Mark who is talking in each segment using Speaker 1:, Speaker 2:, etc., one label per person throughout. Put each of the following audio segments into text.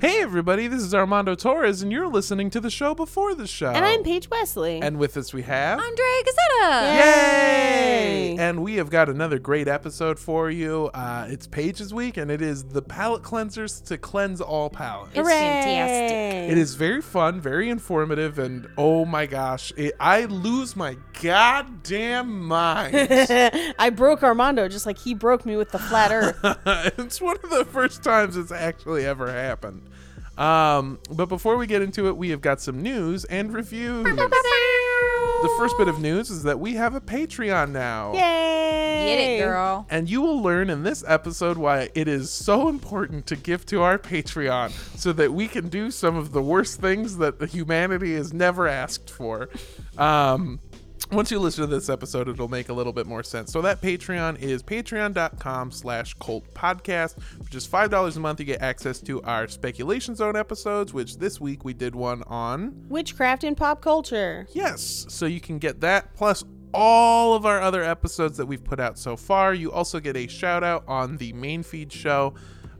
Speaker 1: Hey, everybody, this is Armando Torres, and you're listening to the show before the show.
Speaker 2: And I'm Paige Wesley.
Speaker 1: Um, And with us, we have.
Speaker 3: Andre Gazzetta.
Speaker 1: Yay! And we have got another great episode for you. Uh, it's Pages Week, and it is the palate cleansers to cleanse all palates.
Speaker 3: It's fantastic.
Speaker 1: It is very fun, very informative, and oh my gosh, it, I lose my goddamn mind.
Speaker 2: I broke Armando just like he broke me with the flat earth.
Speaker 1: it's one of the first times it's actually ever happened. Um, but before we get into it, we have got some news and reviews. the first bit of news is that we have a Patreon now.
Speaker 2: Yay!
Speaker 3: Get it, girl.
Speaker 1: And you will learn in this episode why it is so important to give to our Patreon so that we can do some of the worst things that the humanity has never asked for. Um, once you listen to this episode, it'll make a little bit more sense. So that Patreon is patreon.com slash cult podcast. For just $5 a month, you get access to our Speculation Zone episodes, which this week we did one on...
Speaker 2: Witchcraft and pop culture.
Speaker 1: Yes. So you can get that plus all of our other episodes that we've put out so far. You also get a shout out on the main feed show.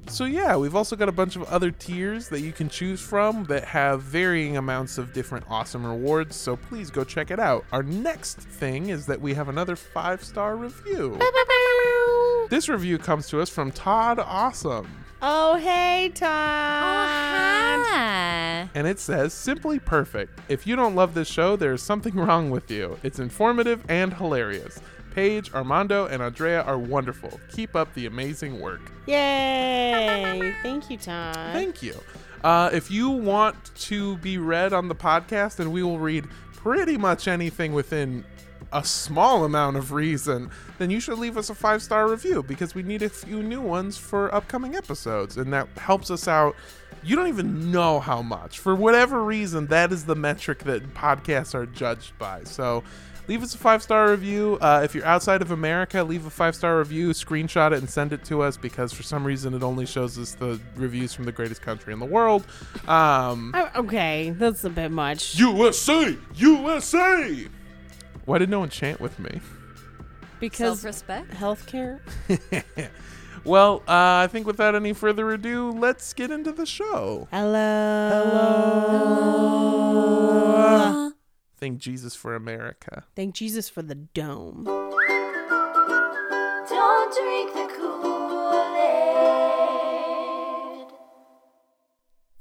Speaker 1: So yeah, we've also got a bunch of other tiers that you can choose from that have varying amounts of different awesome rewards. So please go check it out. Our next thing is that we have another 5-star review. This review comes to us from Todd Awesome.
Speaker 2: Oh, hey,
Speaker 3: Oh,
Speaker 2: Todd.
Speaker 3: hi.
Speaker 1: and it says simply perfect. If you don't love this show, there is something wrong with you. It's informative and hilarious. Paige, Armando, and Andrea are wonderful. Keep up the amazing work.
Speaker 2: Yay. Thank you, Todd.
Speaker 1: Thank you. Uh, if you want to be read on the podcast, and we will read pretty much anything within a small amount of reason, then you should leave us a five star review because we need a few new ones for upcoming episodes, and that helps us out. You don't even know how much. For whatever reason, that is the metric that podcasts are judged by. So leave us a five star review. Uh, if you're outside of America, leave a five star review, screenshot it, and send it to us because for some reason it only shows us the reviews from the greatest country in the world. Um,
Speaker 2: I- Oh, okay, that's a bit much.
Speaker 1: USA! USA! Why did no one chant with me?
Speaker 2: Because
Speaker 3: Self-respect.
Speaker 2: healthcare.
Speaker 1: Well, uh, I think without any further ado, let's get into the show.
Speaker 2: Hello.
Speaker 1: Thank Jesus for America.
Speaker 2: Thank Jesus for the dome.
Speaker 4: Don't drink the Kool-Aid.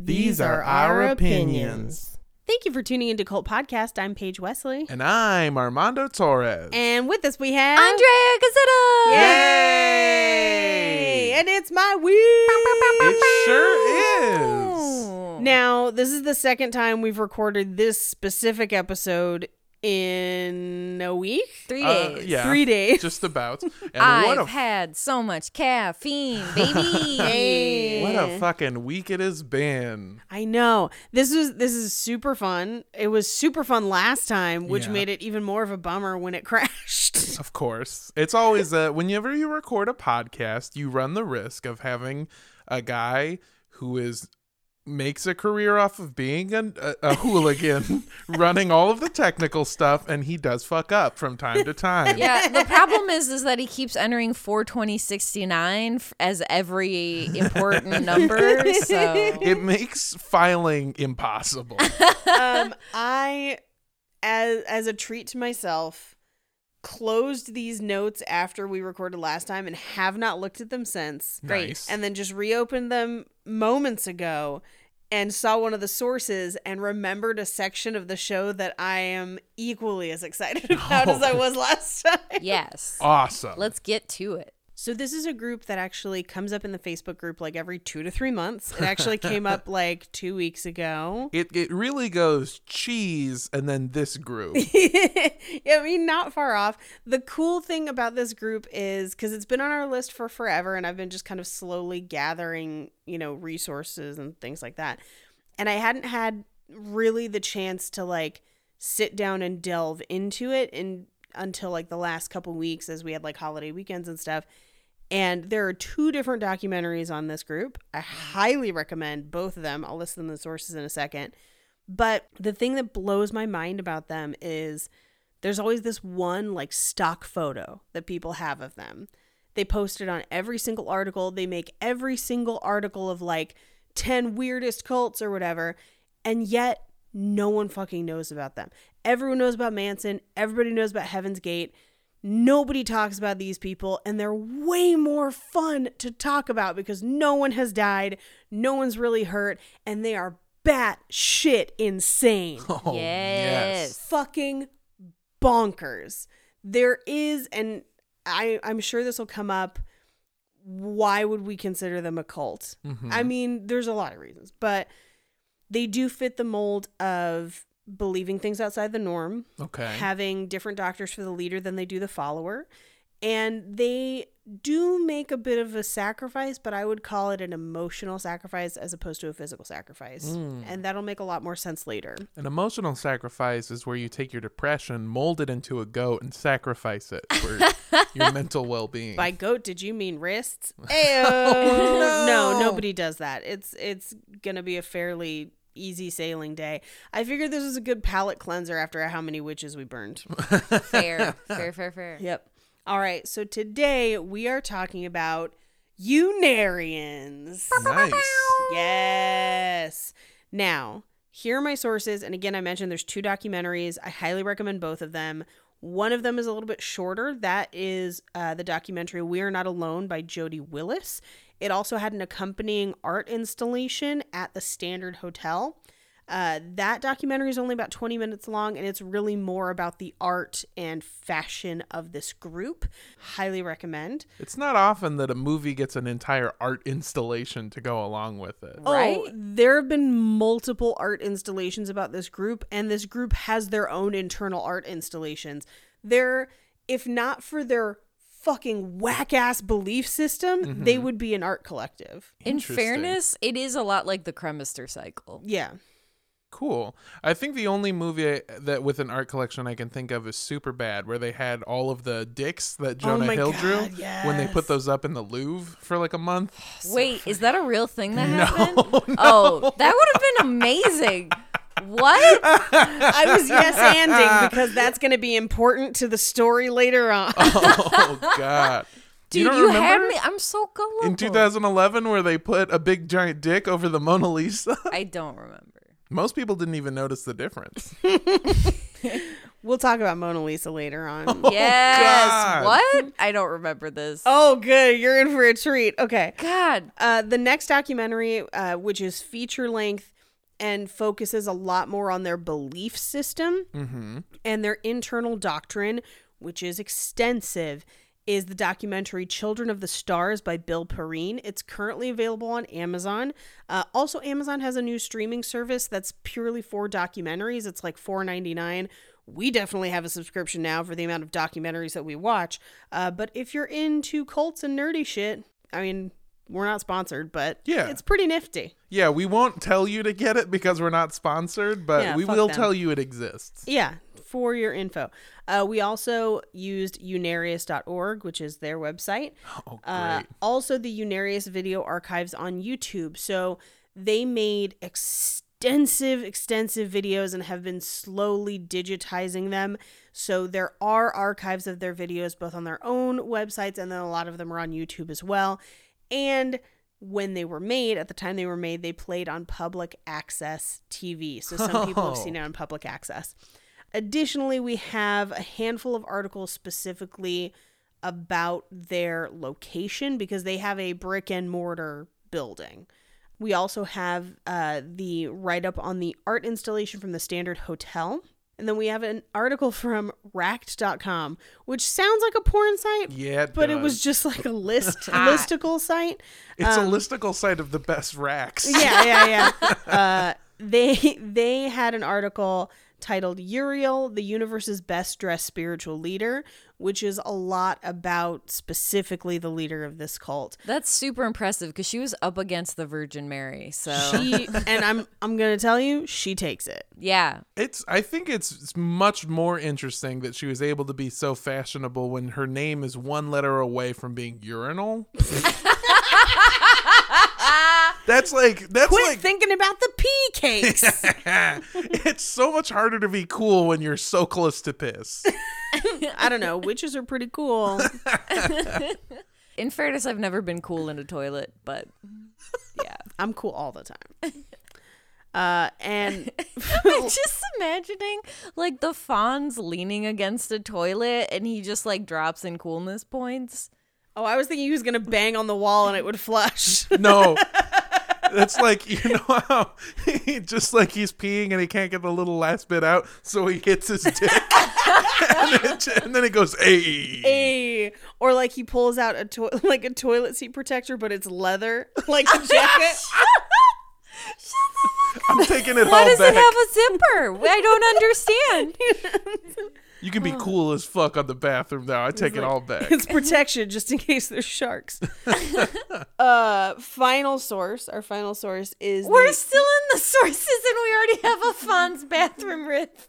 Speaker 1: These are our opinions.
Speaker 2: Thank you for tuning into Cult Podcast. I'm Paige Wesley.
Speaker 1: And I'm Armando Torres.
Speaker 2: And with us we have
Speaker 3: Andrea Gazzetta.
Speaker 1: Yay!
Speaker 2: And it's my week.
Speaker 1: It sure is.
Speaker 2: Now, this is the second time we've recorded this specific episode in a week.
Speaker 3: Three
Speaker 1: Uh,
Speaker 3: days.
Speaker 1: yeah,
Speaker 2: Three days.
Speaker 1: Just about. And what a
Speaker 3: I've had so much caffeine, baby.
Speaker 1: What a fucking week it has been.
Speaker 2: I know. This was this is super fun. It was super fun last time, which
Speaker 1: Yeah.
Speaker 2: made it even more of a bummer when it crashed.
Speaker 1: Of course. It's always a whenever you record a podcast, you run the risk of having a guy who is makes a career off of being an, a, a hooligan running all of the technical stuff and he does fuck up from time to time.
Speaker 3: yeah, the problem is is that he keeps entering 42069 f- as every important number. So
Speaker 1: It makes filing impossible.
Speaker 2: um, I, as as a treat to myself, closed these notes after we recorded last time and have not looked at them since.
Speaker 1: Great. Nice.
Speaker 2: And then just reopened them moments ago and saw one of the sources and remembered a section of the show that I am equally as excited about as I was last time.
Speaker 3: yes,
Speaker 1: awesome.
Speaker 3: let's get to it.
Speaker 2: So this is a group that actually comes up in the Facebook group like every two to three months. It actually came up like two weeks ago.
Speaker 1: It it really goes cheese and then this group.
Speaker 2: I mean, not far off. The cool thing about this group is because it's been on our list for forever, and I've been just kind of slowly gathering, you know, resources and things like that. And I hadn't had really the chance to like sit down and delve into it and until like the last couple weeks as we had like holiday weekends and stuff. And there are two different documentaries on this group. I highly recommend both of them. I'll list them the sources in a second. But the thing that blows my mind about them is there's always this one like stock photo that people have of them. They post it on every single article. They make every single article of like 10 weirdest cults or whatever. And yet no one fucking knows about them. Everyone knows about Manson. Everybody knows about Heaven's Gate. Nobody talks about these people, and they're way more fun to talk about because no one has died, no one's really hurt, and they are bat shit insane.
Speaker 1: Oh,
Speaker 3: Yes.
Speaker 2: Fucking bonkers. There is, and I, I'm sure this will come up. Why would we consider them a cult? I mean, there's a lot of reasons, but they do fit the mold of believing things outside the norm
Speaker 1: Okay.
Speaker 2: having different doctors for the leader than they do the follower. And they do make a bit of a sacrifice, but I would call it an emotional sacrifice as opposed to a physical sacrifice. And that'll make a lot more sense later.
Speaker 1: An emotional sacrifice is where you take your depression, mold it into a goat, and sacrifice it for your mental well being.
Speaker 2: By goat, did you mean wrists? Ayo. Oh, no, nobody does that. It's it's gonna be a fairly easy sailing day. I figured this was a good palate cleanser after how many witches we burned.
Speaker 3: Fair, fair, fair, fair.
Speaker 2: Yep. All right. So today we are talking about Unarians.
Speaker 1: nice.
Speaker 2: yes. Now, here are my sources. And again, I mentioned there's two documentaries. I highly recommend both of them. One of them is a little bit shorter. That is uh, the documentary We Are Not Alone by Jody Willis. It also had an accompanying art installation at the Standard Hotel. Uh, that documentary is only about 20 minutes long and it's really more about the art and fashion of this group. Highly recommend.
Speaker 1: It's not often that a movie gets an entire art installation to go along with it.
Speaker 3: Right?
Speaker 2: Oh, there have been multiple art installations about this group, and this group has their own internal art installations. They're, if not for their fucking whack ass belief system, they would be an art collective.
Speaker 3: In
Speaker 1: Interesting.
Speaker 3: fairness, it is a lot like the Cremister cycle.
Speaker 2: Yeah.
Speaker 1: Cool. I think the only movie I- that with an art collection I can think of is Super Bad, where they had all of the dicks that Jonah
Speaker 2: my
Speaker 1: Hill drew
Speaker 2: God,
Speaker 1: when they
Speaker 2: yes.
Speaker 1: put those up in the Louvre for like a month.
Speaker 3: Wait, is that a real thing that happened? Oh, that would have been amazing. what?
Speaker 2: I was yes anding because that's going to be important to the story later on.
Speaker 1: oh God.
Speaker 3: Dude,
Speaker 1: don't
Speaker 3: you, had
Speaker 1: remember?
Speaker 3: me. I'm so gullible.
Speaker 1: in 2011 where they put a big giant dick over the Mona Lisa.
Speaker 3: I don't remember.
Speaker 1: Most people didn't even notice the difference.
Speaker 2: We'll talk about Mona Lisa later on.
Speaker 3: Yes.
Speaker 1: Oh, God.
Speaker 3: what? I don't remember this.
Speaker 2: Oh, good. You're in for a treat. Okay.
Speaker 3: God.
Speaker 2: Uh, the next documentary, uh, which is feature length and focuses a lot more on their belief system and their internal doctrine, which is extensive, is the documentary Children of the Stars by Bill Perrine. It's currently available on Amazon. Uh, also, Amazon has a new streaming service that's purely for documentaries. It's like $4.99. We definitely have a subscription now for the amount of documentaries that we watch. Uh, but if you're into cults and nerdy shit, I mean, we're not sponsored, but
Speaker 1: Yeah.
Speaker 2: it's pretty nifty.
Speaker 1: Yeah, we won't tell you to get it because we're not sponsored, but
Speaker 2: Yeah,
Speaker 1: we
Speaker 2: fuck
Speaker 1: will
Speaker 2: them.
Speaker 1: tell you it exists.
Speaker 2: Yeah, for your info. Uh, we also used unarius.org, which is their website.
Speaker 1: Oh, great.
Speaker 2: Uh, also, the Unarius video archives on YouTube. So they made extensive, extensive videos and have been slowly digitizing them. So there are archives of their videos both on their own websites and then a lot of them are on YouTube as well. And when they were made, at the time they were made, they played on public access TV. So some people have
Speaker 1: Oh.
Speaker 2: seen it on public access. Additionally, we have a handful of articles specifically about their location because they have a brick and mortar building. We also have uh, the write up on the art installation from the Standard Hotel. And then we have an article from racked.com, which sounds like a porn site,
Speaker 1: Yeah, it
Speaker 2: but it was
Speaker 1: does.
Speaker 2: just like a list listicle site.
Speaker 1: It's a listicle site of the best racks.
Speaker 2: um, Yeah, yeah, yeah. uh, they they had an article titled "Uriel: The Universe's Best Dressed Spiritual Leader," which is a lot about specifically the leader of this cult.
Speaker 3: That's super impressive because she was up against the Virgin Mary. So
Speaker 2: She and I'm I'm gonna tell you, she takes it.
Speaker 3: yeah,
Speaker 1: It's I think it's, it's much more interesting that she was able to be so fashionable when her name is one letter away from being urinal. that's like that's
Speaker 2: Quit
Speaker 1: like
Speaker 2: thinking about the pea cakes.
Speaker 1: it's so much harder to be cool when you're so close to piss.
Speaker 2: I don't know. Witches are pretty cool.
Speaker 3: in fairness, I've never been cool in a toilet, but yeah.
Speaker 2: I'm cool all the time. Uh, and
Speaker 3: I'm just imagining like the Fonz leaning against a toilet and he just like drops in coolness points.
Speaker 2: oh, I was thinking he was gonna bang on the wall and it would flush.
Speaker 1: No. That's like you know how he just like he's peeing and he can't get the little last bit out, so he hits his dick, and, it, and then it goes a.
Speaker 2: Hey. Or like he pulls out a to- like a toilet seat protector, but it's leather, like a jacket.
Speaker 1: I'm taking it
Speaker 3: Why
Speaker 1: all
Speaker 3: does
Speaker 1: back.
Speaker 3: it have a zipper? I don't understand.
Speaker 1: You can be cool as fuck on the bathroom now. I take it all back.
Speaker 2: it's protection just in case there's sharks. uh, final source. Our final source is the-
Speaker 3: We're still in the sources and we already have a Fonz bathroom riff.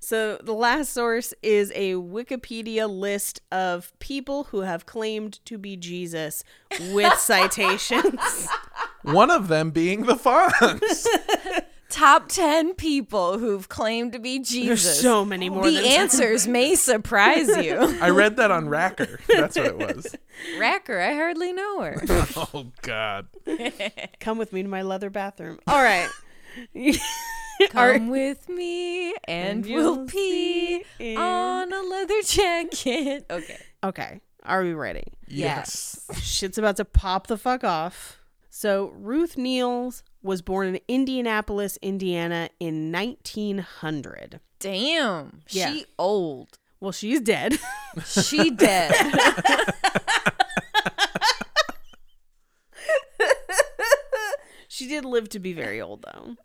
Speaker 2: so the last source is a Wikipedia list of people who have claimed to be Jesus with citations.
Speaker 1: One of them being the Fonz.
Speaker 3: Top 10 people who've claimed to be
Speaker 2: There's
Speaker 3: Jesus.
Speaker 2: so many more.
Speaker 3: the
Speaker 2: than
Speaker 3: answers may surprise you.
Speaker 1: I read that on Racker. That's what it was.
Speaker 3: Racker, I hardly know her.
Speaker 1: Oh God.
Speaker 2: Come with me to my leather bathroom. All right.
Speaker 3: Come with me and, we'll pee on a leather jacket. Okay.
Speaker 2: Okay. Are we ready?
Speaker 1: Yes.
Speaker 2: shit's about to pop the fuck off. So Ruth Niels was born in Indianapolis, Indiana in 1900.
Speaker 3: Damn.
Speaker 2: Yeah.
Speaker 3: She old.
Speaker 2: Well, she's dead.
Speaker 3: She dead.
Speaker 2: she did live to be very old though.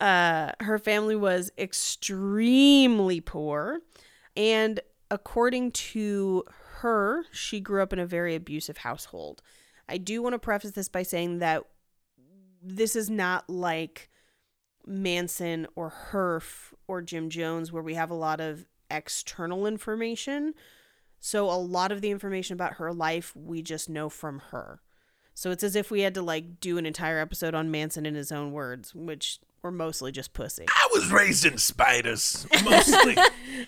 Speaker 2: Uh, her family was extremely poor and according to her, she grew up in a very abusive household. I do want to preface this by saying that this is not like Manson or Herf or Jim Jones, where we have a lot of external information. So, a lot of the information about her life we just know from her. So, it's as if we had to like do an entire episode on Manson in his own words, which were mostly just pussy.
Speaker 1: I was raised in spiders mostly.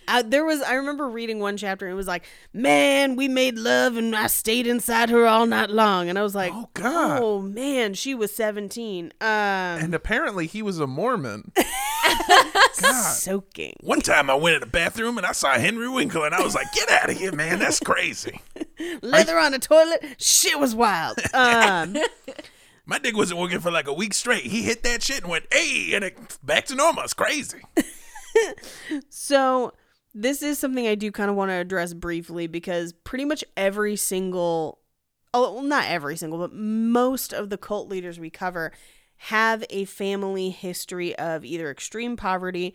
Speaker 2: Uh, there was, I remember reading one chapter and it was like, man, we made love and I stayed inside her all night long. And I was like,
Speaker 1: Oh, God.
Speaker 2: Oh, man, she was 17. Um,
Speaker 1: and apparently he was a Mormon. God.
Speaker 2: soaking.
Speaker 1: One time I went in the bathroom and I saw Henry Winkle and I was like, "Get out of here, man! That's crazy."
Speaker 2: leather on a toilet. Shit was wild. Um,
Speaker 1: My dick wasn't working for like a week straight. He hit that shit and went, "Hey!" and it back to normal. It's crazy.
Speaker 2: so this is something I do kind of want to address briefly because pretty much every single, oh, well, not every single, but most of the cult leaders we cover have a family history of either extreme poverty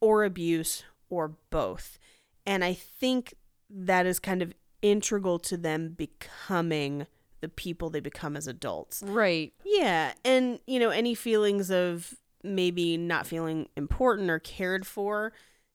Speaker 2: or abuse or both. And I think that is kind of integral to them becoming the people they become as adults.
Speaker 3: right.
Speaker 2: Yeah, and you know, any feelings of maybe not feeling important or cared for,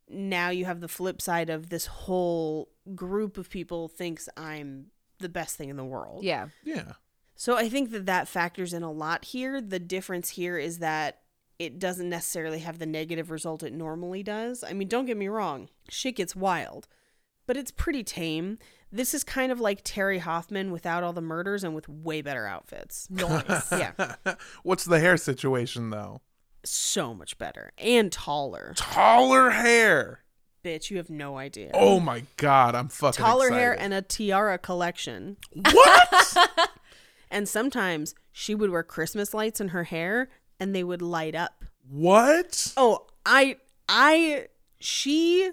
Speaker 2: now you have the flip side of this whole group of people thinks I'm the best thing in the world.
Speaker 3: Yeah.
Speaker 1: Yeah.
Speaker 2: So I think that that factors in a lot here. The difference here is that it doesn't necessarily have the negative result it normally does. I mean, don't get me wrong, shit gets wild, but it's pretty tame. This is kind of like Terry Hoffman without all the murders and with way better outfits.
Speaker 3: Nice.
Speaker 2: Yeah.
Speaker 1: What's the hair situation though?
Speaker 2: so much better and taller.
Speaker 1: Taller hair.
Speaker 2: Bitch, you have no idea.
Speaker 1: Oh my god, I'm fucking
Speaker 2: taller hair
Speaker 1: excited.
Speaker 2: and a tiara collection.
Speaker 1: what?
Speaker 2: And sometimes she would wear Christmas lights in her hair and they would light up.
Speaker 1: what?
Speaker 2: Oh, I I she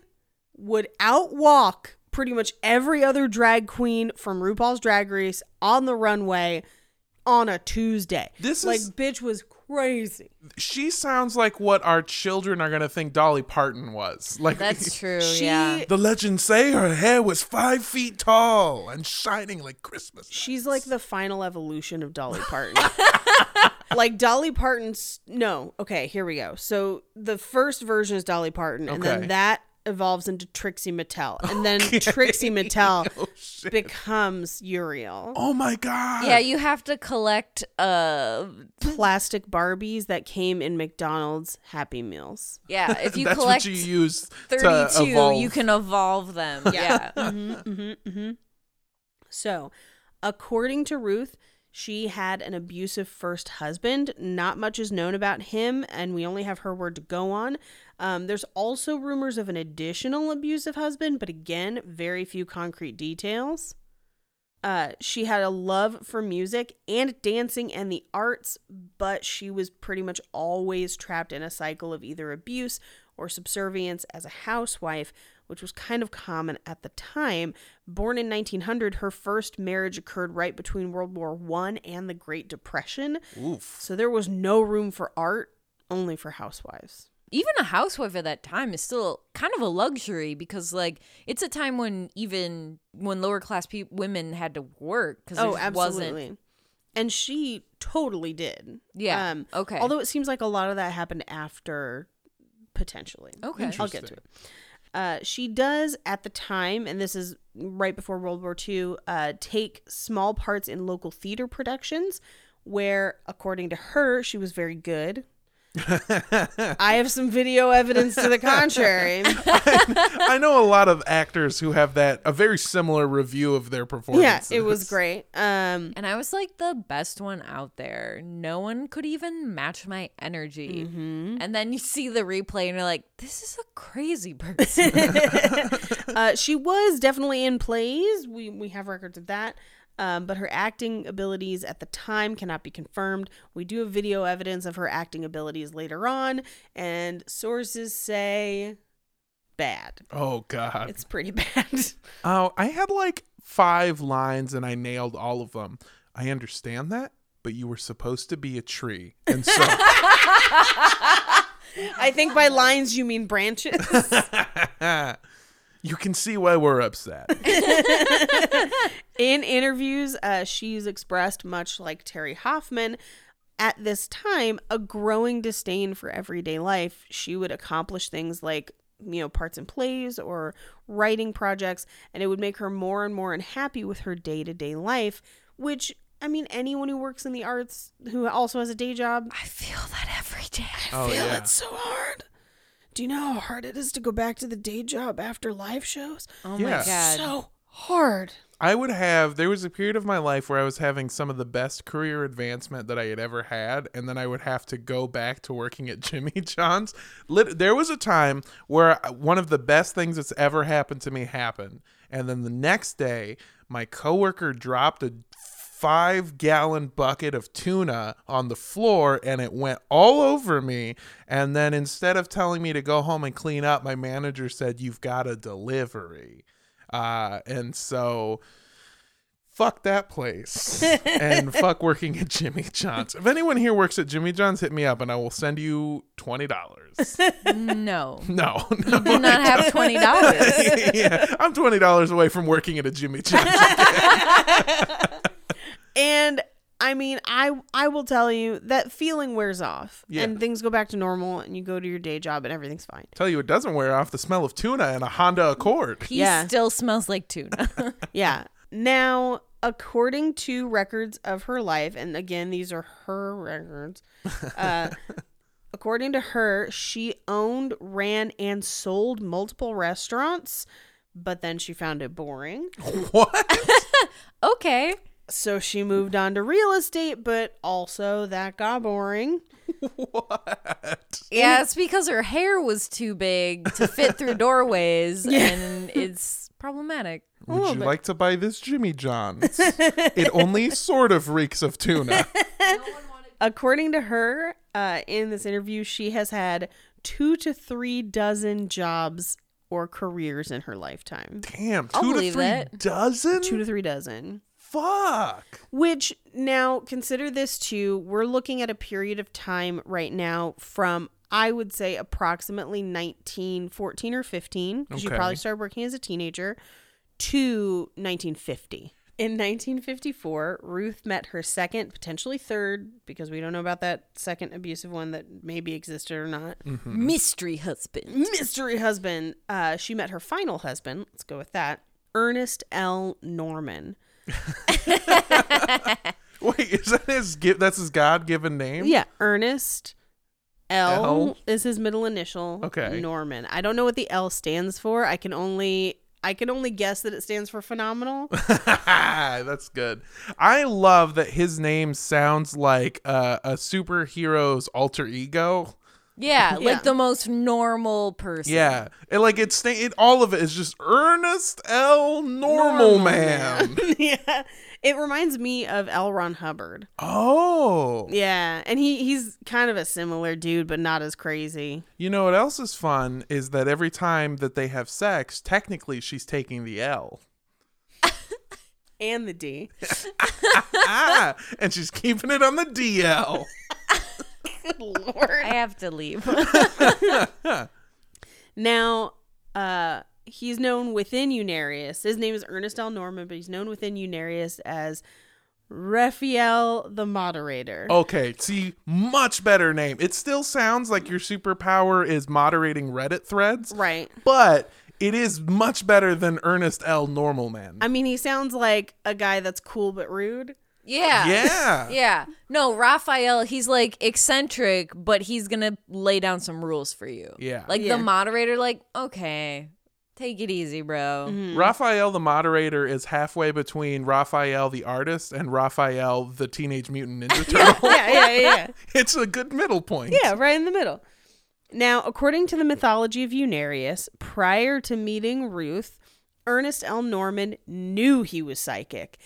Speaker 2: would outwalk pretty much every other drag queen from RuPaul's Drag Race on the runway on a Tuesday.
Speaker 1: This
Speaker 2: like
Speaker 1: is-
Speaker 2: bitch was crazy.
Speaker 1: She sounds like what our children are gonna think Dolly Parton was. Like
Speaker 3: That's true.
Speaker 2: She
Speaker 3: yeah.
Speaker 1: The legends say her hair was five feet tall and shining like Christmas.
Speaker 2: She's like the final evolution of Dolly Parton. like Dolly Parton's no, okay, here we go. So the first version is Dolly Parton, and
Speaker 1: Okay.
Speaker 2: then that evolves into Trixie Mattel, and then Trixie Mattel
Speaker 1: Oh shit!
Speaker 2: becomes Uriel.
Speaker 1: Oh my god!
Speaker 3: Yeah, you have to collect uh
Speaker 2: Plastic Barbies that came in McDonald's Happy Meals.
Speaker 3: yeah, if you
Speaker 1: That's
Speaker 3: collect
Speaker 1: what you use to
Speaker 3: 32,
Speaker 1: evolve. Mm-hmm.
Speaker 3: you can evolve them. Yeah.
Speaker 2: Mm-hmm, So, according to Ruth, she had an abusive first husband. Not much is known about him, and we only have her word to go on. Um, there's also rumors of an additional abusive husband, but again, very few concrete details. Uh, she had a love for music and dancing and the arts, but she was pretty much always trapped in a cycle of either abuse or subservience as a housewife, which was kind of common at the time. Born in 1900, her first marriage occurred right between World War One and the Great Depression,
Speaker 1: Oof.
Speaker 2: so there was no room for art, only for housewives.
Speaker 3: even a housewife at that time is still kind of a luxury because like it's a time when even when lower class pe- women had to work because
Speaker 2: Oh,
Speaker 3: wasn't
Speaker 2: absolutely. And she totally did. Um,
Speaker 3: Yeah, okay.
Speaker 2: Although it seems like a lot of that happened after, potentially.
Speaker 3: Okay.
Speaker 2: I'll get to it. Uh, she does at the time, and this is right before World War II, uh, take small parts in local theater productions where, according to her, she was very good. I have some video evidence to the contrary.
Speaker 1: I know a lot of actors who have that a very similar review of their
Speaker 2: yeah,
Speaker 1: performance.
Speaker 2: it was great. Um,
Speaker 3: and i was like the best one out there no one could even match my energy
Speaker 1: Mm-hmm.
Speaker 3: and then you see the replay and you're like this is a crazy person
Speaker 2: uh, she was definitely in plays. We we have records of that. Um, but her acting abilities at the time cannot be confirmed. We do have video evidence of her acting abilities later on, and sources say bad.
Speaker 1: Oh god.
Speaker 2: It's pretty bad.
Speaker 1: Oh, I had like five lines and I nailed all of them. I understand that, but you were supposed to be a tree. And so
Speaker 2: I think by lines you mean branches.
Speaker 1: you can see why we're upset.
Speaker 2: In interviews, uh, she's expressed, much like Terry Hoffman, at this time, a growing disdain for everyday life. She would accomplish things like, you know, parts in plays or writing projects, and it would make her more and more unhappy with her day to day life, which, I mean, anyone who works in the arts who also has a day job,
Speaker 3: i feel that every day
Speaker 1: Oh
Speaker 2: feel
Speaker 1: yeah.
Speaker 2: it's so hard. Do you know how hard it is to go back to the day job after live shows?
Speaker 3: oh
Speaker 1: Yeah.
Speaker 3: my god
Speaker 2: So hard.
Speaker 1: I would have there was a period of my life where I was having some of the best career advancement that I had ever had and then I would have to go back to working at Jimmy John's. Lit- There was a time where one of the best things that's ever happened to me happened and then the next day my coworker dropped a 5 gallon bucket of tuna on the floor and it went all over me and then instead of telling me to go home and clean up my manager said you've got a delivery. Uh, and so fuck that place and fuck working at Jimmy John's. If anyone here works at Jimmy John's, hit me up and I will send you twenty dollars.
Speaker 3: no
Speaker 1: No, no.
Speaker 3: do not have twenty dollars
Speaker 1: yeah, I'm twenty dollars away from working at a Jimmy John's.
Speaker 2: And I mean, I I will tell you that feeling wears off,
Speaker 1: Yeah.
Speaker 2: and things go back to normal, and you go to your day job, and everything's fine.
Speaker 1: Tell you, it doesn't wear off the smell of tuna and a Honda Accord.
Speaker 3: he
Speaker 2: Yeah.
Speaker 3: still smells like tuna
Speaker 2: Yeah. Now, according to records of her life, and again, these are her records. Uh, according to her, she owned, ran, and sold multiple restaurants, but then she found it boring.
Speaker 1: What?
Speaker 3: okay
Speaker 2: So she moved on to real estate, but also that got boring.
Speaker 1: What?
Speaker 3: Yeah, it's because her hair was too big to fit through doorways, and it's problematic.
Speaker 1: Would you like to buy this Jimmy John's? it only sort of reeks of tuna.
Speaker 2: According to her, uh, in this interview, she has had two to three dozen jobs or careers in her lifetime.
Speaker 1: Damn,
Speaker 3: I'll
Speaker 1: two to
Speaker 3: believe
Speaker 1: three
Speaker 3: it.
Speaker 1: dozen.
Speaker 2: Two to three dozen.
Speaker 1: Fuck.
Speaker 2: Which now consider this too. We're looking at a period of time right now from I would say approximately 19, 14 or 15, because you
Speaker 1: Okay.
Speaker 2: probably started working as a teenager, to 1950. In 1954, Ruth met her second, potentially third, because we don't know about that second abusive one that maybe existed or not,
Speaker 3: Mm.
Speaker 1: Mm-hmm.
Speaker 3: Mystery husband.
Speaker 2: mystery husband. Uh, she met her final husband. Let's go with that. Ernest L. Norman.
Speaker 1: Wait, is that his? gi- That's his God-given name.
Speaker 2: Yeah, Ernest L,
Speaker 1: L?
Speaker 2: is his middle initial.
Speaker 1: Okay.
Speaker 2: Norman. I don't know what the L stands for. I can only I can only guess that it stands for phenomenal.
Speaker 1: That's good. I love that his name sounds like uh, a superhero's alter ego.
Speaker 3: Yeah,
Speaker 2: Yeah.
Speaker 3: like the most normal person.
Speaker 1: Yeah, and like it's sta- it, all of it is just Ernest L. Normal,
Speaker 3: Normal
Speaker 1: Man.
Speaker 2: yeah. It reminds me of L. Ron Hubbard.
Speaker 1: oh,
Speaker 2: Yeah, and he he's kind of a similar dude, but not as crazy.
Speaker 1: you know what else is fun is that every time that they have sex, technically she's taking the L,
Speaker 2: And the D.
Speaker 1: ah, and she's keeping it on the DL.
Speaker 2: Good lord.
Speaker 3: I have to leave.
Speaker 2: Now, uh, he's known within Unarius. His name is Ernest L. Norman, but he's known within Unarius as Raphael the Moderator.
Speaker 1: Okay, see, much better name. It still sounds like your superpower is moderating Reddit threads,
Speaker 2: Right.
Speaker 1: but it is much better than Ernest L. Normal Man.
Speaker 2: I mean, he sounds like a guy that's cool but rude.
Speaker 3: yeah.
Speaker 1: yeah.
Speaker 3: Yeah. No, Raphael, he's like eccentric, but he's going to lay down some rules for you.
Speaker 1: Yeah.
Speaker 3: Like
Speaker 2: Yeah.
Speaker 3: the moderator, like, okay, take it easy, bro.
Speaker 2: Hmm.
Speaker 1: Raphael the moderator is halfway between Raphael the artist and Raphael the Teenage Mutant Ninja Turtle.
Speaker 2: Yeah, yeah, yeah, yeah.
Speaker 1: it's a good middle point.
Speaker 2: yeah, right in the middle. Now, according to the mythology of Unarius, prior to meeting Ruth, Ernest L. Norman knew he was psychic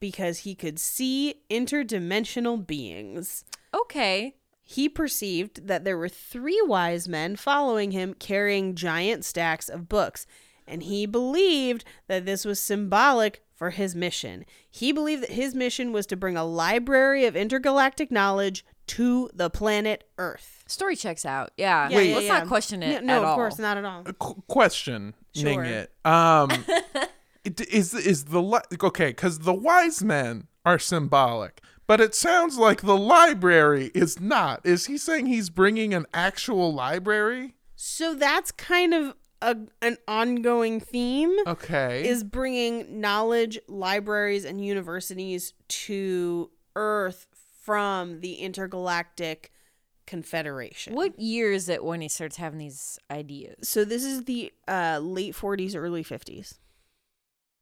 Speaker 2: because he could see interdimensional beings.
Speaker 3: Okay.
Speaker 2: he perceived that there were three wise men following him carrying giant stacks of books, and he believed that this was symbolic for his mission. He believed that his mission was to bring a library of intergalactic knowledge to the planet Earth.
Speaker 3: Story checks out. Yeah.
Speaker 2: Yeah, yeah,
Speaker 3: Let's
Speaker 2: yeah.
Speaker 3: not question it.
Speaker 2: No, no,
Speaker 3: at
Speaker 2: of
Speaker 3: all.
Speaker 2: course, not at all.
Speaker 1: Qu- question.
Speaker 2: Sure.
Speaker 1: Ning it. Um, it- is is the li- okay? Because the wise men are symbolic, but it sounds like the library is not. Is he saying he's bringing an actual library?
Speaker 2: So that's kind of a, an ongoing theme.
Speaker 1: Okay.
Speaker 2: is bringing knowledge, libraries, and universities to Earth from the intergalactic confederation.
Speaker 3: What year is it when he starts having these ideas?
Speaker 2: So this is the uh, late 40s, early 50s.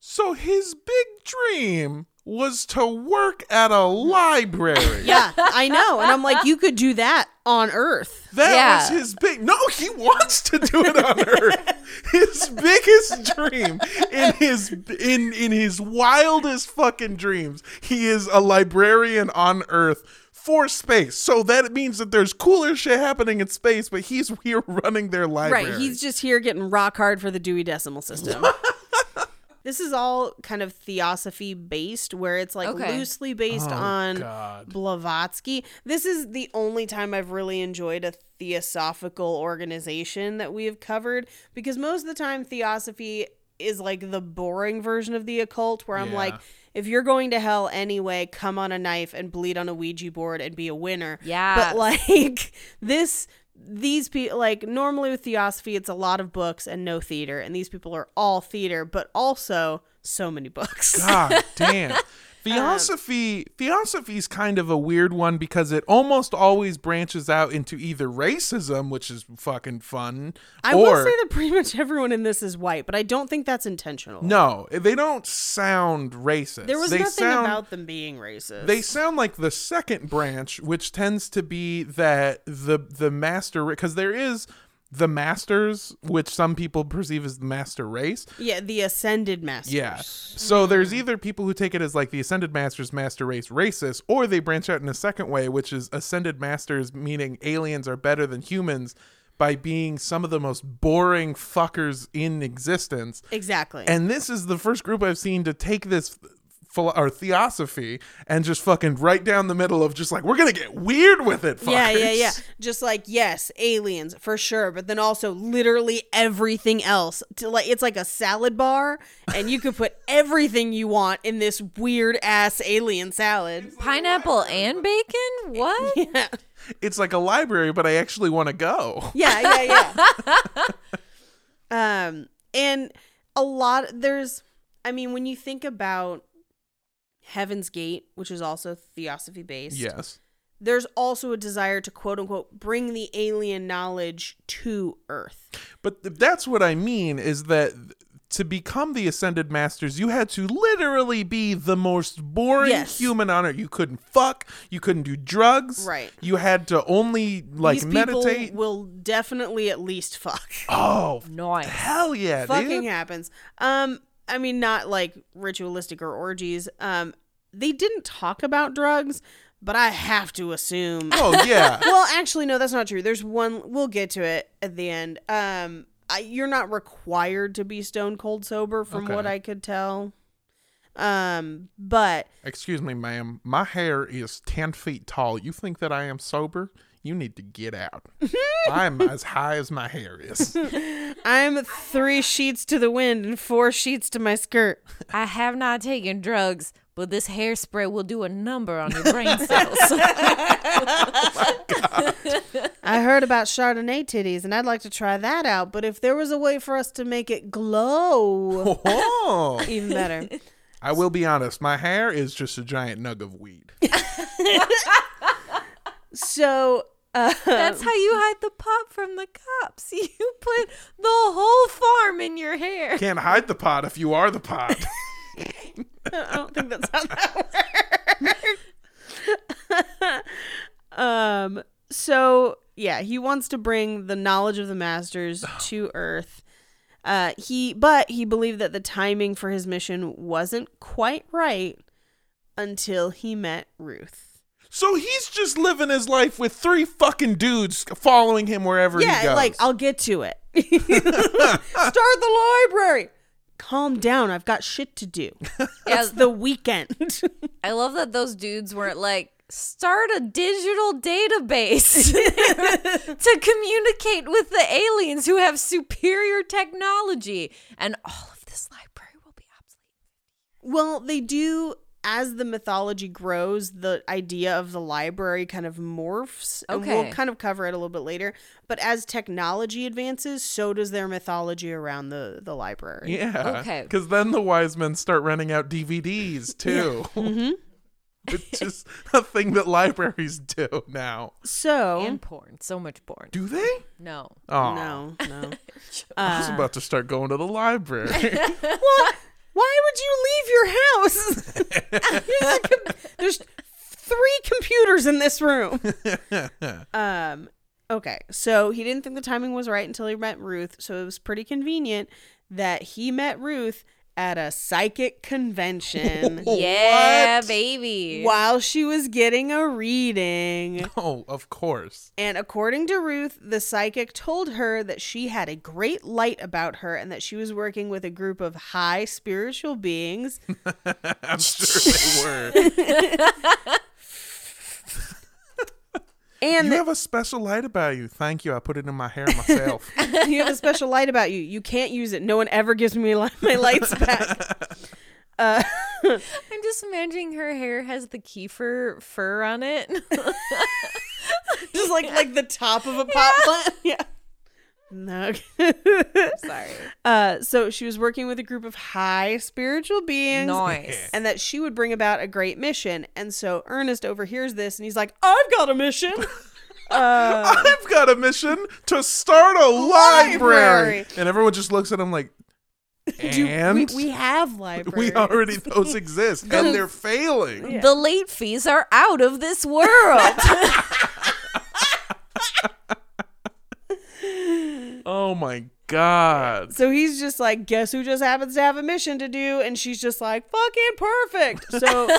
Speaker 1: so his big dream was to work at a library.
Speaker 2: Yeah, I know. And I'm like, you could do that on Earth.
Speaker 1: That
Speaker 3: Yeah.
Speaker 1: was his big. No, he wants to do it on Earth. His biggest dream in his in in his wildest fucking dreams, he is a librarian on Earth for space. So that means that there's cooler shit happening in space, but he's here running their library.
Speaker 2: Right. He's just here getting rock hard for the Dewey Decimal System. this is all kind of theosophy based, where it's like
Speaker 3: Okay.
Speaker 2: loosely based
Speaker 1: Oh,
Speaker 2: on
Speaker 1: God.
Speaker 2: Blavatsky. This is the only time I've really enjoyed a theosophical organization that we have covered because most of the time theosophy is like the boring version of the occult where I'm
Speaker 1: Yeah.
Speaker 2: like if you're going to hell anyway, come on a knife and bleed on a Ouija board and be a winner.
Speaker 3: Yes.
Speaker 2: But like this these people like normally with theosophy it's a lot of books and no theater and these people are all theater but also so many books.
Speaker 1: God Ah,
Speaker 2: Um,
Speaker 1: damn. Theosophy theosophy is kind of a weird one because it almost always branches out into either racism, which is fucking fun,
Speaker 2: I
Speaker 1: or
Speaker 2: will say that pretty much everyone in this is white, but I don't think that's intentional.
Speaker 1: No, they don't sound racist.
Speaker 2: there was
Speaker 1: they
Speaker 2: nothing
Speaker 1: sound,
Speaker 2: about them being racist.
Speaker 1: They sound like the second branch, which tends to be that the the master because there is the masters, which some people perceive as the master race.
Speaker 2: yeah, the ascended masters.
Speaker 1: Yeah. So there's either people who take it as like the ascended masters, master race, racist, or they branch out in a second way, which is ascended masters, meaning aliens are better than humans. by being some of the most boring fuckers in existence.
Speaker 2: Exactly.
Speaker 1: And this is the first group I've seen to take this philo- or theosophy and just fucking right down the middle of just like we're gonna get weird with it. Fuckers.
Speaker 2: yeah, yeah, yeah. Just like yes, aliens for sure, but then also literally everything else. To like it's like a salad bar, and you could put everything you want in this weird ass alien salad.
Speaker 3: Pineapple and bacon? What?
Speaker 2: Yeah,
Speaker 1: It's like a library, but I actually want to go.
Speaker 2: yeah, yeah. yeah. um, and a lot there's, I mean, when you think about Heaven's Gate, which is also theosophy based,
Speaker 1: Yes.
Speaker 2: there's also a desire to quote unquote bring the alien knowledge to Earth.
Speaker 1: But th- that's what I mean is that th- to become the ascended masters, you had to literally be the most boring
Speaker 2: Yes.
Speaker 1: human on earth. You couldn't fuck. You couldn't do drugs.
Speaker 2: Right.
Speaker 1: You had to only like
Speaker 2: These
Speaker 1: meditate.
Speaker 2: people will definitely at least fuck.
Speaker 1: oh,
Speaker 3: Nice.
Speaker 1: hell yeah,
Speaker 2: Fucking
Speaker 1: dude.
Speaker 2: happens. Um, I mean, not like ritualistic or orgies. Um, they didn't talk about drugs, but I have to assume.
Speaker 1: Oh yeah.
Speaker 2: well, actually, no, that's not true. There's one. We'll get to it at the end. Um, I, you're not required to be stone cold sober, from
Speaker 1: Okay.
Speaker 2: what I could tell. Um, but
Speaker 1: Excuse me, ma'am. My hair is ten feet tall. You think that I am sober? You need to get out. I'm as high as my hair is.
Speaker 2: I'm three sheets to the wind and four sheets to my skirt.
Speaker 3: I have not taken drugs, but this hairspray will do a number on your brain cells.
Speaker 2: I heard about Chardonnay titties and I'd like to try that out, but if there was a way for us to make it glow,
Speaker 1: Oh.
Speaker 2: even better.
Speaker 1: I will be honest. My hair is just a giant nug of weed.
Speaker 2: So, uh,
Speaker 3: That's how you hide the pop from the cops. You put the whole farm in your hair.
Speaker 1: Can't hide the pot if you are the pot.
Speaker 2: I don't think that's how that works. um, so yeah, he wants to bring the knowledge of the masters to Earth. Uh, he but he believed that the timing for his mission wasn't quite right until he met Ruth.
Speaker 1: So he's just living his life with three fucking dudes following him wherever
Speaker 2: yeah,
Speaker 1: he goes.
Speaker 2: like I'll get to it. Start the library. Calm down. I've got shit to do.
Speaker 3: Yeah,
Speaker 2: It's the weekend.
Speaker 3: I love that those dudes weren't like, start a digital database to communicate with the aliens who have superior technology. And all of this library will be obsolete.
Speaker 2: Well, they do as the mythology grows, the idea of the library kind of morphs. And
Speaker 3: Okay.
Speaker 2: we'll kind of cover it a little bit later. But as technology advances, so does their mythology around the, the library.
Speaker 1: yeah.
Speaker 3: Okay.
Speaker 1: Because then the wise men start renting out DVDs too,
Speaker 2: Mm-hmm.
Speaker 1: which is a thing that libraries do now.
Speaker 2: So
Speaker 3: And porn. So much porn.
Speaker 1: Oh. Do they?
Speaker 3: No.
Speaker 1: Oh,
Speaker 2: no, Uh. no.
Speaker 1: I was about to start going to the library.
Speaker 2: what? Why would you leave your house? there's, a com- there's three computers in this room. um. Okay, so he didn't think the timing was right until he met Ruth, so it was pretty convenient that he met Ruth at a psychic convention
Speaker 3: Yeah,
Speaker 1: Oh, What?
Speaker 3: baby.
Speaker 2: while she was getting a reading.
Speaker 1: oh, of course.
Speaker 2: And according to Ruth, the psychic told her that she had a great light about her and that she was working with a group of high spiritual beings
Speaker 1: I'm sure they were.
Speaker 2: and
Speaker 1: you have a special light about you. Thank you. I put it in my hair myself.
Speaker 2: you have a special light about you. You can't use it. No one ever gives me li- my lights back.
Speaker 3: I'm just imagining her hair has the kefir fur on it.
Speaker 2: Just like like the top of a pot plant. Yeah. No.
Speaker 3: Sorry.
Speaker 2: uh, so she was working with a group of high spiritual beings.
Speaker 3: Nice.
Speaker 2: And that she would bring about a great mission. And so Ernest overhears this and he's like, I've got a mission. Uh,
Speaker 1: I've got a mission to start a library.
Speaker 2: Library.
Speaker 1: And everyone just looks at him like,
Speaker 2: do,
Speaker 3: Um,
Speaker 1: and
Speaker 2: we, we have libraries.
Speaker 1: We already those exist and they're failing.
Speaker 3: The late fees are out of this world.
Speaker 1: Oh my god.
Speaker 2: So he's just like, guess who just happens to have a mission to do? And she's just like, fucking perfect. So,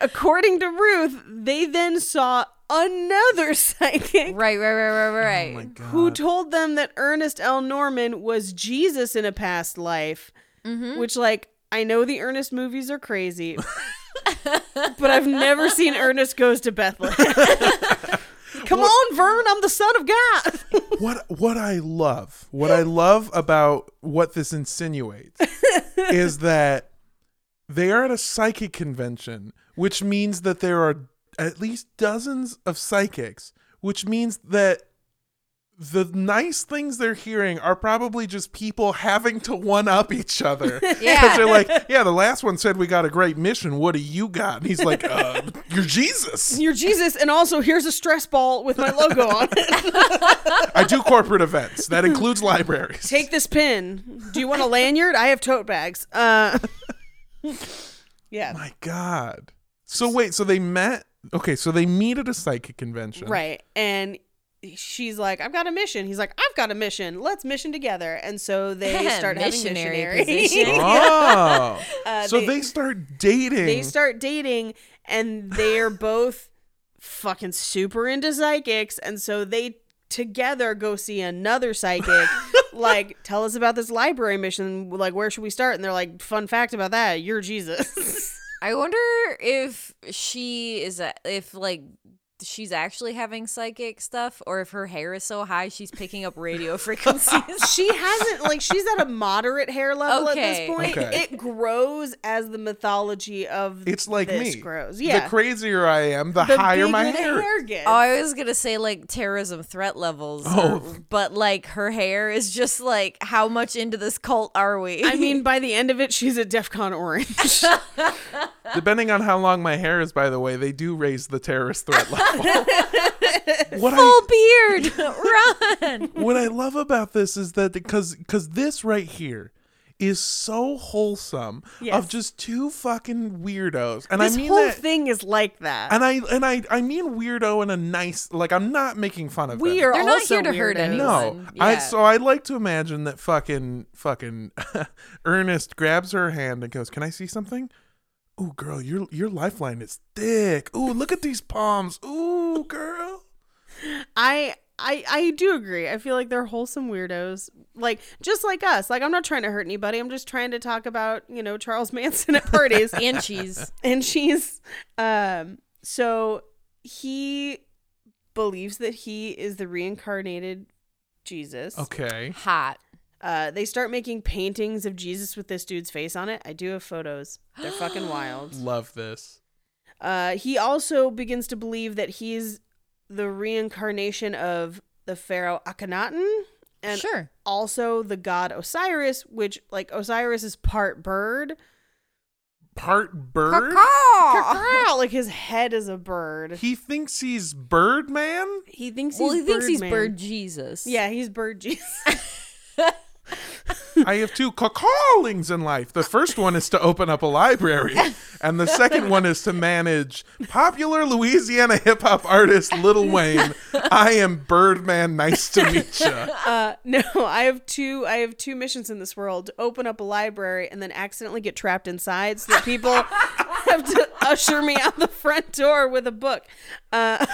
Speaker 2: according to Ruth, they then saw another psychic
Speaker 3: Right, right, right, right,
Speaker 1: Oh
Speaker 3: right. right.
Speaker 2: who told them that Ernest L. Norman was Jesus in a past life, which, like, I know the Ernest movies are crazy, but I've never seen Ernest Goes to Bethlehem. Come on, Vern, I'm the son of God.
Speaker 1: what what I love, what I love about what this insinuates is that they are at a psychic convention, which means that there are at least dozens of psychics, which means that the nice things they're hearing are probably just people having to one up each other.
Speaker 3: Yeah.
Speaker 1: they're like, yeah, the last one said we got a great mission. What do you got? And he's like, uh, you're Jesus.
Speaker 2: You're Jesus, and also here's a stress ball with my logo on it.
Speaker 1: I do corporate events. That includes libraries.
Speaker 2: Take this pin. Do you want a lanyard? I have tote bags. Uh, yeah,
Speaker 1: My God. So wait, so they met. Okay, so they meet at a psychic convention.
Speaker 2: right. And she's like, I've got a mission. He's like, I've got a mission. Let's mission together. And so they start having
Speaker 3: Missionary
Speaker 2: missionary.
Speaker 3: position.
Speaker 1: Oh. so
Speaker 2: Uh, they-
Speaker 1: they, start dating.
Speaker 2: they start dating, and they're both fucking super into psychics. And so they together go see another psychic. like, tell us about this library mission. Like, where should we start? And they're like, fun fact about that, you're Jesus.
Speaker 3: I wonder if she is a, if like she's actually having psychic stuff or if her hair is so high she's picking up radio frequencies.
Speaker 2: she hasn't like she's at a moderate hair level
Speaker 3: Okay.
Speaker 2: at this point.
Speaker 1: Okay.
Speaker 2: It grows as the mythology of
Speaker 1: It's like
Speaker 2: this
Speaker 1: me.
Speaker 2: grows. Yeah,
Speaker 1: The crazier I am, the,
Speaker 2: The
Speaker 1: higher my
Speaker 2: bigger the
Speaker 1: hair.
Speaker 2: hair gets.
Speaker 3: Oh, I was gonna say like terrorism threat levels,
Speaker 1: Oh.
Speaker 3: or- but like her hair is just like how much into this cult are we?
Speaker 2: I mean, by the end of it, she's at DefCon Orange.
Speaker 1: Depending on how long my hair is, by the way, they do raise the terrorist threat level. what I
Speaker 3: full beard, run.
Speaker 1: what I love about this is that because because this right here is so wholesome
Speaker 2: Yes.
Speaker 1: of just two fucking weirdos, and
Speaker 2: this
Speaker 1: I mean
Speaker 2: whole
Speaker 1: that,
Speaker 2: thing is like that.
Speaker 1: and I and I I mean weirdo in a nice like I'm not making fun of
Speaker 2: we
Speaker 1: them.
Speaker 2: are
Speaker 3: They're not
Speaker 2: also
Speaker 3: here to hurt
Speaker 2: weirdos.
Speaker 3: anyone.
Speaker 1: No,
Speaker 3: one.
Speaker 1: I
Speaker 3: Yeah.
Speaker 1: so I like to imagine that fucking fucking Ernest grabs her hand and goes, "Can I see something?" Ooh, girl, your your lifeline is thick. Ooh, look at these palms. Ooh, girl.
Speaker 2: I I I do agree. I feel like they're wholesome weirdos, like just like us. Like I'm not trying to hurt anybody. I'm just trying to talk about you know Charles Manson at parties.
Speaker 3: and cheese.
Speaker 2: and she's um so he believes that he is the reincarnated Jesus.
Speaker 1: Okay.
Speaker 3: Hot.
Speaker 2: Uh they start making paintings of Jesus with this dude's face on it. I do have photos. They're fucking wild.
Speaker 1: Love this.
Speaker 2: Uh he also begins to believe that he's the reincarnation of the pharaoh Akhenaten and
Speaker 3: sure.
Speaker 2: also the god Osiris, which like Osiris is part bird.
Speaker 1: Part bird.
Speaker 2: like his head is a bird.
Speaker 1: He thinks he's Birdman.
Speaker 2: He thinks
Speaker 3: Well, he
Speaker 2: he's
Speaker 3: thinks he's
Speaker 2: Birdman.
Speaker 3: bird Jesus.
Speaker 2: Yeah, he's bird Jesus.
Speaker 1: I have two ca- callings in life. The first one is to open up a library, and the second one is to manage popular Louisiana hip hop artist Lil Wayne. I am Birdman. Nice to meet you.
Speaker 2: uh, no, I have two. I have two missions in this world: to open up a library and then accidentally get trapped inside, so that people have to usher me out the front door with a book. Uh,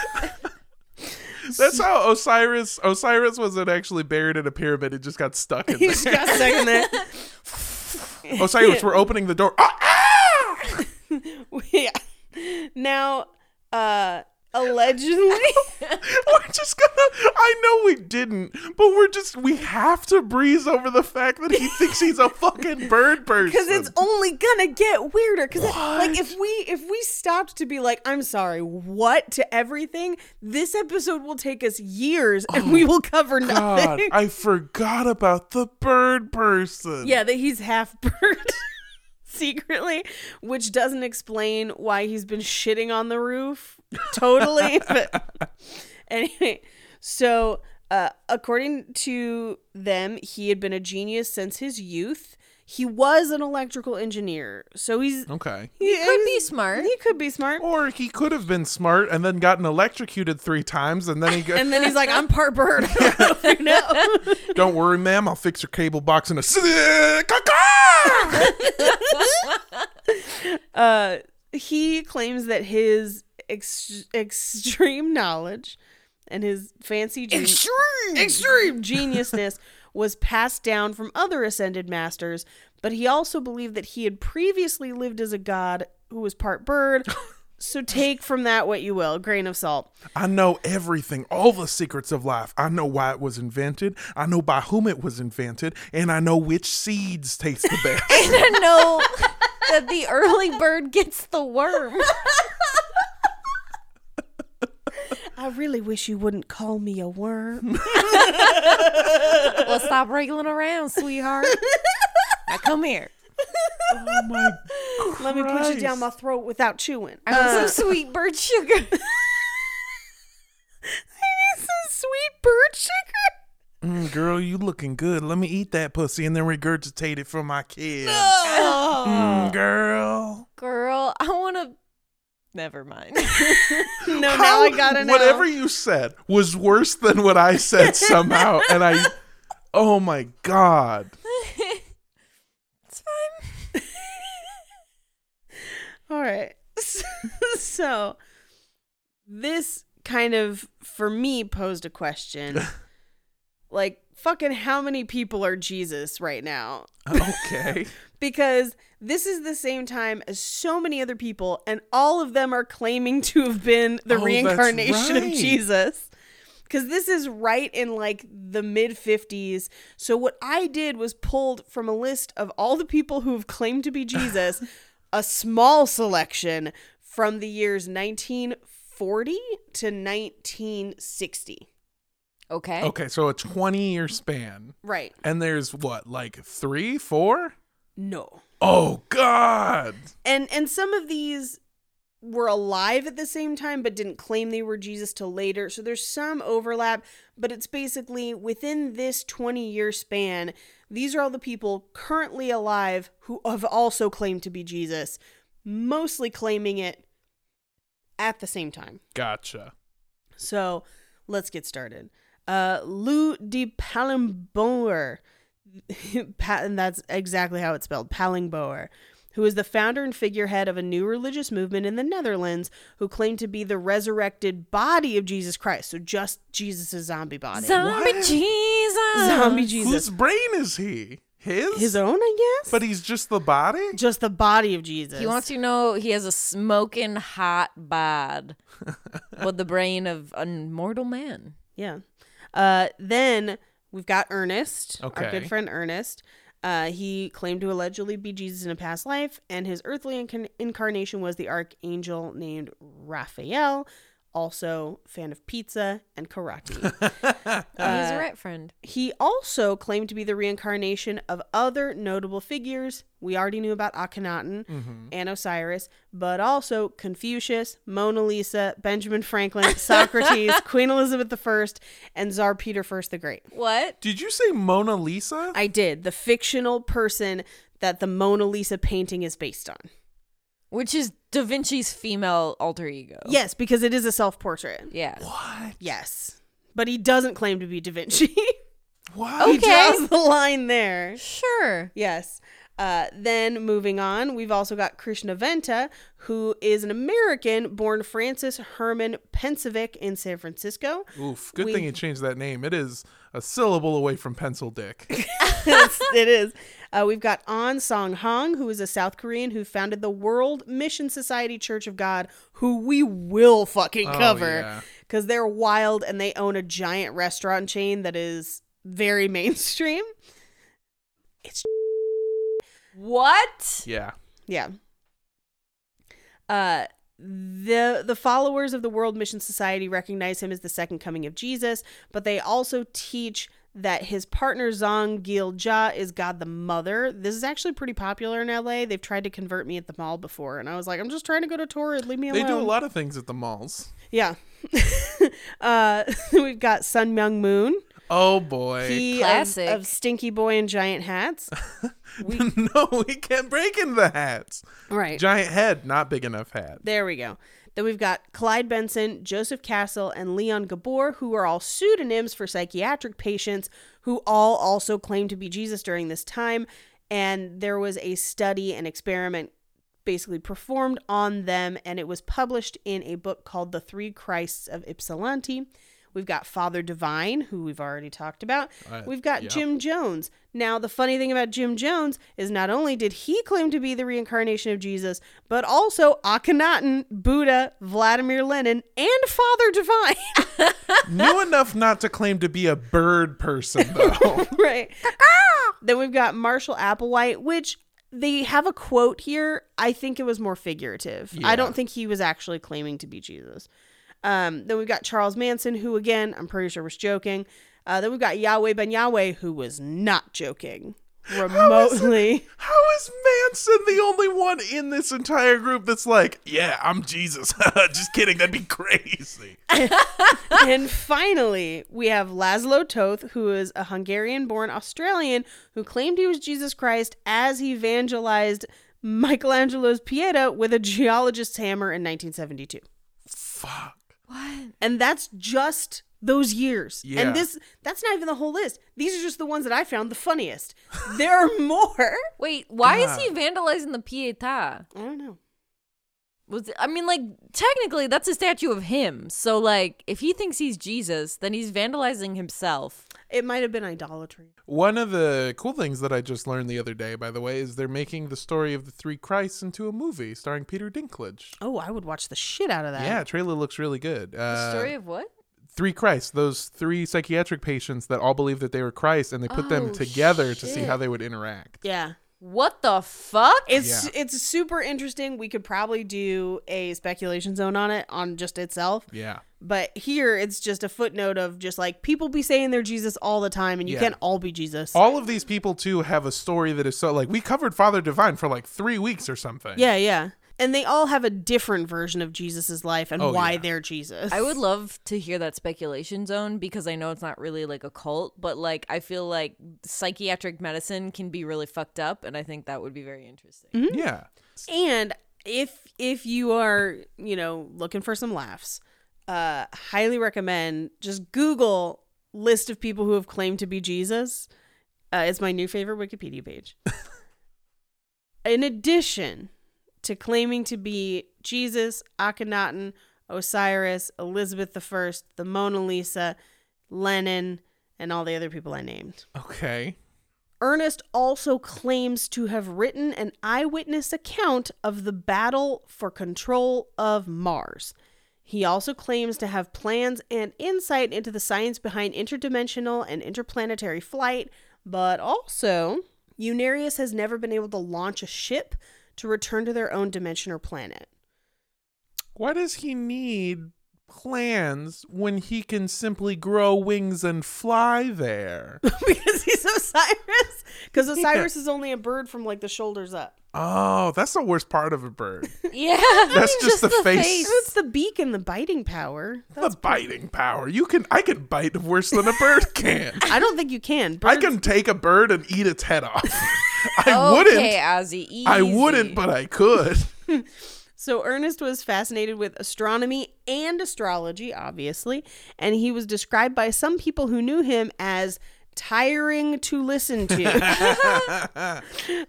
Speaker 1: That's how Osiris Osiris wasn't actually buried in a pyramid. It just got stuck in
Speaker 2: he
Speaker 1: there.
Speaker 2: just got stuck in there.
Speaker 1: Osiris, we're opening the door. Ah, ah!
Speaker 2: yeah. Now, uh, allegedly,
Speaker 1: We're just gonna. I know we didn't, but we're just. We have to breeze over the fact that he thinks he's a fucking bird person.
Speaker 2: because it's only gonna get weirder. Because like if we if we stopped to be like, I'm sorry, what to everything, this episode will take us years, and we will cover
Speaker 1: God,
Speaker 2: nothing.
Speaker 1: I forgot about the bird person.
Speaker 2: Yeah, that he's half bird secretly, which doesn't explain why he's been shitting on the roof totally. but anyway, so uh, according to them, he had been a genius since his youth. He was an electrical engineer, so he's
Speaker 1: Okay.
Speaker 2: he
Speaker 3: Oh. Could be smart.
Speaker 2: He could be smart.
Speaker 1: Or he could have been smart and then gotten electrocuted three times, and then he goes,
Speaker 2: And then he's like, "I'm part bird." I don't know if you know.
Speaker 1: "Don't worry, ma'am, I'll fix your cable box in a." s- ca-ca!"
Speaker 2: he claims that his ex- extreme knowledge and his fancy dream-
Speaker 3: Extreme.
Speaker 2: extreme geniusness was passed down from other ascended masters, but he also believed that he had previously lived as a god who was part bird. So take from that what you will, grain of salt.
Speaker 1: I know everything, all the secrets of life. I know why it was invented. I know by whom it was invented, and I know which seeds taste the best.
Speaker 3: to know that the early bird gets the worm.
Speaker 2: I really wish you wouldn't call me a worm.
Speaker 3: Well, stop wriggling around, sweetheart. Now come here.
Speaker 1: oh my!
Speaker 2: Let me put you down
Speaker 1: Christ.
Speaker 2: my throat without chewing.
Speaker 3: I want
Speaker 2: Uh.
Speaker 3: some sweet bird sugar.
Speaker 2: some sweet bird sugar.
Speaker 1: Mm, girl, you looking good. Let me eat that pussy and then regurgitate it for my kids.
Speaker 3: Oh.
Speaker 2: Oh.
Speaker 1: Mm, girl.
Speaker 3: Girl, I want to. Never mind.
Speaker 2: No, now I gotta know.
Speaker 1: Whatever you said was worse than what I said somehow, and I. Oh my god!
Speaker 3: it's fine.
Speaker 2: All right. so this kind of for me posed a question. like fucking how many people are Jesus right now?
Speaker 1: Okay.
Speaker 2: Because this is the same time as so many other people and all of them are claiming to have been the
Speaker 1: Oh, that's
Speaker 2: reincarnation of
Speaker 1: right.
Speaker 2: Jesus. Cuz this is right in like the mid 50s. So what I did was pulled from a list of all the people who have claimed to be Jesus a small selection from the years 1940 to 1960.
Speaker 3: Okay.
Speaker 1: Okay, so a 20 year span.
Speaker 2: Right.
Speaker 1: And there's what, like three, four?
Speaker 2: No.
Speaker 1: Oh, God.
Speaker 2: And and some of these were alive at the same time but didn't claim they were Jesus till later. So there's some overlap, but it's basically within this 20 year span, these are all the people currently alive who have also claimed to be Jesus, mostly claiming it at the same time.
Speaker 1: Gotcha.
Speaker 2: So let's get started. Uh, Lou de Palimboer, pa- and that's exactly how it's spelled, Palimboer, who is the founder and figurehead of a new religious movement in the Netherlands who claimed to be the resurrected body of Jesus Christ. So just Jesus' zombie body.
Speaker 3: Zombie
Speaker 1: What?
Speaker 3: Jesus.
Speaker 2: zombie Jesus.
Speaker 1: Whose brain is he? His?
Speaker 2: His own, I guess?
Speaker 1: But he's just the body?
Speaker 2: just the body of Jesus.
Speaker 3: He wants you to know he has a smoking hot bod with the brain of an mortal man.
Speaker 2: Yeah. Uh, then we've got Ernest, our
Speaker 1: Okay.
Speaker 2: good friend Ernest. Uh, he claimed to allegedly be Jesus in a past life, and his earthly incarn- incarnation was the archangel named Raphael, also fan of pizza and karate.
Speaker 3: Oh,
Speaker 2: Uh,
Speaker 3: he's a rat friend.
Speaker 2: he also claimed to be the reincarnation of other notable figures. We already knew about Akhenaten and Osiris, but also Confucius, Mona Lisa, Benjamin Franklin, Socrates, Queen Elizabeth I, and Tsar Peter I the Great.
Speaker 3: What?
Speaker 1: Did you say Mona Lisa?
Speaker 2: I did. The fictional person that the Mona Lisa painting is based on.
Speaker 3: Which is Da Vinci's female alter ego.
Speaker 2: Yes, because it is a self portrait.
Speaker 3: Yeah.
Speaker 1: what?
Speaker 2: Yes. But he doesn't claim to be Da Vinci.
Speaker 1: What?
Speaker 2: he
Speaker 3: Okay.
Speaker 2: draws the line there.
Speaker 3: Sure.
Speaker 2: Yes. Uh, then moving on, we've also got Krishna Venta, who is an American born Francis Herman Pensevic in San Francisco.
Speaker 1: Oof. Good
Speaker 2: We-
Speaker 1: thing he changed that name. It is a syllable away from pencil dick.
Speaker 2: It's- it is. Uh, we've got An Song Hong, who is a South Korean who founded the World Mission Society Church of God, who we will fucking
Speaker 1: Oh,
Speaker 2: cover
Speaker 1: yeah.
Speaker 2: because they're wild and they own a giant restaurant chain that is very mainstream.
Speaker 3: What?
Speaker 1: yeah.
Speaker 2: Yeah. Uh the the followers of the World Mission Society recognize him as the second coming of Jesus, but they also teach that his partner Zong Gil Ja is God the Mother. This is actually pretty popular in LA. They've tried to convert me at the mall before, and I was like, I'm just trying to go to Torrid. Leave me
Speaker 1: They
Speaker 2: alone.
Speaker 1: do a lot of things at the malls.
Speaker 2: Yeah. uh, we've got Sun Myung Moon,
Speaker 1: Oh, boy.
Speaker 2: he of,
Speaker 3: Classic.
Speaker 2: of Stinky Boy and Giant Hats.
Speaker 1: no, he can't break into the hats.
Speaker 2: Right.
Speaker 1: Giant head, not big enough hat.
Speaker 2: There we go. Then we've got Clyde Benson, Joseph Castle, and Leon Gabor, who are all pseudonyms for psychiatric patients who all also claim to be Jesus during this time. And there was a study and experiment basically performed on them, and it was published in a book called The Three Christs of Ypsilanti. We've got Father Divine, who we've already talked about.
Speaker 1: Uh,
Speaker 2: we've got
Speaker 1: yeah.
Speaker 2: Jim Jones. Now, the funny thing about Jim Jones is not only did he claim to be the reincarnation of Jesus, but also Akhenaten, Buddha, Vladimir Lenin, and Father Divine.
Speaker 1: Knew enough not to claim to be a bird person, though.
Speaker 2: right. then we've got Marshall Applewhite, which they have a quote here. I think it was more figurative. I
Speaker 1: Yeah.
Speaker 2: don't think he was actually claiming to be Jesus. Um, then we've got Charles Manson, who again, I'm pretty sure was joking. Uh, then we've got Yahweh Ben Yahweh, who was not joking remotely.
Speaker 1: How is Manson the only one in this entire group that's like, yeah, I'm Jesus? Just kidding. That'd be crazy.
Speaker 2: and finally, we have Laszlo Toth, who is a Hungarian born Australian who claimed he was Jesus Christ as he evangelized Michelangelo's Pieta with a geologist's hammer in 1972.
Speaker 1: Fuck.
Speaker 3: What?
Speaker 2: And that's just those years.
Speaker 1: Yeah.
Speaker 2: And this that's not even the whole list. These are just the ones that I found the funniest. There are more.
Speaker 3: Wait, why is he vandalizing the Pietà?
Speaker 2: I don't know.
Speaker 3: Was I mean, like technically, that's a statue of him. So, like, if he thinks he's Jesus, then he's vandalizing himself.
Speaker 2: It might have been idolatry.
Speaker 1: One of the cool things that I just learned the other day, by the way, is they're making the story of the three Christs into a movie starring Peter Dinklage.
Speaker 2: Oh, I would watch the shit out of that.
Speaker 1: Yeah, trailer looks really good. Uh,
Speaker 3: of what?
Speaker 1: three Christs, those three psychiatric patients that all believed that they were Christ, and they put them
Speaker 3: Oh,
Speaker 1: together to see
Speaker 3: shit.
Speaker 1: how they would interact.
Speaker 2: Yeah.
Speaker 3: What the fuck?
Speaker 2: It's
Speaker 1: Yeah.
Speaker 2: it's super interesting. We could probably do a speculation zone on it on just itself.
Speaker 1: Yeah.
Speaker 2: But here it's just a footnote of just like people be saying they're Jesus all the time and you
Speaker 1: Yeah.
Speaker 2: can't all be Jesus.
Speaker 1: All of these people too have a story that is so like we covered Father Divine for like three weeks or something.
Speaker 2: yeah, yeah. And they all have a different version of Jesus's life and
Speaker 1: Oh,
Speaker 2: why
Speaker 1: yeah.
Speaker 2: they're Jesus.
Speaker 3: I would love to hear that speculation zone because I know it's not really like a cult, but like I feel like psychiatric medicine can be really fucked up, and I think that would be very interesting.
Speaker 1: Yeah.
Speaker 2: And if if you are, you know, looking for some laughs, uh highly recommend just Google list of people who have claimed to be Jesus. Uh, it's my new favorite Wikipedia page. In addition to claiming to be Jesus, Akhenaten, Osiris, Elizabeth I, the Mona Lisa, Lenin, and all the other people I named.
Speaker 1: Okay.
Speaker 2: Ernest also claims to have written an eyewitness account of the battle for control of Mars. He also claims to have plans and insight into the science behind interdimensional and interplanetary flight, but also, Unarius has never been able to launch a ship to return to their own dimension or planet.
Speaker 1: Why does he need plans when he can simply grow wings and fly there?
Speaker 2: because he's Osiris? Because Osiris is only a bird from like the shoulders up.
Speaker 1: oh, that's the worst part of a bird.
Speaker 3: Yeah,
Speaker 1: That's just the face.
Speaker 2: It's the beak and the biting power.
Speaker 1: the biting power. You can I can bite worse than a bird can.
Speaker 2: I don't think you can.
Speaker 1: I
Speaker 2: Birds-
Speaker 1: can take a bird and eat its head off. I wouldn't.
Speaker 3: Okay, Ozzy, easy.
Speaker 1: I wouldn't, but I could.
Speaker 2: So Ernest was fascinated with astronomy and astrology, obviously, and he was described by some people who knew him as tiring to listen to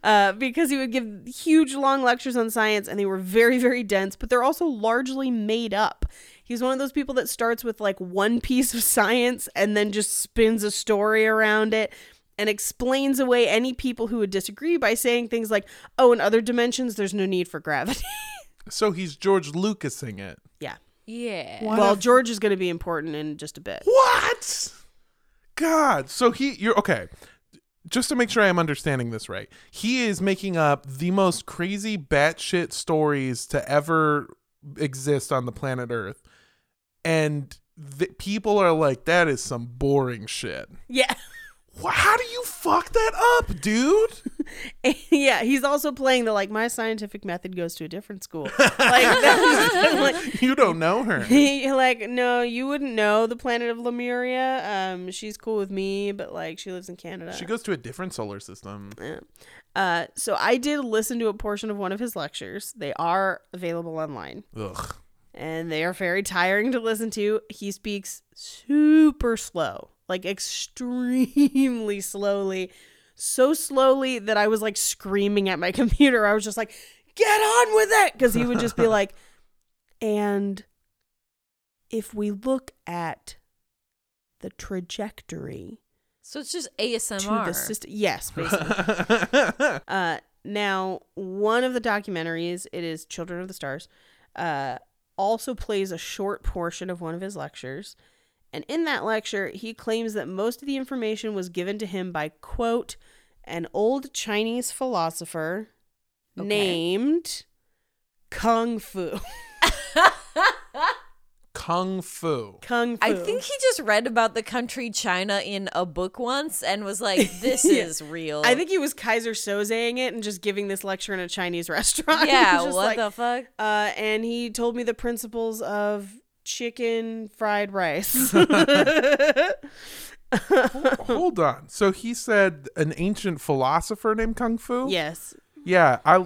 Speaker 2: uh, because he would give huge long lectures on science and they were very very dense but they're also largely made up he's one of those people that starts with like one piece of science and then just spins a story around it and explains away any people who would disagree by saying things like oh in other dimensions there's no need for gravity
Speaker 1: So he's George Lucasing it.
Speaker 2: Yeah.
Speaker 3: Yeah.
Speaker 2: well, George is going to be important in just a bit.
Speaker 1: What? God. So he you're okay. Just to make sure I am understanding this right, he is making up the most crazy batshit stories to ever exist on the planet Earth. And the people are like, that is some boring shit.
Speaker 2: Yeah.
Speaker 1: Wh- How do you fuck that up, dude?
Speaker 2: yeah. He's also playing the like, my scientific method goes to a different school. like, that's, like,
Speaker 1: You don't know her.
Speaker 2: he, like, no, you wouldn't know the planet of Lemuria. Um, she's cool with me, but like, she lives in Canada.
Speaker 1: She goes to a different solar system.
Speaker 2: uh, so I did listen to a portion of one of his lectures. They are available online.
Speaker 1: Ugh.
Speaker 2: and they are very tiring to listen to. He speaks super slow, like extremely slowly. So slowly that I was like screaming at my computer. I was just like, get on with it because he would just be like and if we look at the trajectory
Speaker 3: So it's just
Speaker 2: to
Speaker 3: ASMR.
Speaker 2: the system yes basically uh, now, one of the documentaries, it is Children of the Stars, uh, also plays a short portion of one of his lectures. And in that lecture, he claims that most of the information was given to him by, quote, an old Chinese philosopher
Speaker 3: Okay.
Speaker 2: named Kung Fu.
Speaker 1: Kung Fu.
Speaker 2: Kung Fu.
Speaker 3: I think he just read about the country China in a book once and was like, "This
Speaker 2: Yeah.
Speaker 3: is real."
Speaker 2: I think he was Kaiser Sozeing it and just giving this lecture in a Chinese restaurant.
Speaker 3: yeah.
Speaker 2: Just like,
Speaker 3: What the fuck?
Speaker 2: uh, and he told me the principles of chicken fried rice.
Speaker 1: Hold on. So he said an ancient philosopher named Kung Fu?
Speaker 2: yes.
Speaker 1: Yeah, I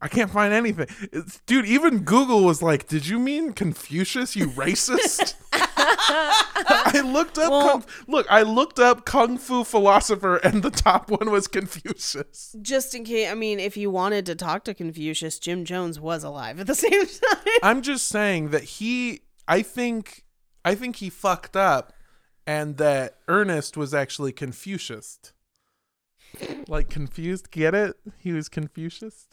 Speaker 1: I can't find anything. It's- dude, even Google was like, "Did you mean Confucius, you racist?" I looked up
Speaker 2: Well-
Speaker 1: kung, Look, I looked up kung fu philosopher and the top one was Confucius.
Speaker 2: Just in case, I mean, if you wanted to talk to Confucius, Jim Jones was alive at the same time.
Speaker 1: I'm just saying that he I think I think he fucked up and that Ernest was actually Confucius. Like confused, get it? He was Confucius.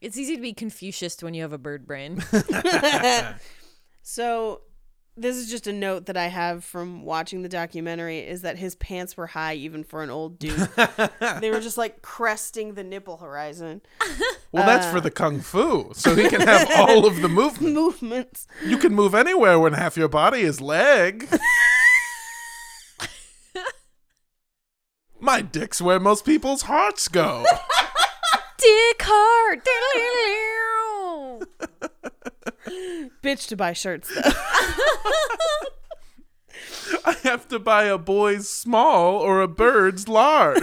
Speaker 3: It's easy to be Confucius when you have a bird brain.
Speaker 2: So, this is just a note that I have from watching the documentary is that his pants were high even for an old dude. they were just like cresting the nipple horizon
Speaker 1: Well, that's for the kung fu, so he can have all of the movement.
Speaker 2: movements.
Speaker 1: You can move anywhere when half your body is leg. My dick's where most people's hearts go.
Speaker 3: Dick hard.
Speaker 2: Bitch to buy shirts though.
Speaker 1: I have to buy a boy's small or a bird's large.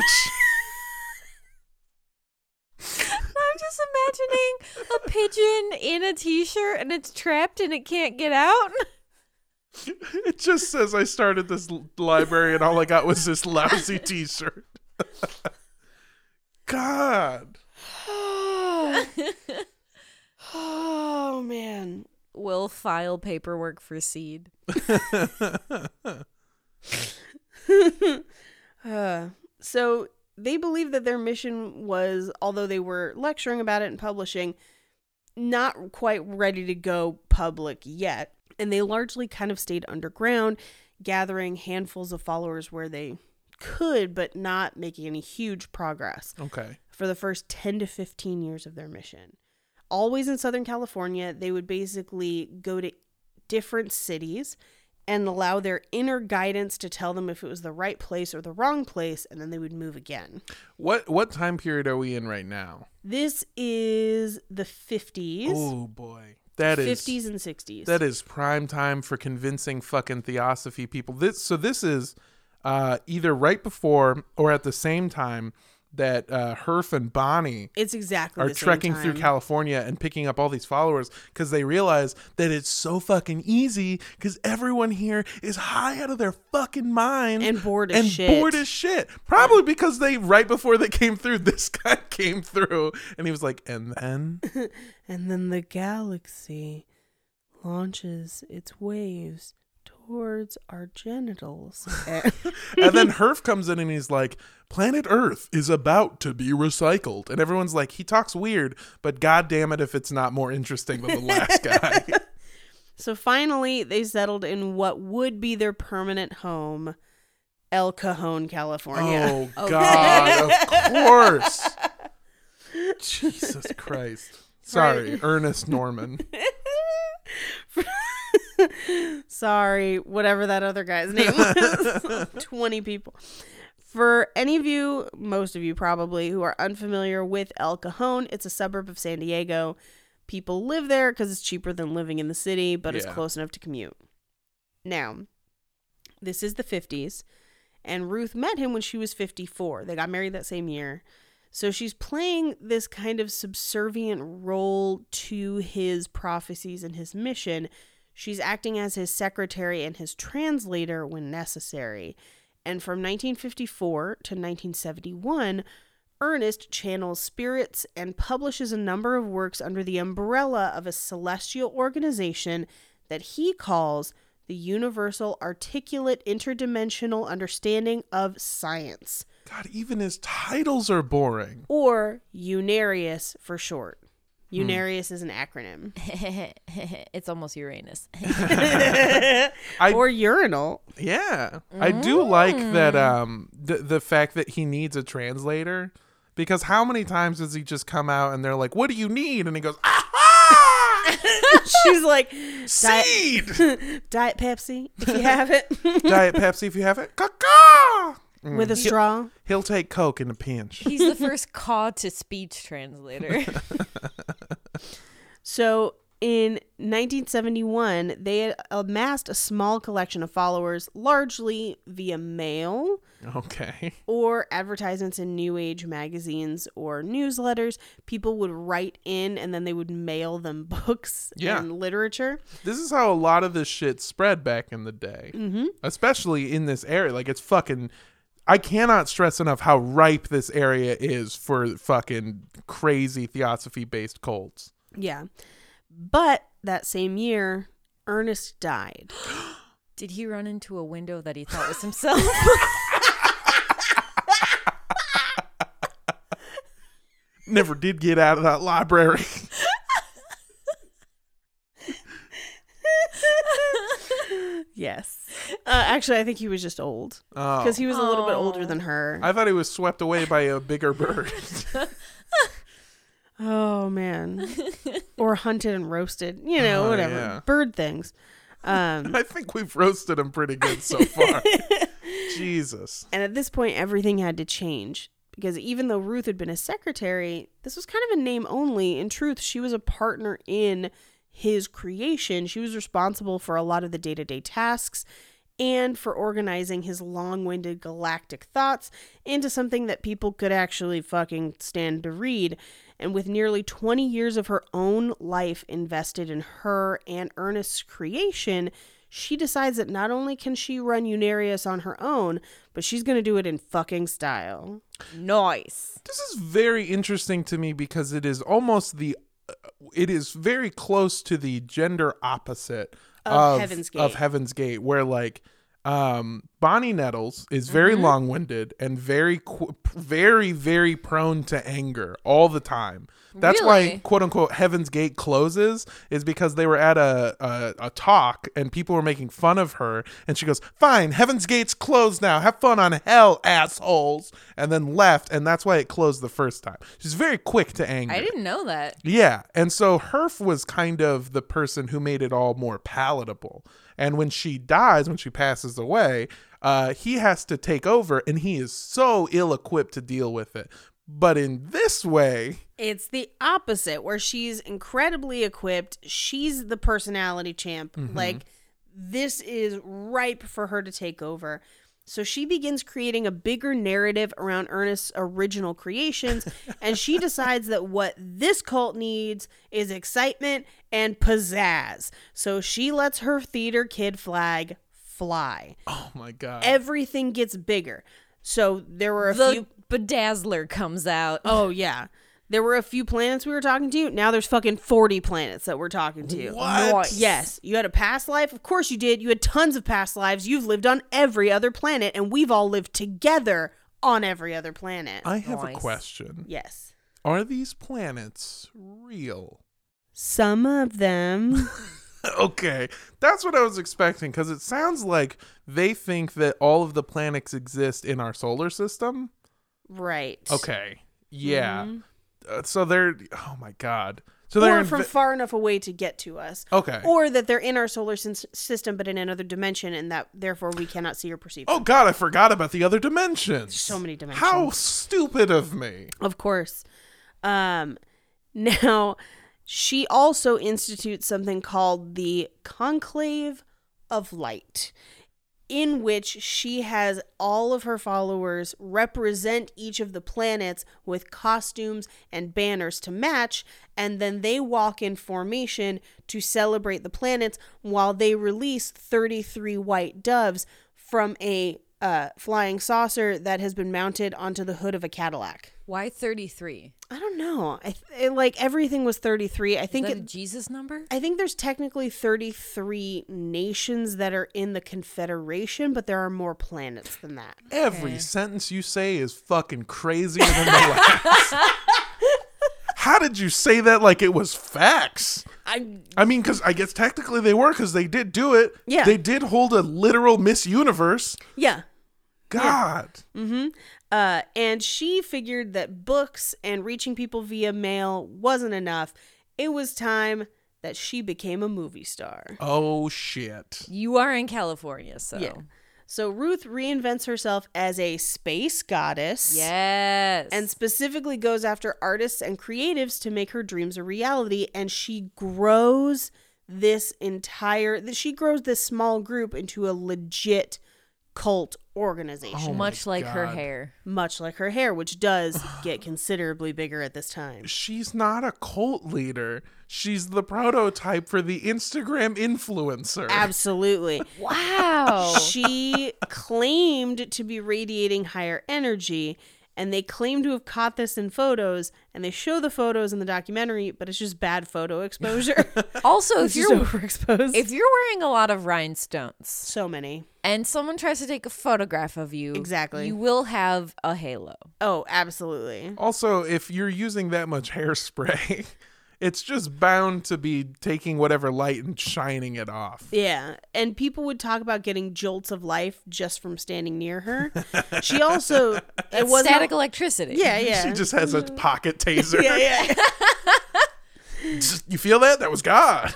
Speaker 3: I'm just imagining a pigeon in a t-shirt and it's trapped and it can't get out.
Speaker 1: It just says I started this l- library and all I got was this lousy t shirt. God.
Speaker 2: oh man.
Speaker 3: Will file paperwork for seed.
Speaker 2: Uh, so they believe that their mission was, although they were lecturing about it and publishing, not quite ready to go public yet. And they largely kind of stayed underground, gathering handfuls of followers where they could, but not making any huge progress
Speaker 1: Okay.
Speaker 2: for the first 10 to 15 years of their mission. Always in Southern California, they would basically go to different cities and allow their inner guidance to tell them if it was the right place or the wrong place, and then they would move again.
Speaker 1: What what time period are we in right now?
Speaker 2: This is the 50s,
Speaker 1: Oh boy. That is
Speaker 2: 50s and 60s.
Speaker 1: That is prime time for convincing fucking theosophy people. This so this is uh, either right before or at the same time that uh, Herf and Bonnie
Speaker 2: it's exactly
Speaker 1: are
Speaker 2: the same
Speaker 1: trekking through
Speaker 2: time.
Speaker 1: California and picking up all these followers because they realize that it's so fucking easy because everyone here is high out of their fucking mind
Speaker 2: And bored as
Speaker 1: and
Speaker 2: shit.
Speaker 1: bored as shit. Probably because they right before they came through, this guy came through and he was like, and then
Speaker 2: And then the galaxy launches its waves towards our genitals. And-
Speaker 1: and then Herf comes in and he's like, "Planet Earth is about to be recycled," and everyone's like, "He talks weird, but god damn it, if it's not more interesting than the last guy."
Speaker 2: So finally, they settled in what would be their permanent home, El Cajon, California.
Speaker 1: oh god, of course. Jesus Christ. Sorry, Ernest Norman.
Speaker 2: Sorry, whatever that other guy's name was. 20 people. For any of you, most of you probably, who are unfamiliar with El Cajon, it's a suburb of San Diego. People live there because it's cheaper than living in the city, but it's
Speaker 1: Yeah.
Speaker 2: close enough to commute. Now, this is the 50s, and Ruth met him when she was 54. They got married that same year. So she's playing this kind of subservient role to his prophecies and his mission. She's acting as his secretary and his translator when necessary. And from 1954 to 1971, Ernest channels spirits and publishes a number of works under the umbrella of a celestial organization that he calls the Universal Articulate Interdimensional Understanding of Science,
Speaker 1: God, even his titles are boring.
Speaker 2: or UNARIUS for short.
Speaker 1: Hmm.
Speaker 2: UNARIUS is an acronym.
Speaker 3: it's almost Uranus.
Speaker 1: I
Speaker 2: or urinal.
Speaker 1: yeah, I do like that. Um, the the fact that he needs a translator because how many times does he just come out and they're like, "What do you need?" and he goes, "Aha,
Speaker 2: She's like, Diet,
Speaker 1: seed."
Speaker 2: Diet Pepsi, if you have it,
Speaker 1: Diet Pepsi if you have it. Caca!
Speaker 2: with a straw.
Speaker 1: He'll take Coke in a pinch.
Speaker 3: He's the first caw to speech translator.
Speaker 2: So in 1971, they had amassed a small collection of followers, largely via mail
Speaker 1: Okay.
Speaker 2: or advertisements in New Age magazines or newsletters. People would write in and then they would mail them books
Speaker 1: Yeah.
Speaker 2: and literature.
Speaker 1: This is how a lot of this shit spread back in the day, mm-hmm. especially in this area. Like, it's fucking. I cannot stress enough how ripe this area is for fucking crazy theosophy based cults.
Speaker 2: Yeah. But that same year, Ernest died.
Speaker 3: Did he run into a window that he thought was himself?
Speaker 1: Never did get out of that library.
Speaker 2: Yes. Uh, actually, I think he was just old
Speaker 1: Oh.
Speaker 2: because he was a little bit older
Speaker 3: Oh.
Speaker 2: than her.
Speaker 1: I thought he was swept away by a bigger bird.
Speaker 2: Oh man. or hunted and roasted, you know,
Speaker 1: Oh,
Speaker 2: whatever.
Speaker 1: yeah.
Speaker 2: Bird things. Um
Speaker 1: I think we've roasted him pretty good so far. Jesus.
Speaker 2: and at this point everything had to change because even though Ruth had been his secretary, this was kind of a name only. In truth, she was a partner in his creation. She was responsible for a lot of the day-to-day tasks and for organizing his long-winded galactic thoughts into something that people could actually fucking stand to read. And with nearly 20 years of her own life invested in her and Ernest's creation, she decides that not only can she run Unarius on her own, but she's going to do it in fucking style.
Speaker 3: nice.
Speaker 1: This is very interesting to me because it is almost the it is very close to the gender opposite
Speaker 2: Of Heaven's Gate.
Speaker 1: of Heaven's Gate where like um Bonnie Nettles is very
Speaker 2: Mm-hmm.
Speaker 1: long-winded and very qu- very very prone to anger all the time. That's why
Speaker 3: Really?
Speaker 1: quote unquote Heaven's Gate closes is because they were at a, a a talk and people were making fun of her and she goes, "Fine, Heaven's Gate's closed now. Have fun on hell, assholes." And then left and that's why it closed the first time. She's very quick to anger.
Speaker 3: I didn't know that.
Speaker 1: Yeah. And so Herf was kind of the person who made it all more palatable. And when she dies, when she passes away, uh, he has to take over and he is so ill equipped to deal with it. But in this way,
Speaker 2: It's the opposite, where she's incredibly equipped. She's the personality champ. Like, this is ripe for her to take over. So she begins creating a bigger narrative around Ernest's original creations, and she decides that what this cult needs is excitement and pizzazz. So she lets her theater kid flag fly.
Speaker 1: oh my God.
Speaker 2: Everything gets bigger. So there were a
Speaker 3: The
Speaker 2: few
Speaker 3: bedazzler comes out.
Speaker 2: Oh yeah. There were a few planets we were talking to. Now there's fucking 40 planets that we're talking to.
Speaker 1: What? Nice.
Speaker 2: Yes. You had a past life? Of course you did. You had tons of past lives. You've lived on every other planet and we've all lived together on every other planet.
Speaker 1: I have a
Speaker 3: Nice.
Speaker 1: question.
Speaker 2: yes.
Speaker 1: Are these planets real?
Speaker 2: Some of them.
Speaker 1: okay. That's what I was expecting because it sounds like they think that all of the planets exist in our solar system.
Speaker 2: right.
Speaker 1: Okay. Yeah. Uh, so they're oh my god. So they're
Speaker 2: or from
Speaker 1: inve-
Speaker 2: Mm-hmm. far enough away to get to us.
Speaker 1: okay.
Speaker 2: Or that they're in our solar sys- system but in another dimension and that therefore we cannot see or perceive.
Speaker 1: oh god, I forgot about the other dimensions.
Speaker 2: So many dimensions.
Speaker 1: How stupid of me.
Speaker 2: Of course. Um, now, she also institutes something called the Conclave of Light, in which she has all of her followers represent each of the planets with costumes and banners to match, and then they walk in formation to celebrate the planets while they release 33 white doves from a uh, flying saucer that has been mounted onto the hood of a Cadillac.
Speaker 3: Why 33?
Speaker 2: I don't know. I th- it, like everything was 33. I
Speaker 3: Is
Speaker 2: think
Speaker 3: that a
Speaker 2: it,
Speaker 3: Jesus number?
Speaker 2: I think there's technically 33 nations that are in the Confederation, but there are more planets than that.
Speaker 1: Every sentence you say is fucking crazier than the last. How did you say that like it was facts?
Speaker 2: I
Speaker 1: I mean, because I guess technically they were, because they did do it.
Speaker 2: Yeah.
Speaker 1: They did hold a literal Miss Universe.
Speaker 2: yeah.
Speaker 1: God.
Speaker 2: Uh, and she figured that books and reaching people via mail wasn't enough. It was time that she became a movie star.
Speaker 1: Oh, shit.
Speaker 3: You are in California, so.
Speaker 2: Yeah. So Ruth reinvents herself as a space goddess.
Speaker 3: Yes.
Speaker 2: And specifically goes after artists and creatives to make her dreams a reality. And she grows this entire, th- she grows this small group into a legit cult organization,
Speaker 1: Oh my
Speaker 3: much like her
Speaker 1: God.
Speaker 3: hair.
Speaker 2: much like her hair, which does get considerably bigger at this time.
Speaker 1: She's not a cult leader. She's the prototype for the Instagram influencer.
Speaker 2: Absolutely.
Speaker 3: Wow.
Speaker 2: She claimed to be radiating higher energy, and they claim to have caught this in photos, and they show the photos in the documentary, but it's just bad photo exposure.
Speaker 3: also, if
Speaker 2: it's just
Speaker 3: you're
Speaker 2: overexposed.
Speaker 3: if you're wearing a lot of rhinestones
Speaker 2: so many.
Speaker 3: and someone tries to take a photograph of you,
Speaker 2: Exactly.
Speaker 3: you will have a halo.
Speaker 2: Oh, absolutely.
Speaker 1: Also, if you're using that much hairspray, it's just bound to be taking whatever light and shining it off.
Speaker 2: Yeah, and people would talk about getting jolts of life just from standing near her. She also it wasn't
Speaker 3: Static electricity.
Speaker 2: Yeah, yeah.
Speaker 1: She just has a pocket taser.
Speaker 2: yeah, yeah.
Speaker 1: Just- you feel that? That was God.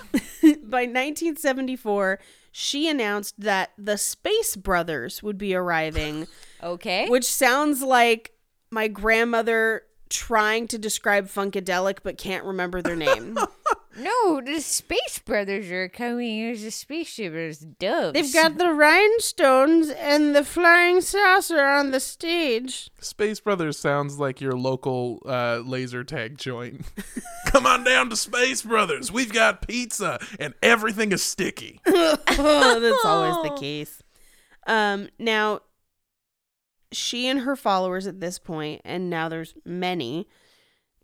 Speaker 2: By 1974, she announced that the Space Brothers would be arriving.
Speaker 3: Okay.
Speaker 2: which sounds like my grandmother trying to describe funkadelic but can't remember their name.
Speaker 3: no, the space brothers are coming. There's a spaceship. There's doves.
Speaker 2: They've got the rhinestones and the flying saucer on the stage.
Speaker 1: Space Brothers sounds like your local uh, laser tag joint. Come on down to Space Brothers. We've got pizza and everything is sticky.
Speaker 2: oh, that's always the case. Um, now, she and her followers at this point, and now there's many,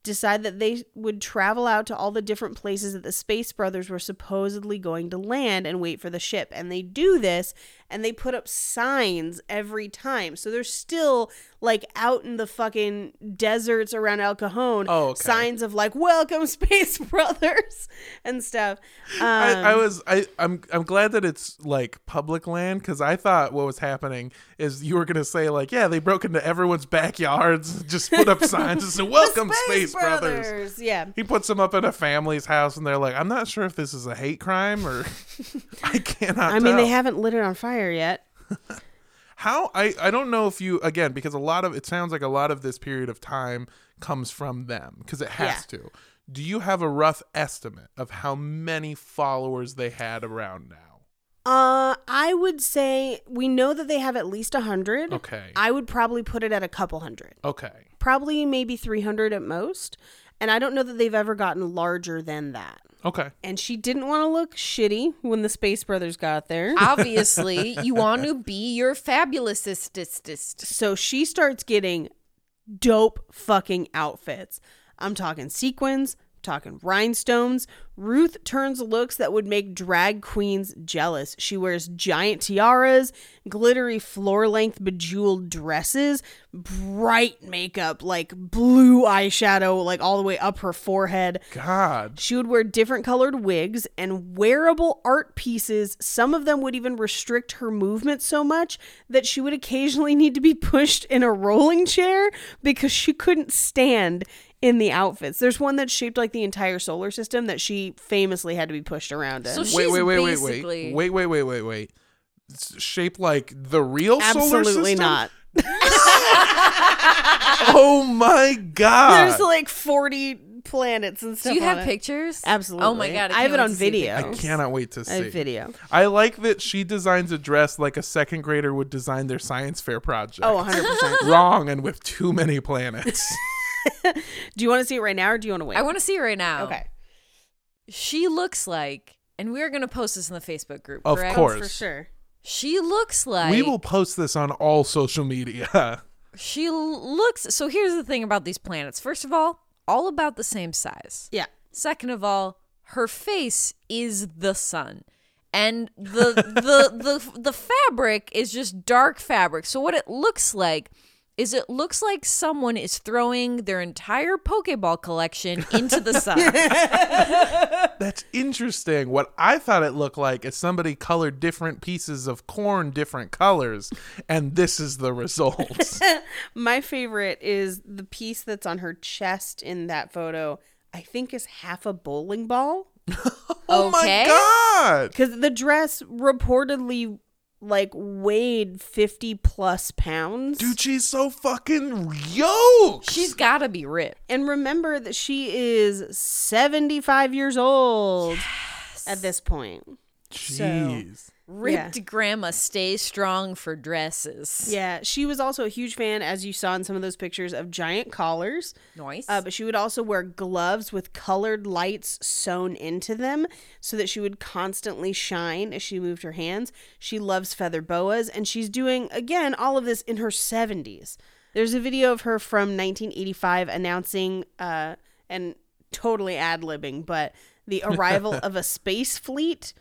Speaker 2: decide that they would travel out to all the different places that the Space Brothers were supposedly going to land and wait for the ship. And they do this, and they put up signs every time. So they're still like out in the fucking deserts around El Cajon.
Speaker 1: Oh, okay.
Speaker 2: signs of like "Welcome, Space Brothers" and stuff. Um,
Speaker 1: I, I was I I'm I'm glad that it's like public land because I thought what was happening is you were gonna say like yeah they broke into everyone's backyards just put up signs and said welcome Space, Brothers.
Speaker 2: Yeah.
Speaker 1: He puts them up in a family's house and they're like I'm not sure if this is a hate crime or I cannot.
Speaker 2: I mean,
Speaker 1: tell.
Speaker 2: they haven't lit it on fire yet.
Speaker 1: how I, I don't know if you again because a lot of it sounds like a lot of this period of time comes from them because it has to do you have a rough estimate of how many followers they had around now
Speaker 2: Uh, I would say we know that they have at least a hundred.
Speaker 1: Okay.
Speaker 2: I would probably put it at a couple hundred,
Speaker 1: okay
Speaker 2: probably maybe three hundred at most. And I don't know that they've ever gotten larger than that.
Speaker 1: okay
Speaker 2: And she didn't want to look shitty when the Space Brothers got there.
Speaker 3: Obviously, you want to be your fabulousist.
Speaker 2: So she starts getting dope fucking outfits. I'm talking sequins, talking rhinestones. Ruth turns looks that would make drag queens jealous. She wears giant tiaras, glittery floor length bejeweled dresses, bright makeup, like blue eyeshadow, like all the way up her forehead.
Speaker 1: god
Speaker 2: She would wear different colored wigs and wearable art pieces. Some of them would even restrict her movement so much that she would occasionally need to be pushed in a rolling chair because she couldn't stand in the outfits. There's one that's shaped like the entire solar system that she famously had to be pushed around in.
Speaker 3: So she-
Speaker 1: wait
Speaker 3: She's
Speaker 1: wait wait wait
Speaker 3: basically-
Speaker 1: wait wait wait wait wait wait S- shaped like the real solar
Speaker 2: Absolutely
Speaker 1: system?
Speaker 2: not.
Speaker 1: oh my god
Speaker 2: There's like 40 planets and stuff.
Speaker 3: Do you
Speaker 2: on
Speaker 3: have
Speaker 2: it.
Speaker 3: pictures?
Speaker 2: Absolutely.
Speaker 3: Oh my god, I,
Speaker 2: I have it
Speaker 3: can't wait
Speaker 2: on
Speaker 3: to see
Speaker 2: video.
Speaker 1: i
Speaker 3: pictures.
Speaker 1: cannot wait to
Speaker 2: A
Speaker 1: see
Speaker 2: video.
Speaker 1: i like that she designs a dress like a second grader would design their science fair project
Speaker 2: Oh, 100%.
Speaker 1: wrong and with too many planets
Speaker 2: do you want to see it right now or do you want to wait?
Speaker 3: I want to see it right now.
Speaker 2: Okay.
Speaker 3: She looks like, and we're gonna post this in the Facebook group.
Speaker 1: Of
Speaker 3: correct?
Speaker 1: course.
Speaker 2: For sure.
Speaker 3: She looks like
Speaker 1: we will post this on all social media.
Speaker 3: she l- looks so here's the thing about these planets. First of all, all about the same size.
Speaker 2: Yeah.
Speaker 3: Second of all, her face is the sun. And the the the the fabric is just dark fabric. So what it looks like is it looks like someone is throwing their entire Pokeball collection into the sun.
Speaker 1: That's interesting. What I thought it looked like is somebody colored different pieces of corn different colors, and this is the result.
Speaker 2: My favorite is the piece that's on her chest in that photo. I think is half a bowling ball
Speaker 1: oh
Speaker 3: Okay.
Speaker 1: my god!
Speaker 2: because the dress reportedly like weighed 50 plus pounds.
Speaker 1: Dude, she's so fucking yoked.
Speaker 3: She's got to be ripped.
Speaker 2: And remember that she is 75 years old at this point.
Speaker 1: Jeez.
Speaker 3: Ripped grandma stay strong for dresses.
Speaker 2: Yeah, she was also a huge fan, as you saw in some of those pictures, of giant collars.
Speaker 3: Nice.
Speaker 2: Uh, but she would also wear gloves with colored lights sewn into them so that she would constantly shine as she moved her hands. She loves feather boas, and she's doing, again, all of this in her 70s. There's a video of her from 1985 announcing uh, and totally ad libbing, but the arrival of a space fleet.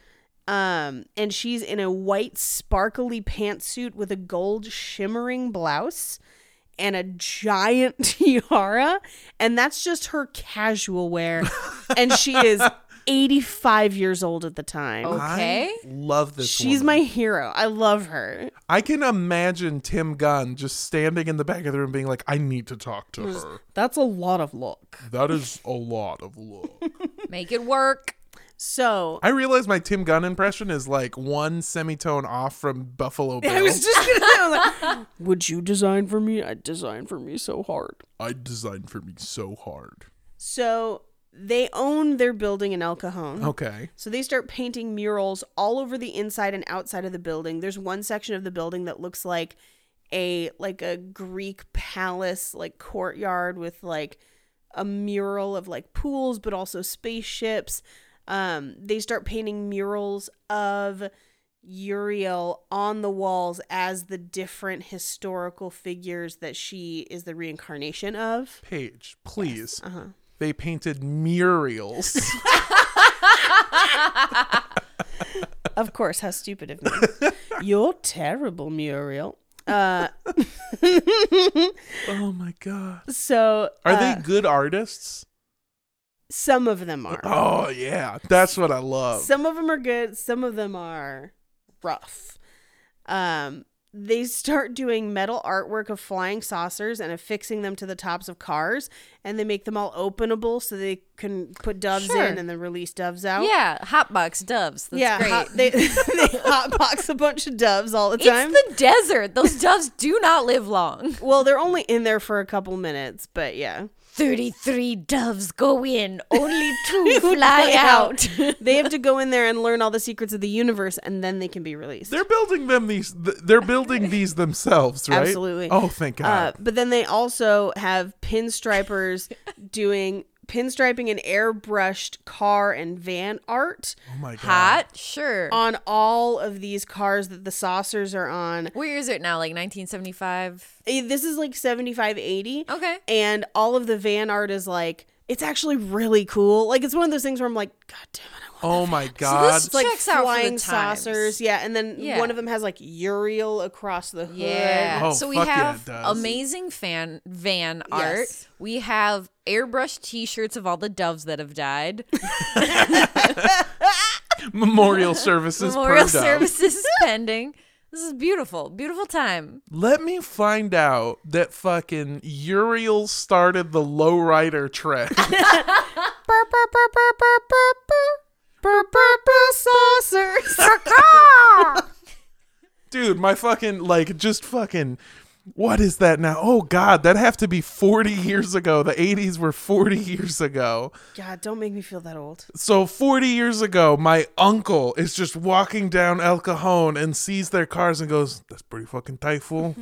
Speaker 2: Um, and she's in a white, sparkly pantsuit with a gold shimmering blouse and a giant tiara, and that's just her casual wear. and she is 85 years old at the time.
Speaker 3: Oh, Okay.
Speaker 1: I love this.
Speaker 2: She's
Speaker 1: woman.
Speaker 2: my hero. I love her.
Speaker 1: I can imagine Tim Gunn just standing in the back of the room being like, I need to talk to her.
Speaker 2: That's a lot of look.
Speaker 1: That is a lot of love.
Speaker 3: Make it work.
Speaker 2: So
Speaker 1: I realize my Tim Gunn impression is like one semitone off from Buffalo Bill.
Speaker 2: I was just gonna say, I was like, would you design for me? I'd design for me so hard.
Speaker 1: I designed for me so hard.
Speaker 2: So they own their building in El Cajon.
Speaker 1: Okay.
Speaker 2: So they start painting murals all over the inside and outside of the building. There's one section of the building that looks like a like a Greek palace like courtyard with like a mural of like pools but also spaceships. Um they start painting murals of Uriel on the walls as the different historical figures that she is the reincarnation of. Uh-huh.
Speaker 1: Paige, please. They painted murals.
Speaker 2: Of course, how stupid of me. You're terrible, Muriel. Uh,
Speaker 1: oh my god.
Speaker 2: so
Speaker 1: Are
Speaker 2: uh,
Speaker 1: they good artists?
Speaker 2: Some of them are.
Speaker 1: Oh yeah. That's what I
Speaker 3: Oh.
Speaker 1: love.
Speaker 2: Some of them are good. Some of them are rough. Um, they start doing metal artwork of flying saucers and affixing them to the tops of cars, and they make them all openable so they can put doves
Speaker 3: Sure.
Speaker 2: in and then release doves out.
Speaker 3: Yeah, hotbox doves. That's
Speaker 2: yeah.
Speaker 3: great.
Speaker 2: hot- they they hotbox a bunch of doves all the time.
Speaker 3: It's the desert. Those doves do not live long.
Speaker 2: well, they're only in there for a couple minutes, but yeah.
Speaker 3: 33 doves go in, only two
Speaker 2: fly
Speaker 3: fly
Speaker 2: out.
Speaker 3: out.
Speaker 2: they have to go in there and learn all the secrets of the universe and then they can be released.
Speaker 1: They're building them these th- they're building these themselves, right?
Speaker 2: Absolutely.
Speaker 1: Oh thank
Speaker 2: Uh,
Speaker 1: God.
Speaker 2: but then they also have pinstripers doing pinstriping and airbrushed car and van art
Speaker 1: oh my god.
Speaker 3: Hot? Sure.
Speaker 2: on all of these cars that the saucers are on.
Speaker 3: Where is it now? Like 1975?
Speaker 2: Eh, This is like 75 80.
Speaker 3: Okay.
Speaker 2: And all of the van art is like, it's actually really cool. Like, it's one of those things where I'm like, God damn it, I want
Speaker 1: Oh my god.
Speaker 3: It's like
Speaker 2: like
Speaker 3: checks out for the
Speaker 2: flying
Speaker 3: times.
Speaker 2: saucers. Yeah, and then
Speaker 3: Yeah.
Speaker 2: one of them has like Uriel across the hood.
Speaker 3: Yeah.
Speaker 1: Oh,
Speaker 3: so we
Speaker 1: fuck yeah, it
Speaker 3: have
Speaker 1: does.
Speaker 3: amazing fan van art.
Speaker 2: Yes.
Speaker 3: We have airbrush t-shirts of all the doves that have died.
Speaker 1: Memorial services
Speaker 3: Memorial
Speaker 1: per dove.
Speaker 3: services pending. This is beautiful. Beautiful time.
Speaker 1: Let me find out that fucking Uriel started the lowrider trend.
Speaker 2: Burr, burr, burr, burr, burr, burr, burr. Burr, burr, burr, saucers.
Speaker 1: Dude, my fucking like just fucking what is that now? Oh god, that have to be 40 years ago. The 80s were 40 years ago.
Speaker 2: God, don't make me feel that old.
Speaker 1: So 40 years ago, my uncle is just walking down El Cajon and sees their cars and goes, "That's pretty fucking tight, fool.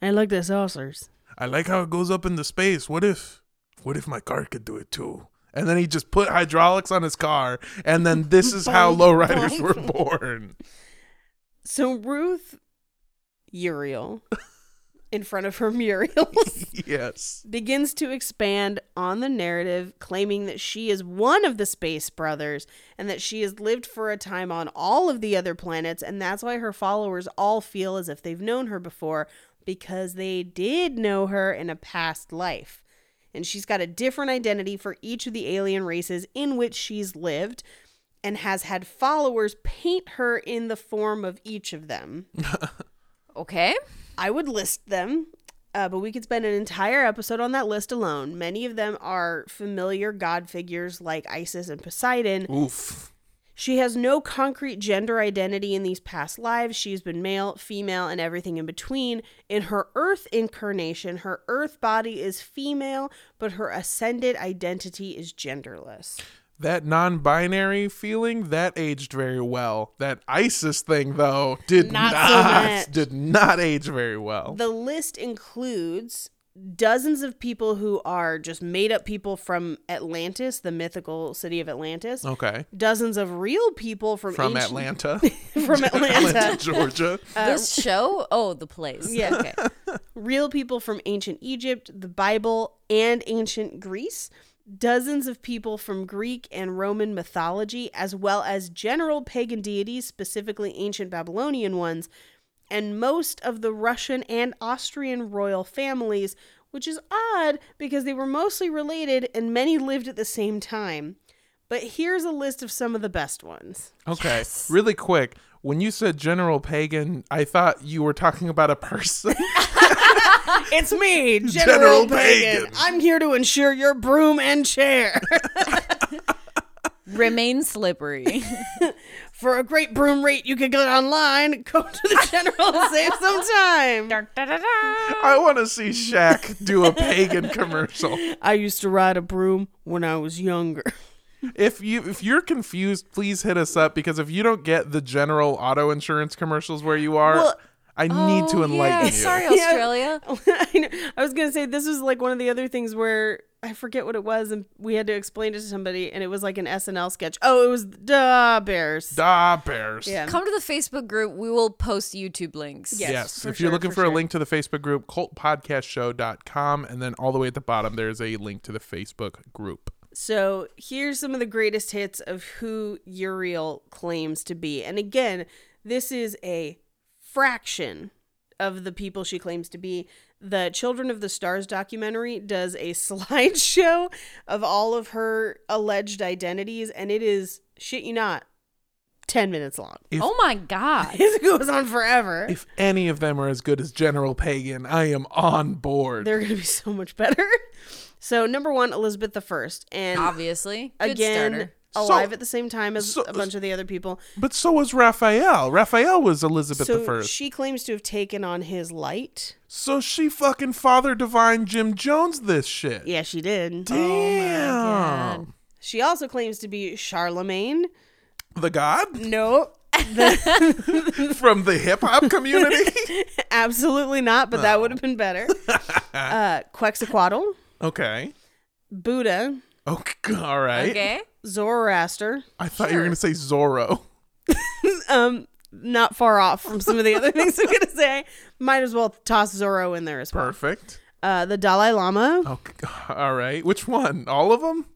Speaker 2: I like the saucers.
Speaker 1: I like how it goes up into space. What if what if my car could do it too?" And then he just put hydraulics on his car, and then this is how lowriders were born.
Speaker 2: So Ruth Uriel, in front of her Muriels,
Speaker 1: yes.
Speaker 2: begins to expand on the narrative, claiming that she is one of the Space Brothers and that she has lived for a time on all of the other planets, and that's why her followers all feel as if they've known her before because they did know her in a past life. And she's got a different identity for each of the alien races in which she's lived and has had followers paint her in the form of each of them.
Speaker 3: Okay.
Speaker 2: I would list them, uh, but we could spend an entire episode on that list alone. Many of them are familiar god figures like Isis and Poseidon.
Speaker 1: Oof.
Speaker 2: She has no concrete gender identity in these past lives. She's been male, female, and everything in between. In her Earth incarnation, her Earth body is female, but her ascended identity is genderless.
Speaker 1: That non binary feeling, that aged very well. That ISIS thing, though, did
Speaker 2: Not
Speaker 1: not,
Speaker 2: so much.
Speaker 1: did not age very well.
Speaker 2: The list includes dozens of people who are just made up people from Atlantis, the mythical city of Atlantis.
Speaker 1: okay.
Speaker 2: dozens of real people from
Speaker 1: From
Speaker 2: ancient-
Speaker 1: Atlanta.
Speaker 2: from Atlanta,
Speaker 1: Atlanta, Georgia.
Speaker 3: this show? Oh, the place.
Speaker 2: Yeah.
Speaker 3: Okay.
Speaker 2: real people from ancient Egypt, the Bible, and ancient Greece, dozens of people from Greek and Roman mythology, as well as general pagan deities, specifically ancient Babylonian ones, and most of the Russian and Austrian royal families, which is odd because they were mostly related and many lived at the same time. But here's a list of some of the best ones.
Speaker 1: Okay. Really quick, when you said general pagan, I thought you were talking about a person.
Speaker 2: It's me,
Speaker 1: General
Speaker 2: General, Pagan.
Speaker 1: Pagan.
Speaker 2: I'm here to ensure your broom and chair.
Speaker 3: Remain slippery.
Speaker 2: For a great broom rate you can get online, go to the General and save some time.
Speaker 1: I want to see Shaq do a pagan commercial.
Speaker 2: I used to ride a broom when I was younger.
Speaker 1: If you if you're confused, please hit us up because if you don't get the general auto insurance commercials where you are,
Speaker 2: Well- oh,
Speaker 1: I need to enlighten
Speaker 3: Oh, yeah,
Speaker 1: you.
Speaker 3: Sorry, Australia.
Speaker 2: I, know. I was going to say, this was like one of the other things where I forget what it was, and we had to explain it to somebody, and it was like an SNL sketch. Oh, it was Da Bears.
Speaker 1: Da bears.
Speaker 2: yeah.
Speaker 3: Come to the Facebook group. We will post YouTube links.
Speaker 2: Yes,
Speaker 1: Yes.
Speaker 2: for
Speaker 1: if you're
Speaker 2: sure,
Speaker 1: looking
Speaker 2: for
Speaker 1: for,
Speaker 2: sure.
Speaker 1: a link to the Facebook group, cultpodcastshow.com, and then all the way at the bottom, there's a link to the Facebook group.
Speaker 2: So here's some of the greatest hits of who Uriel claims to be. And again, this is a fraction of the people she claims to be. The Children of the Stars documentary does a slideshow of all of her alleged identities, and it is shit you not, 10 minutes long.
Speaker 1: If-
Speaker 3: Oh my God.
Speaker 2: It goes on forever.
Speaker 1: If any of them are as good as General Pagan, I am on board.
Speaker 2: They're going to be so much better. So, number one, Elizabeth the First. And
Speaker 3: Obviously. Good
Speaker 2: again,
Speaker 3: starter.
Speaker 1: So-
Speaker 2: alive at the same time as
Speaker 1: so-
Speaker 2: a bunch of the other people.
Speaker 1: But so was Raphael. Raphael was Elizabeth
Speaker 2: so
Speaker 1: the First.
Speaker 2: she claims to have taken on his light.
Speaker 1: so she fucking father divine Jim Jones this shit.
Speaker 2: Yeah, she did.
Speaker 1: Damn.
Speaker 3: Oh God.
Speaker 2: She also claims to be Charlemagne.
Speaker 1: the god
Speaker 2: No,
Speaker 1: from the hip hop community.
Speaker 2: absolutely not. But that would have been better. uh, Quetzalcoatl,
Speaker 1: okay.
Speaker 2: Buddha,
Speaker 1: Okay. All right.
Speaker 3: Okay.
Speaker 2: Zoroaster.
Speaker 1: I thought you were gonna say Zorro.
Speaker 2: Um, not far off from some of the other things I'm gonna say. Might as well toss Zorro in there as well.
Speaker 1: Perfect.
Speaker 2: Uh, the Dalai Lama.
Speaker 1: Okay. All right. Which one? All of them?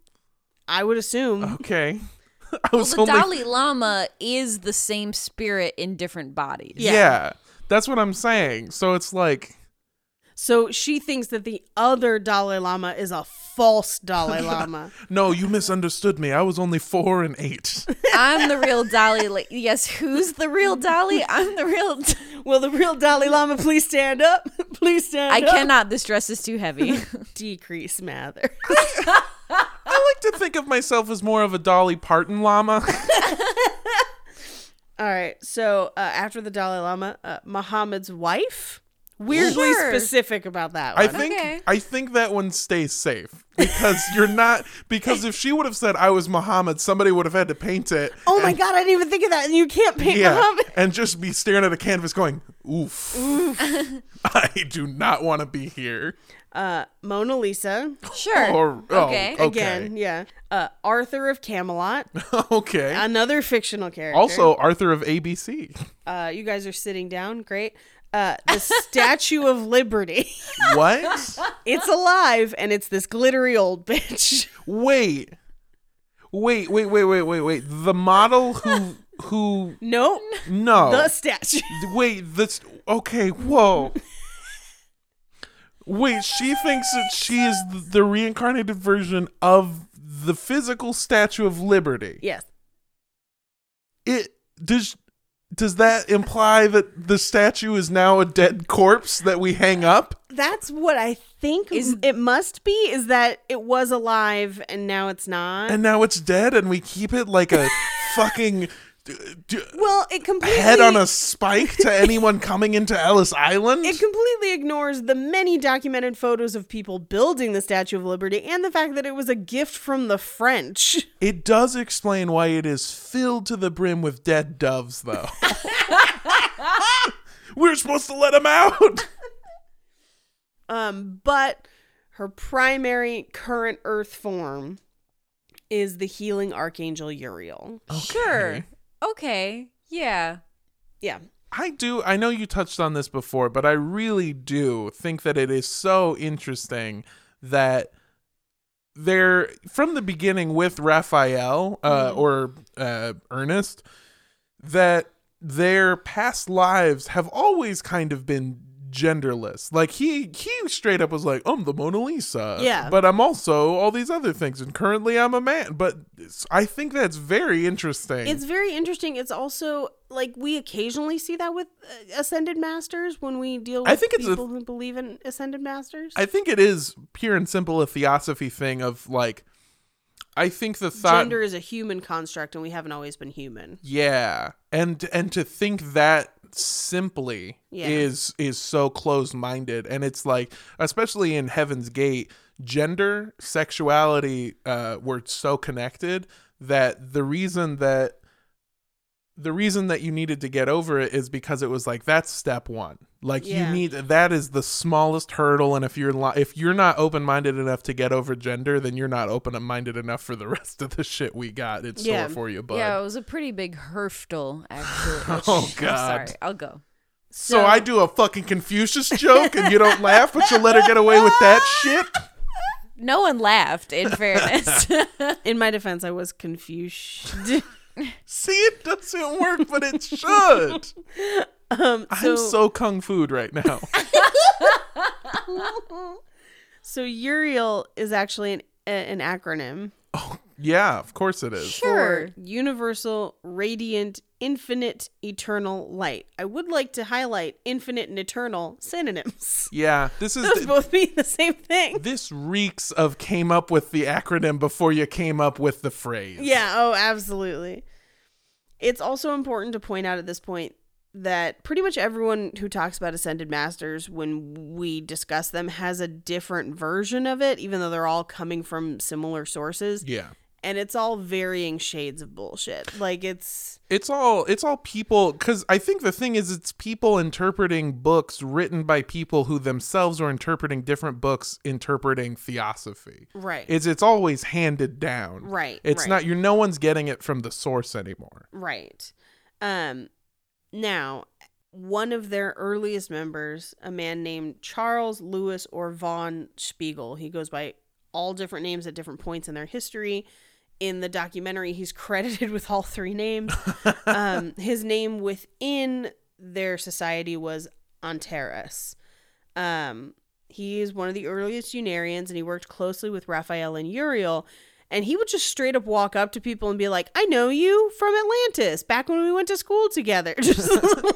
Speaker 2: I would assume.
Speaker 1: Okay. I
Speaker 3: Mm-hmm. Well,
Speaker 1: was
Speaker 3: the
Speaker 1: only.
Speaker 3: Dalai Lama is the same spirit in different bodies.
Speaker 1: yeah. That's what I'm saying. So it's like
Speaker 2: So she thinks that the other Dalai Lama is a false Dalai Lama.
Speaker 1: no, you misunderstood me. I was only four and eight.
Speaker 3: I'm the real Dolly. Like, yes, who's the real Dolly? I'm the real.
Speaker 2: Will the real Dalai Lama please stand up? please stand
Speaker 3: I
Speaker 2: up.
Speaker 3: cannot. This dress is too heavy.
Speaker 2: decrease Mather.
Speaker 1: I like to think of myself as more of a Dolly Parton llama.
Speaker 2: All right. So uh, after the Dalai Lama, uh, Muhammad's wife. Weirdly
Speaker 3: Sure.
Speaker 2: specific about that
Speaker 1: I
Speaker 2: one.
Speaker 1: think
Speaker 3: Okay.
Speaker 1: I think that one stays safe because you're not because if she would have said I was Muhammad, somebody would have had to paint it.
Speaker 2: oh my God, I didn't even think of that. And you can't paint
Speaker 1: Yeah,
Speaker 2: Muhammad.
Speaker 1: and just be staring at a canvas going, oof. I do not want to be here.
Speaker 2: Uh, Mona Lisa.
Speaker 3: Sure.
Speaker 1: Or oh,
Speaker 3: Okay.
Speaker 1: okay.
Speaker 2: Again, yeah. Uh, Arthur of Camelot,
Speaker 1: okay.
Speaker 2: another fictional character.
Speaker 1: also, Arthur of ABC.
Speaker 2: uh, you guys are sitting down. Great. Uh, the Statue of Liberty.
Speaker 1: What?
Speaker 2: It's alive, and it's this glittery old bitch.
Speaker 1: Wait. Wait, wait, wait, wait, wait, wait. The model who who
Speaker 2: Nope.
Speaker 1: no.
Speaker 2: The statue.
Speaker 1: Wait, this okay, whoa. Wait, she thinks that she is th- the reincarnated version of the physical Statue of Liberty.
Speaker 2: Yes.
Speaker 1: It does does that imply that the statue is now a dead corpse that we hang up?
Speaker 2: That's what I think
Speaker 3: Is-
Speaker 2: it must be is that it was alive and now it's not.
Speaker 1: And now it's dead and we keep it like a fucking d- d-
Speaker 2: well, it completely
Speaker 1: head on a spike to anyone coming into Ellis Island?
Speaker 2: It completely ignores the many documented photos of people building the Statue of Liberty and the fact that it was a gift from the French.
Speaker 1: It does explain why it is filled to the brim with dead doves, though. We're supposed to let them out.
Speaker 2: Um, but her primary current earth form is the healing archangel Uriel.
Speaker 3: Sure. Okay. Yeah.
Speaker 2: Yeah.
Speaker 1: I do. I know you touched on this before, but I really do think that it is so interesting that they're from the beginning with Raphael uh,
Speaker 2: Mm-hmm.
Speaker 1: or uh, Ernest that their past lives have always kind of been genderless. Like he he straight up was like, "I'm the Mona Lisa."
Speaker 2: Yeah.
Speaker 1: But I'm also all these other things and currently I'm a man. But it's- I think that's very interesting.
Speaker 2: It's very interesting. It's also like we occasionally see that with uh, ascended masters when we deal with
Speaker 1: I think it's a-
Speaker 2: people who believe in ascended masters.
Speaker 1: I think it is pure and simple a theosophy thing of like I think the thought
Speaker 2: Gender is a human construct and we haven't always been human.
Speaker 1: Yeah. And and to think that simply
Speaker 2: Yeah.
Speaker 1: is is so closed minded and it's like especially in Heaven's Gate, gender, sexuality uh were so connected that the reason that the reason that you needed to get over it is because it was like that's step one like
Speaker 2: Yeah.
Speaker 1: you need that is the smallest hurdle and if you're li- if you're not open-minded enough to get over gender then you're not open-minded enough for the rest of the shit we got in store
Speaker 2: Yeah.
Speaker 1: for you bud
Speaker 3: Yeah, it was a pretty big herftel, actually.
Speaker 1: Oh,
Speaker 3: sh- I'm
Speaker 1: God.
Speaker 3: sorry. I'll go.
Speaker 1: So I do a fucking Confucius joke and you don't laugh, but you let her get away with that shit?
Speaker 3: No one laughed, in fairness.
Speaker 2: In my defense, I was confused.
Speaker 1: See, it doesn't work, but it should.
Speaker 2: um,
Speaker 1: I'm so kung food right now.
Speaker 2: So Uriel is actually an, a- an acronym
Speaker 1: Yeah, of course it is.
Speaker 3: sure.
Speaker 2: for Universal Radiant Infinite Eternal Light. I would like to highlight infinite and eternal synonyms.
Speaker 1: Yeah, this
Speaker 2: Those
Speaker 1: is
Speaker 2: both mean the same thing.
Speaker 1: this reeks of came up with the acronym before you came up with the phrase.
Speaker 2: Yeah, oh, absolutely. It's also important to point out at this point that pretty much everyone who talks about ascended masters when we discuss them has a different version of it even though they're all coming from similar sources
Speaker 1: Yeah.
Speaker 2: and it's all varying shades of bullshit. Like it's
Speaker 1: It's all it's all people cuz I think the thing is it's people interpreting books written by people who themselves are interpreting different books interpreting theosophy.
Speaker 2: right,
Speaker 1: is it's always handed down.
Speaker 2: Right,
Speaker 1: It's
Speaker 2: right.
Speaker 1: not you're no one's getting it from the source anymore.
Speaker 2: right. Um, now one of their earliest members, a man named Charles Lewis or Von Spiegel, he goes by all different names at different points in their history. In the documentary, he's credited with all three names. um, his name within their society was Antares. Um, he is one of the earliest Unarians, and he worked closely with Raphael and Uriel. And he would just straight up walk up to people and be like, "I know you from Atlantis, back when we went to school together." Just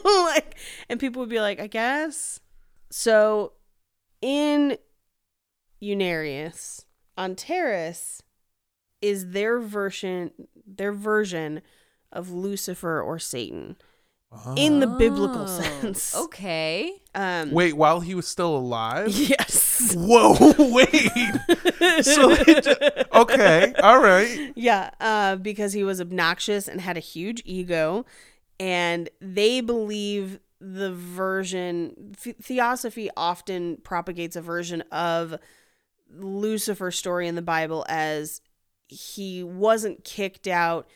Speaker 2: like, and people would be like, "I guess." So, in Unarius, Antares is their version, their version of Lucifer or Satan in the biblical
Speaker 3: Oh,
Speaker 2: sense.
Speaker 3: Okay.
Speaker 2: Um,
Speaker 1: Ah. Wait, while he was still alive?
Speaker 2: Yes.
Speaker 1: Whoa, wait. so they ju- okay, all right.
Speaker 2: Yeah, uh, because he was obnoxious and had a huge ego, and they believe the version th- theosophy often propagates a version of Lucifer's story in the Bible as he wasn't kicked out,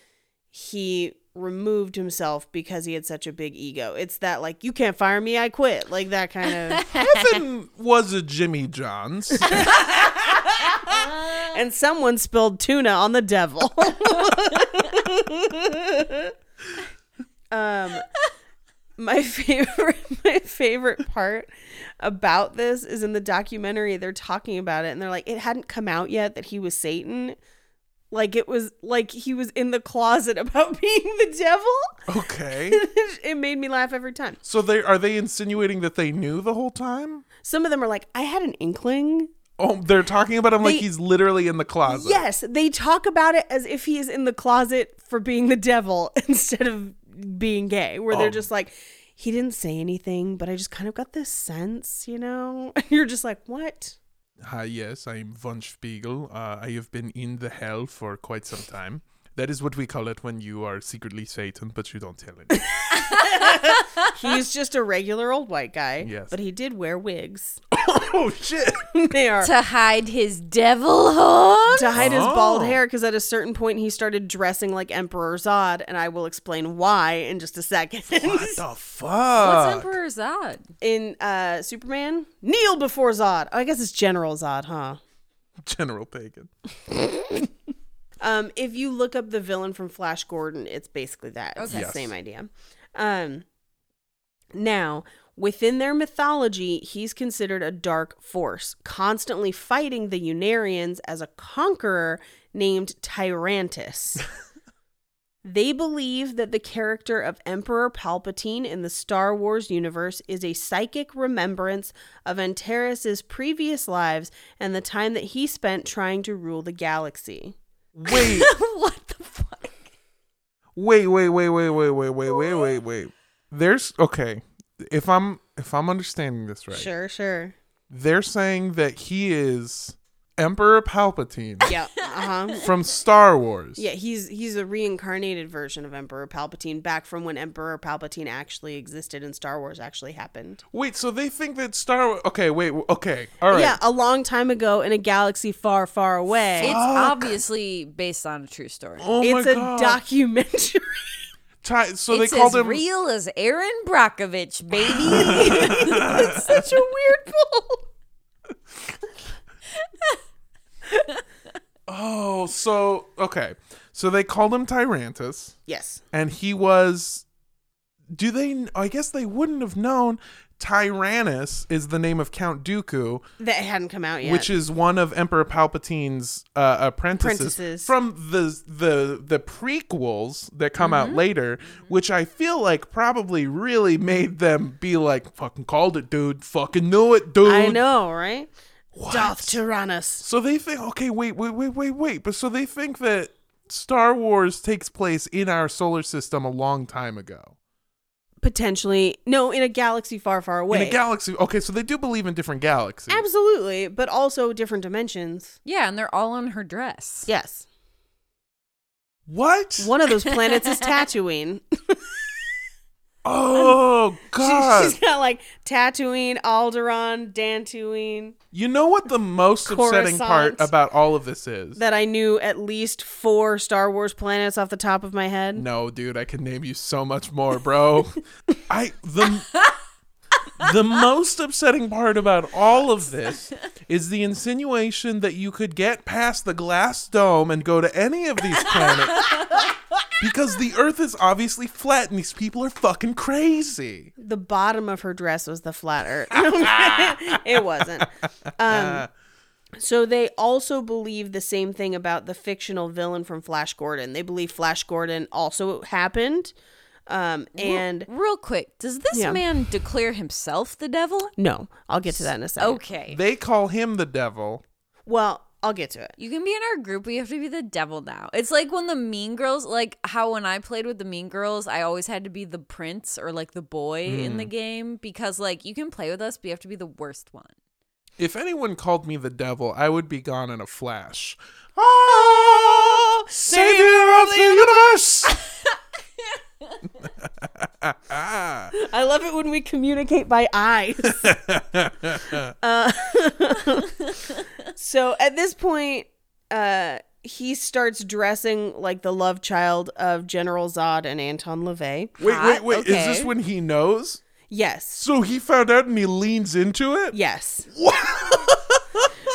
Speaker 2: he removed himself because he had such a big ego. It's that like you can't fire me, I quit, like that kind of
Speaker 1: Heaven was a Jimmy John's.
Speaker 2: and someone spilled tuna on the devil. um, my favorite, my favorite part about this is in the documentary. They're talking about it, and they're like, it hadn't come out yet that he was Satan. Like it was like he was in the closet about being the devil.
Speaker 1: Okay.
Speaker 2: it made me laugh every time.
Speaker 1: So they are they insinuating that they knew the whole time?
Speaker 2: Some of them are like, I had an inkling
Speaker 1: Oh, they're talking about him like
Speaker 2: They-
Speaker 1: he's literally in the closet.
Speaker 2: Yes, they talk about it as if he is in the closet for being the devil instead of being gay, where
Speaker 1: Oh.
Speaker 2: they're just like, he didn't say anything, but I just kind of got this sense, you know? And you're just like, what?
Speaker 1: Ah, yes, I am Von Spiegel. Uh, I have been in the hell for quite some time. That is what we call it when you are secretly Satan, but you don't tell it.
Speaker 2: He's just a regular old white guy.
Speaker 1: Yes.
Speaker 2: But he did wear wigs.
Speaker 1: oh shit!
Speaker 2: they are.
Speaker 3: to hide his devil horn.
Speaker 2: To hide his bald
Speaker 1: Oh.
Speaker 2: hair, because at a certain point he started dressing like Emperor Zod, and I will explain why in just a second.
Speaker 1: What the fuck?
Speaker 3: What's Emperor Zod?
Speaker 2: in uh, Superman, kneel before Zod. Oh, I guess it's General Zod, huh?
Speaker 1: General Pagan.
Speaker 2: Um, if you look up the villain from Flash Gordon, it's basically that. It's
Speaker 1: Okay.
Speaker 2: the
Speaker 1: Yes.
Speaker 2: same idea. Um, now, within their mythology, he's considered a dark force, constantly fighting the Unarians as a conqueror named Tyrantus. they believe that the character of Emperor Palpatine in the Star Wars universe is a psychic remembrance of Antares' previous lives and the time that he spent trying to rule the galaxy.
Speaker 1: Wait,
Speaker 3: what the fuck?
Speaker 1: wait, wait, wait, wait, wait, wait, wait, wait, wait, wait. There's okay. If I'm if I'm understanding this right,
Speaker 2: Sure, sure.
Speaker 1: they're saying that he is Emperor Palpatine
Speaker 2: Yeah. Uh-huh.
Speaker 1: from Star Wars.
Speaker 2: Yeah, he's he's a reincarnated version of Emperor Palpatine back from when Emperor Palpatine actually existed and Star Wars actually happened.
Speaker 1: Wait, so they think that Star Wars? Okay, wait. w- Okay, all right.
Speaker 2: Yeah, a long time ago in a galaxy far, far away.
Speaker 3: It's obviously based on a true story.
Speaker 1: Oh my
Speaker 2: it's a
Speaker 1: god.
Speaker 2: documentary.
Speaker 1: Ty- so
Speaker 3: it's
Speaker 1: they called
Speaker 3: as
Speaker 1: him.
Speaker 3: real as Aaron Brockovich, baby. it's such a weird pull.
Speaker 1: oh, so okay. So they called him Tyrantus,
Speaker 2: yes.
Speaker 1: and he was. Do they? I guess they wouldn't have known. Tyrannus is the name of Count Dooku,
Speaker 2: That hadn't come out yet.
Speaker 1: which is one of Emperor Palpatine's uh, apprentices,
Speaker 2: Apprentices.
Speaker 1: from the the the prequels that come out
Speaker 2: Mm-hmm.
Speaker 1: later, which I feel like probably really made them be like, "Fucking called it, dude! Fucking knew it, dude!"
Speaker 2: I know, right?
Speaker 1: What?
Speaker 2: Darth Tyrannus.
Speaker 1: So they think, okay, wait, wait, wait, wait, wait. But so they think that Star Wars takes place in our solar system a long time ago.
Speaker 2: Potentially no, in a galaxy far, far away.
Speaker 1: In a galaxy. Okay, so they do believe in different galaxies.
Speaker 2: Absolutely, but also different dimensions.
Speaker 3: Yeah, and they're all on her dress.
Speaker 2: Yes.
Speaker 1: What?
Speaker 2: One of those planets is Tatooine.
Speaker 1: Oh, God.
Speaker 2: She's got like Tatooine, Alderaan, Dantooine.
Speaker 1: you know what the most upsetting part
Speaker 2: Coruscant.
Speaker 1: about all of this is?
Speaker 2: That I knew at least four Star Wars planets off the top of my head.
Speaker 1: no, dude, I can name you so much more, bro. I the the most upsetting part about all of this is the insinuation that you could get past the glass dome and go to any of these planets because the earth is obviously flat and these people are fucking crazy.
Speaker 2: The bottom of her dress was the flat earth. it wasn't. Um, so they also believe the same thing about the fictional villain from Flash Gordon. They believe Flash Gordon also happened. Um, and
Speaker 3: Real quick, does this
Speaker 2: Yeah.
Speaker 3: man declare himself the devil?
Speaker 2: no, I'll get to that in a second.
Speaker 3: Okay.
Speaker 1: They call him the devil.
Speaker 2: Well, I'll get to it.
Speaker 3: You can be in our group, but you have to be the devil now. It's like when the mean girls, like how when I played with the mean girls, I always had to be the prince or like the boy in the
Speaker 2: Mm.
Speaker 3: game because like you can play with us, but you have to be the worst one.
Speaker 1: If anyone called me the devil, I would be gone in a flash. Ah, savior of the universe.
Speaker 2: I love it when we communicate by eyes. uh, so at this point, uh, he starts dressing like the love child of General Zod and Anton LaVey.
Speaker 1: Wait, wait, wait. Is
Speaker 3: okay.
Speaker 1: this when he knows?
Speaker 2: Yes.
Speaker 1: So he found out and he leans into it?
Speaker 2: Yes.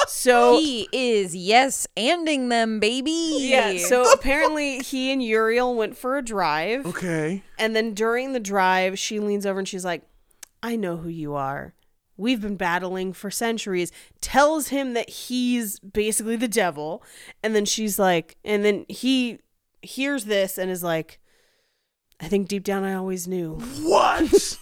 Speaker 2: so
Speaker 3: He is yes anding them, baby.
Speaker 2: yeah, so apparently he and Uriel went for a drive.
Speaker 1: Okay.
Speaker 2: And then during the drive, she leans over and she's like, I know who you are. We've been battling for centuries. Tells him that he's basically the devil. And then she's like, and then he hears this and is like, I think deep down I always knew.
Speaker 1: What?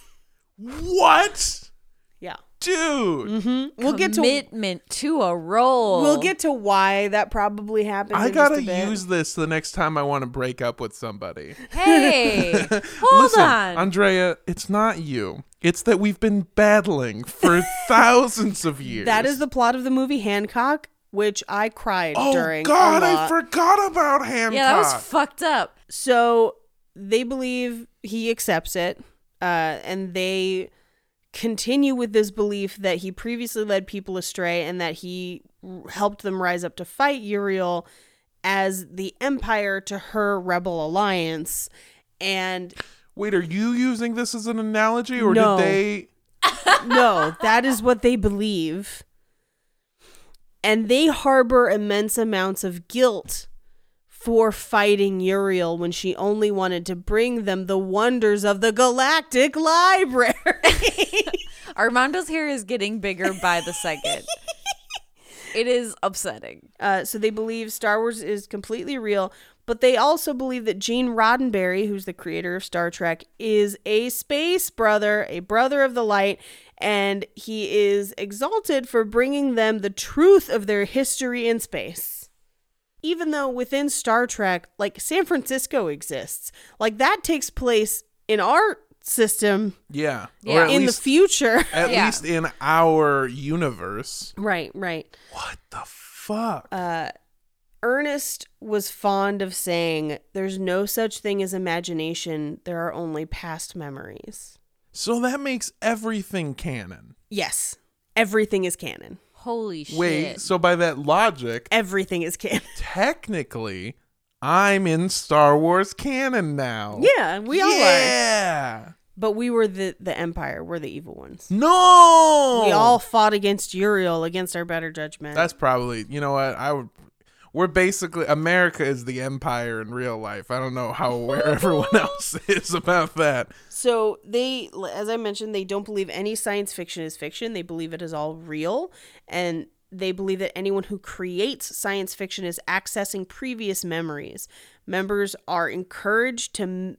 Speaker 1: what?
Speaker 2: Yeah.
Speaker 1: Dude.
Speaker 2: Mm-hmm. We'll get to
Speaker 3: commitment to a role.
Speaker 2: we'll get to why that probably happened.
Speaker 1: I
Speaker 2: in just a
Speaker 1: gotta
Speaker 2: bit.
Speaker 1: use this the next time I want to break up with somebody.
Speaker 3: Hey, hold
Speaker 1: Listen,
Speaker 3: on.
Speaker 1: Andrea, it's not you. It's that we've been battling for thousands of years.
Speaker 2: that is the plot of the movie Hancock, which I cried
Speaker 1: Oh
Speaker 2: during. a
Speaker 1: God, I
Speaker 2: lot.
Speaker 1: forgot about Hancock.
Speaker 3: yeah, that was fucked up.
Speaker 2: So they believe he accepts it, uh, and they continue with this belief that he previously led people astray and that he r- helped them rise up to fight Uriel as the empire to her rebel alliance. And
Speaker 1: Wait, are you using this as an analogy, or
Speaker 2: No.
Speaker 1: did they?
Speaker 2: no, that is what they believe. And they harbor immense amounts of guilt for fighting Uriel when she only wanted to bring them the wonders of the Galactic Library.
Speaker 3: Armando's hair is getting bigger by the second. it is upsetting.
Speaker 2: uh, so they believe Star Wars is completely real, but they also believe that Gene Roddenberry, who's the creator of Star Trek, is a space brother, a brother of the light, and he is exalted for bringing them the truth of their history in space. Even though within Star Trek, like San Francisco exists, like that takes place in our system
Speaker 1: Yeah,
Speaker 3: Yeah.
Speaker 1: or at
Speaker 2: in
Speaker 1: least
Speaker 2: the future.
Speaker 1: at
Speaker 3: Yeah.
Speaker 1: least in our universe.
Speaker 2: right, right.
Speaker 1: What the fuck?
Speaker 2: uh, Ernest was fond of saying, There's no such thing as imagination. There are only past memories.
Speaker 1: so that makes everything canon.
Speaker 2: Yes. Everything is canon.
Speaker 3: Holy shit.
Speaker 1: Wait, so by that logic,
Speaker 2: Everything is canon.
Speaker 1: technically, I'm in Star Wars canon now.
Speaker 2: Yeah, we all are.
Speaker 1: Yeah.
Speaker 2: But we were the, the Empire. We're the evil ones.
Speaker 1: No.
Speaker 2: We all fought against Uriel, against our better judgment.
Speaker 1: That's probably. You know what? I would. We're basically America is the empire in real life. I don't know how aware everyone else is about that.
Speaker 2: So they, as I mentioned, they don't believe any science fiction is fiction. They believe it is all real, and they believe that anyone who creates science fiction is accessing previous memories. Members are encouraged to m-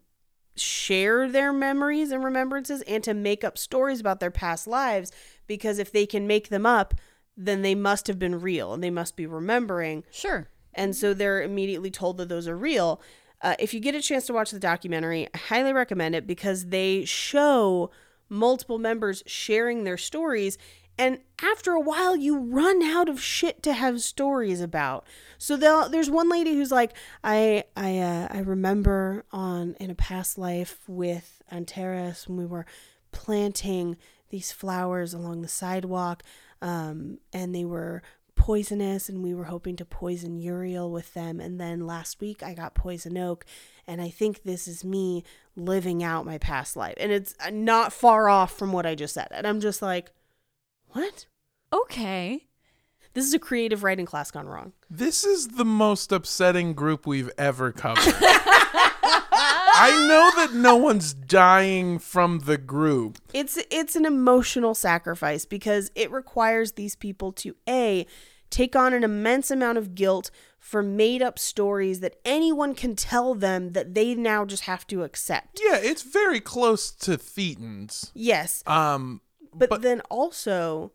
Speaker 2: share their memories and remembrances and to make up stories about their past lives because if they can make them up, then they must have been real and they must be remembering
Speaker 3: Sure.
Speaker 2: and so they're immediately told that those are real. Uh, if you get a chance to watch the documentary, I highly recommend it because they show multiple members sharing their stories. And after a while, you run out of shit to have stories about. So they'll- there's one lady who's like, I I uh, I remember on in a past life with Antares when we were planting these flowers along the sidewalk, um, and they were poisonous and we were hoping to poison Uriel with them and then last week I got poison oak and I think this is me living out my past life and it's uh, not far off from what I just said and I'm just like what
Speaker 3: Okay.
Speaker 2: this is a creative writing class gone wrong
Speaker 1: This is the most upsetting group we've ever covered. I know that no one's dying from the group.
Speaker 2: it's it's an emotional sacrifice because it requires these people to a take on an immense amount of guilt for made up stories that anyone can tell them that they now just have to accept
Speaker 1: Yeah, it's very close to Thetans.
Speaker 2: yes
Speaker 1: Um,
Speaker 2: but, then also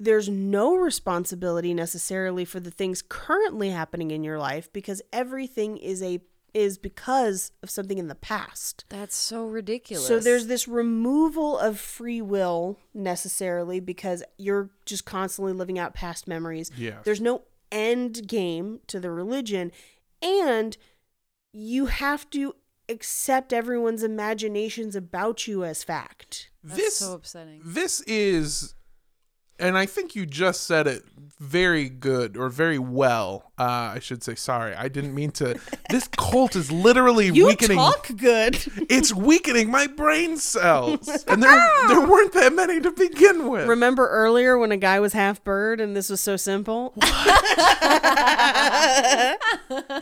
Speaker 2: there's no responsibility necessarily for the things currently happening in your life because everything is a is because of something in the past
Speaker 3: That's so ridiculous.
Speaker 2: so there's this removal of free will necessarily because you're just constantly living out past memories
Speaker 1: Yes.
Speaker 2: there's no end game to the religion and you have to accept everyone's imaginations about you as fact.
Speaker 3: That's
Speaker 1: this
Speaker 3: so upsetting.
Speaker 1: this is and i think you just said it very good or very well uh i should say sorry i didn't mean to this cult is literally
Speaker 2: You
Speaker 1: weakening
Speaker 2: talk good.
Speaker 1: it's weakening my brain cells and there there weren't that many to begin with
Speaker 2: Remember earlier when a guy was half bird and this was so simple?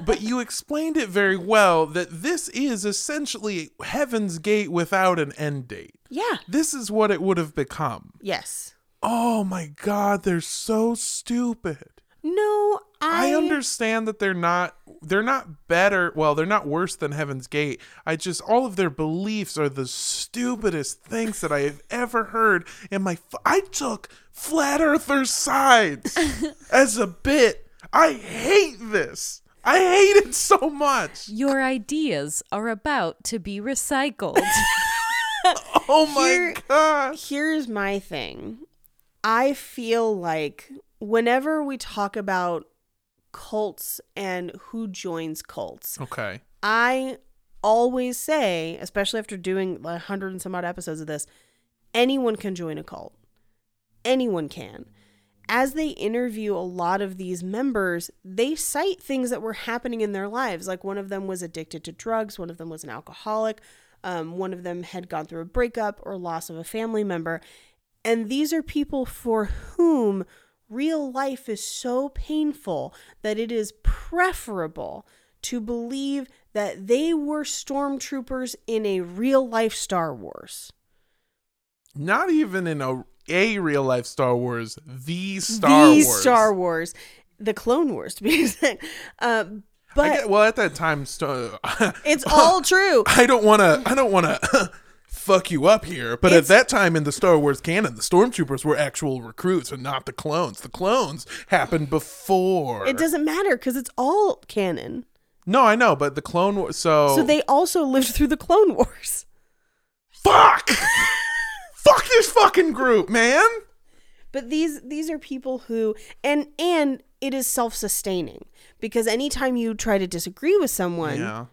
Speaker 1: but you explained it very well that this is essentially heaven's gate without an end date
Speaker 2: yeah.
Speaker 1: this is what it would have become
Speaker 2: Yes.
Speaker 1: oh my god they're so stupid
Speaker 2: No, I,
Speaker 1: I understand that they're not they're not better. Well, they're not worse than Heaven's Gate. I just all of their beliefs are the stupidest things that I have ever heard. And my f- I took flat earther's sides as a bit. I hate this. I hate it so much.
Speaker 3: Your ideas are about to be recycled.
Speaker 1: Oh my
Speaker 2: Here-
Speaker 1: gosh.
Speaker 2: Here's my thing. I feel like whenever we talk about cults and who joins cults,
Speaker 1: Okay.
Speaker 2: I always say, especially after doing a hundred and some odd episodes of this, anyone can join a cult. Anyone can. As they interview a lot of these members, they cite things that were happening in their lives. Like one of them was addicted to drugs, one of them was an alcoholic, um, one of them had gone through a breakup or loss of a family member. And these are people for whom real life is so painful that it is preferable to believe that they were stormtroopers in a real life Star Wars.
Speaker 1: Not even in a a real life Star Wars, the Star
Speaker 2: the
Speaker 1: Wars.
Speaker 2: Star Wars. The Clone Wars, to be exact. Uh,
Speaker 1: I
Speaker 2: but
Speaker 1: get- well, at that time, Star-
Speaker 2: it's all true.
Speaker 1: I don't want to. I don't want to fuck you up here. But
Speaker 2: It's-
Speaker 1: at that time in the Star Wars canon, the stormtroopers were actual recruits and not the clones. The clones happened before.
Speaker 2: It doesn't matter because it's all canon.
Speaker 1: No, I know, but the clone. Wa- so
Speaker 2: So they also lived through the Clone Wars.
Speaker 1: fuck. fuck this fucking group, man.
Speaker 2: but these these are people who and and it is self-sustaining because anytime you try to disagree with someone
Speaker 1: Yeah.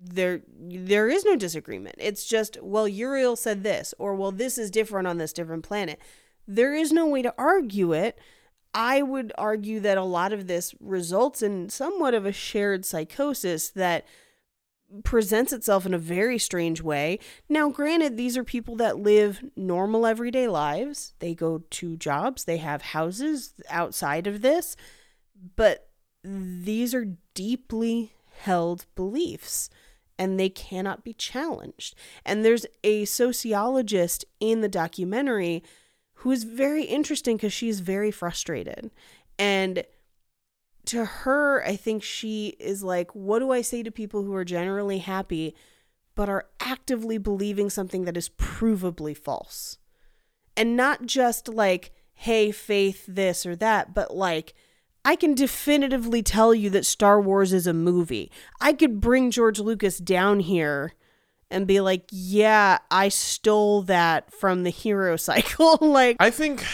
Speaker 2: there there is no disagreement it's just well uriel said this or well this is different on this different planet there is no way to argue it i would argue that a lot of this results in somewhat of a shared psychosis that presents itself in a very strange way now granted these are people that live normal everyday lives they go to jobs they have houses outside of this but these are deeply held beliefs and they cannot be challenged. And there's a sociologist in the documentary who is very interesting because she's very frustrated. And to her, I think she is like, what do I say to people who are generally happy but are actively believing something that is provably false? And not just like, hey, faith this or that, but like, I can definitively tell you that Star Wars is a movie. I could bring George Lucas down here and be like, yeah, I stole that from the hero cycle. like,
Speaker 1: I think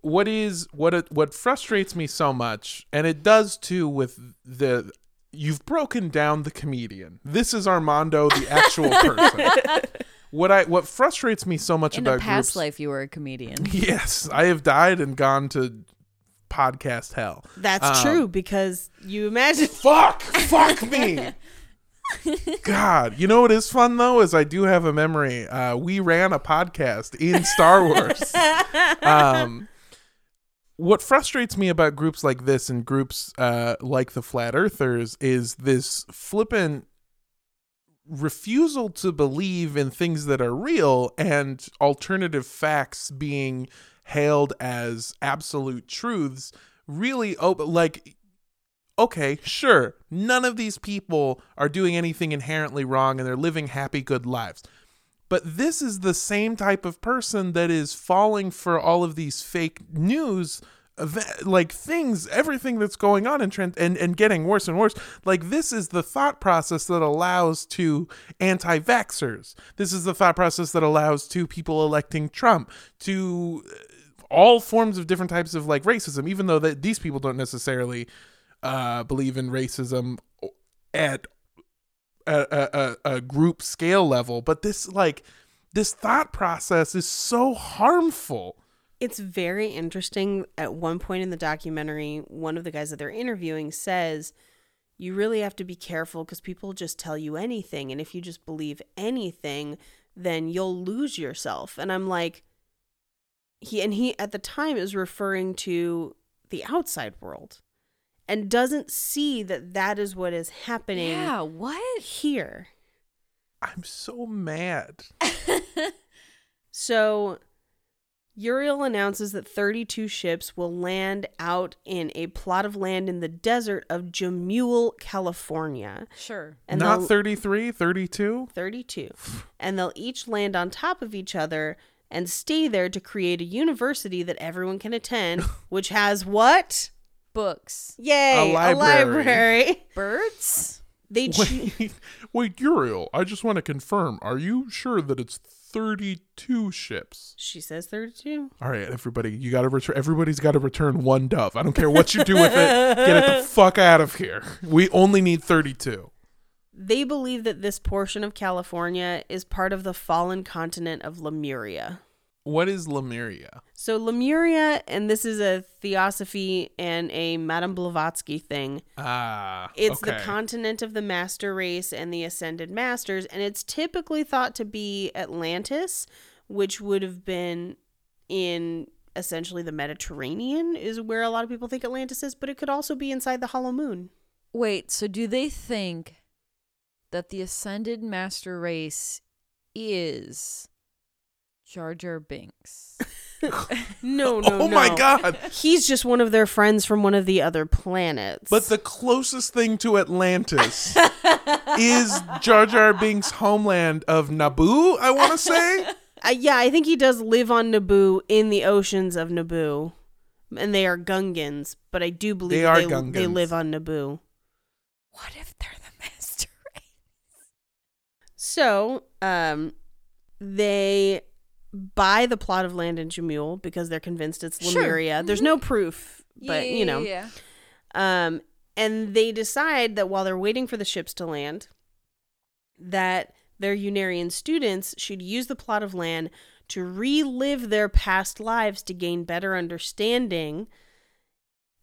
Speaker 1: what is what it, what frustrates me so much, and it does too with the you've broken down the comedian. This is Armando, the actual person. What I what frustrates me so much
Speaker 3: In
Speaker 1: about
Speaker 3: a past
Speaker 1: groups,
Speaker 3: life, you were a comedian.
Speaker 1: Yes, I have died and gone to podcast hell.
Speaker 2: that's
Speaker 1: Um,
Speaker 2: true because you imagine.
Speaker 1: Fuck, fuck me. God, you know what is fun though is I do have a memory. Uh, we ran a podcast in Star Wars. um, what frustrates me about groups like this and groups uh, like the Flat Earthers is this flippant refusal to believe in things that are real and alternative facts being hailed as absolute truths. Really, oh, like okay, sure, none of these people are doing anything inherently wrong and they're living happy, good lives. But this is the same type of person that is falling for all of these fake news, eve- like things, everything that's going on in trend and, and getting worse and worse. Like, this is the thought process that allows to anti vaxxers. This is the thought process that allows to people electing Trump, to uh, all forms of different types of like racism, even though that these people don't necessarily uh, believe in racism at a, a, a, a group scale level, but this like this thought process is so harmful.
Speaker 2: It's very interesting. At one point in the documentary, one of the guys that they're interviewing says, You really have to be careful because people just tell you anything. And if you just believe anything, then you'll lose yourself. And I'm like, he and he at the time is referring to the outside world and doesn't see that that is what is happening
Speaker 3: Yeah, what?
Speaker 2: here.
Speaker 1: I'm so mad.
Speaker 2: So Uriel announces that 32 ships will land out in a plot of land in the desert of Jamul, California.
Speaker 3: Sure.
Speaker 1: Not
Speaker 2: they'll-
Speaker 1: 33, 32.
Speaker 2: 32. And they'll each land on top of each other and stay there to create a university that everyone can attend, which has what?
Speaker 3: Books.
Speaker 2: Yay!
Speaker 1: library.
Speaker 2: library.
Speaker 3: Birds?
Speaker 2: They choo-
Speaker 1: Wait, wait, Uriel, I just want to confirm. Are you sure that it's 32 ships?
Speaker 2: She says 32.
Speaker 1: All right, everybody, you got to return. Everybody's got to return one dove. I don't care what you do with it. Get it the fuck out of here. We only need 32.
Speaker 2: They believe that this portion of California is part of the fallen continent of Lemuria.
Speaker 1: What is Lemuria?
Speaker 2: So Lemuria, and this is a theosophy and a Madame Blavatsky thing.
Speaker 1: Ah,
Speaker 2: It's the
Speaker 1: okay.
Speaker 2: continent of the master race and the ascended masters, and it's typically thought to be Atlantis, which would have been in essentially the Mediterranean, is where a lot of people think Atlantis is, but it could also be inside the Hollow Moon.
Speaker 3: Wait, so do they think that the ascended master race is Jar Jar Binks?
Speaker 2: No, no,
Speaker 1: oh my
Speaker 2: no.
Speaker 1: god.
Speaker 2: He's just one of their friends from one of the other planets.
Speaker 1: But the closest thing to Atlantis is Jar Jar Binks' homeland of Naboo, I want to say.
Speaker 2: Uh, yeah, I think he does live on Naboo in the oceans of Naboo, and they are Gungans. But I do believe
Speaker 1: They are
Speaker 2: they, they
Speaker 1: Gungans.
Speaker 2: live on Naboo.
Speaker 3: what if they're the master race?
Speaker 2: So, um, they buy the plot of land in Jamul because they're convinced it's
Speaker 3: Sure. Mm-hmm.
Speaker 2: Lemuria. There's no proof, but you know,
Speaker 3: Yeah.
Speaker 2: Um, and they decide that while they're waiting for the ships to land, that their Unarian students should use the plot of land to relive their past lives to gain better understanding.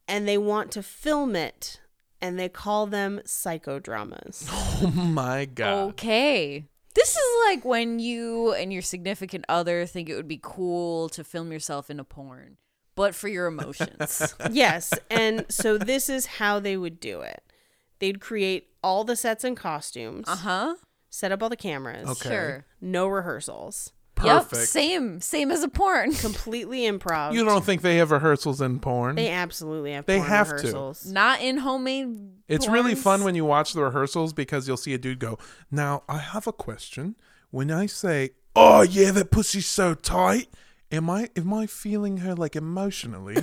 Speaker 2: And they want to film it, and they call them psychodramas.
Speaker 1: Oh my god.
Speaker 3: Okay. This is like when you and your significant other think it would be cool to film yourself in a porn, but for your emotions.
Speaker 2: yes, and so this is how they would do it. They'd create all the sets and costumes,
Speaker 3: uh huh.
Speaker 2: set up all the cameras,
Speaker 1: Uh-huh. Okay.
Speaker 3: Sure.
Speaker 2: no rehearsals,
Speaker 3: Yep.
Speaker 1: Perfect.
Speaker 3: Same. Same as a porn.
Speaker 2: completely improv.
Speaker 1: You don't think they have rehearsals in porn?
Speaker 2: They absolutely have.
Speaker 1: They
Speaker 2: porn
Speaker 1: have to.
Speaker 2: rehearsals.
Speaker 3: Not in homemade.
Speaker 1: It's really
Speaker 3: porns.
Speaker 1: fun when you watch the rehearsals because you'll see a dude go, Now, I have a question. When I say, Oh, yeah, that pussy's so tight, am I am I feeling her like emotionally?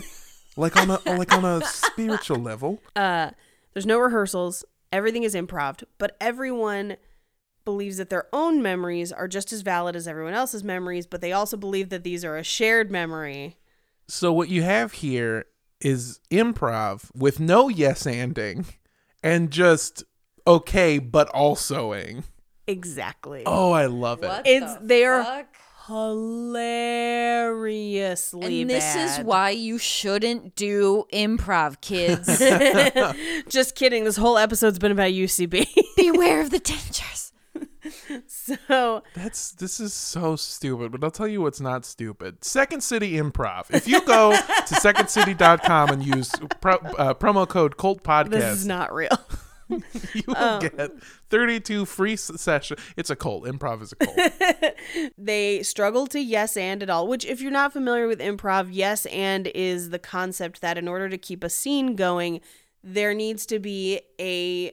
Speaker 1: like on a like on a spiritual level?
Speaker 2: Uh, there's no rehearsals. Everything is improv, but everyone believes that their own memories are just as valid as everyone else's memories, but they also believe that these are a shared memory.
Speaker 1: So what you have here is improv with no yes anding and just okay but alsoing.
Speaker 2: Exactly.
Speaker 1: Oh, I love it.
Speaker 3: What
Speaker 2: It's-
Speaker 3: the
Speaker 2: they are-
Speaker 3: fuck?
Speaker 2: Hilariously
Speaker 3: And this is
Speaker 2: bad.
Speaker 3: why you shouldn't do improv, kids.
Speaker 2: just kidding. This whole episode's been about UCB.
Speaker 3: Beware of the dangers.
Speaker 2: so
Speaker 1: That's this is so stupid, but I'll tell you what's not stupid. Second City Improv. If you go to secondcity.com and use pro, uh, promo code Colt
Speaker 2: this
Speaker 1: Podcast,
Speaker 2: is not oh. real.
Speaker 1: you will get 32 free s- sessions. It's a cult. Improv is a cult.
Speaker 2: they struggle to yes and at all which if you're not familiar with improv yes and is the concept that in order to keep a scene going there needs to be a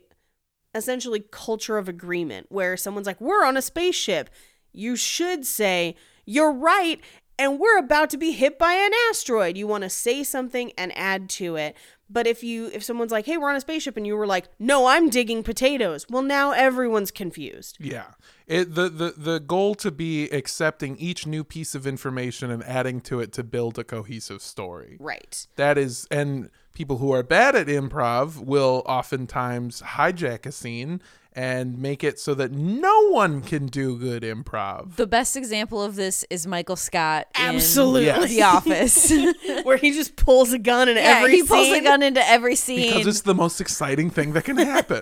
Speaker 2: essentially culture of agreement where someone's like we're on a spaceship you should say you're right and we're about to be hit by an asteroid you want to say something and add to it but if you if someone's like hey we're on a spaceship and you were like no i'm digging potatoes well now everyone's confused
Speaker 1: yeah. It, the, the the goal to be accepting each new piece of information and adding to it to build a cohesive story.
Speaker 2: right
Speaker 1: That is and people who are bad at improv will oftentimes hijack a scene and make it so that no one can do good improv.
Speaker 3: The best example of this is Michael Scott
Speaker 2: Absolutely.
Speaker 3: in The Office. yeah,
Speaker 2: where he just pulls a gun in every
Speaker 3: he pulls
Speaker 2: scene.
Speaker 3: a gun into every scene.
Speaker 1: because it's the most exciting thing that can happen.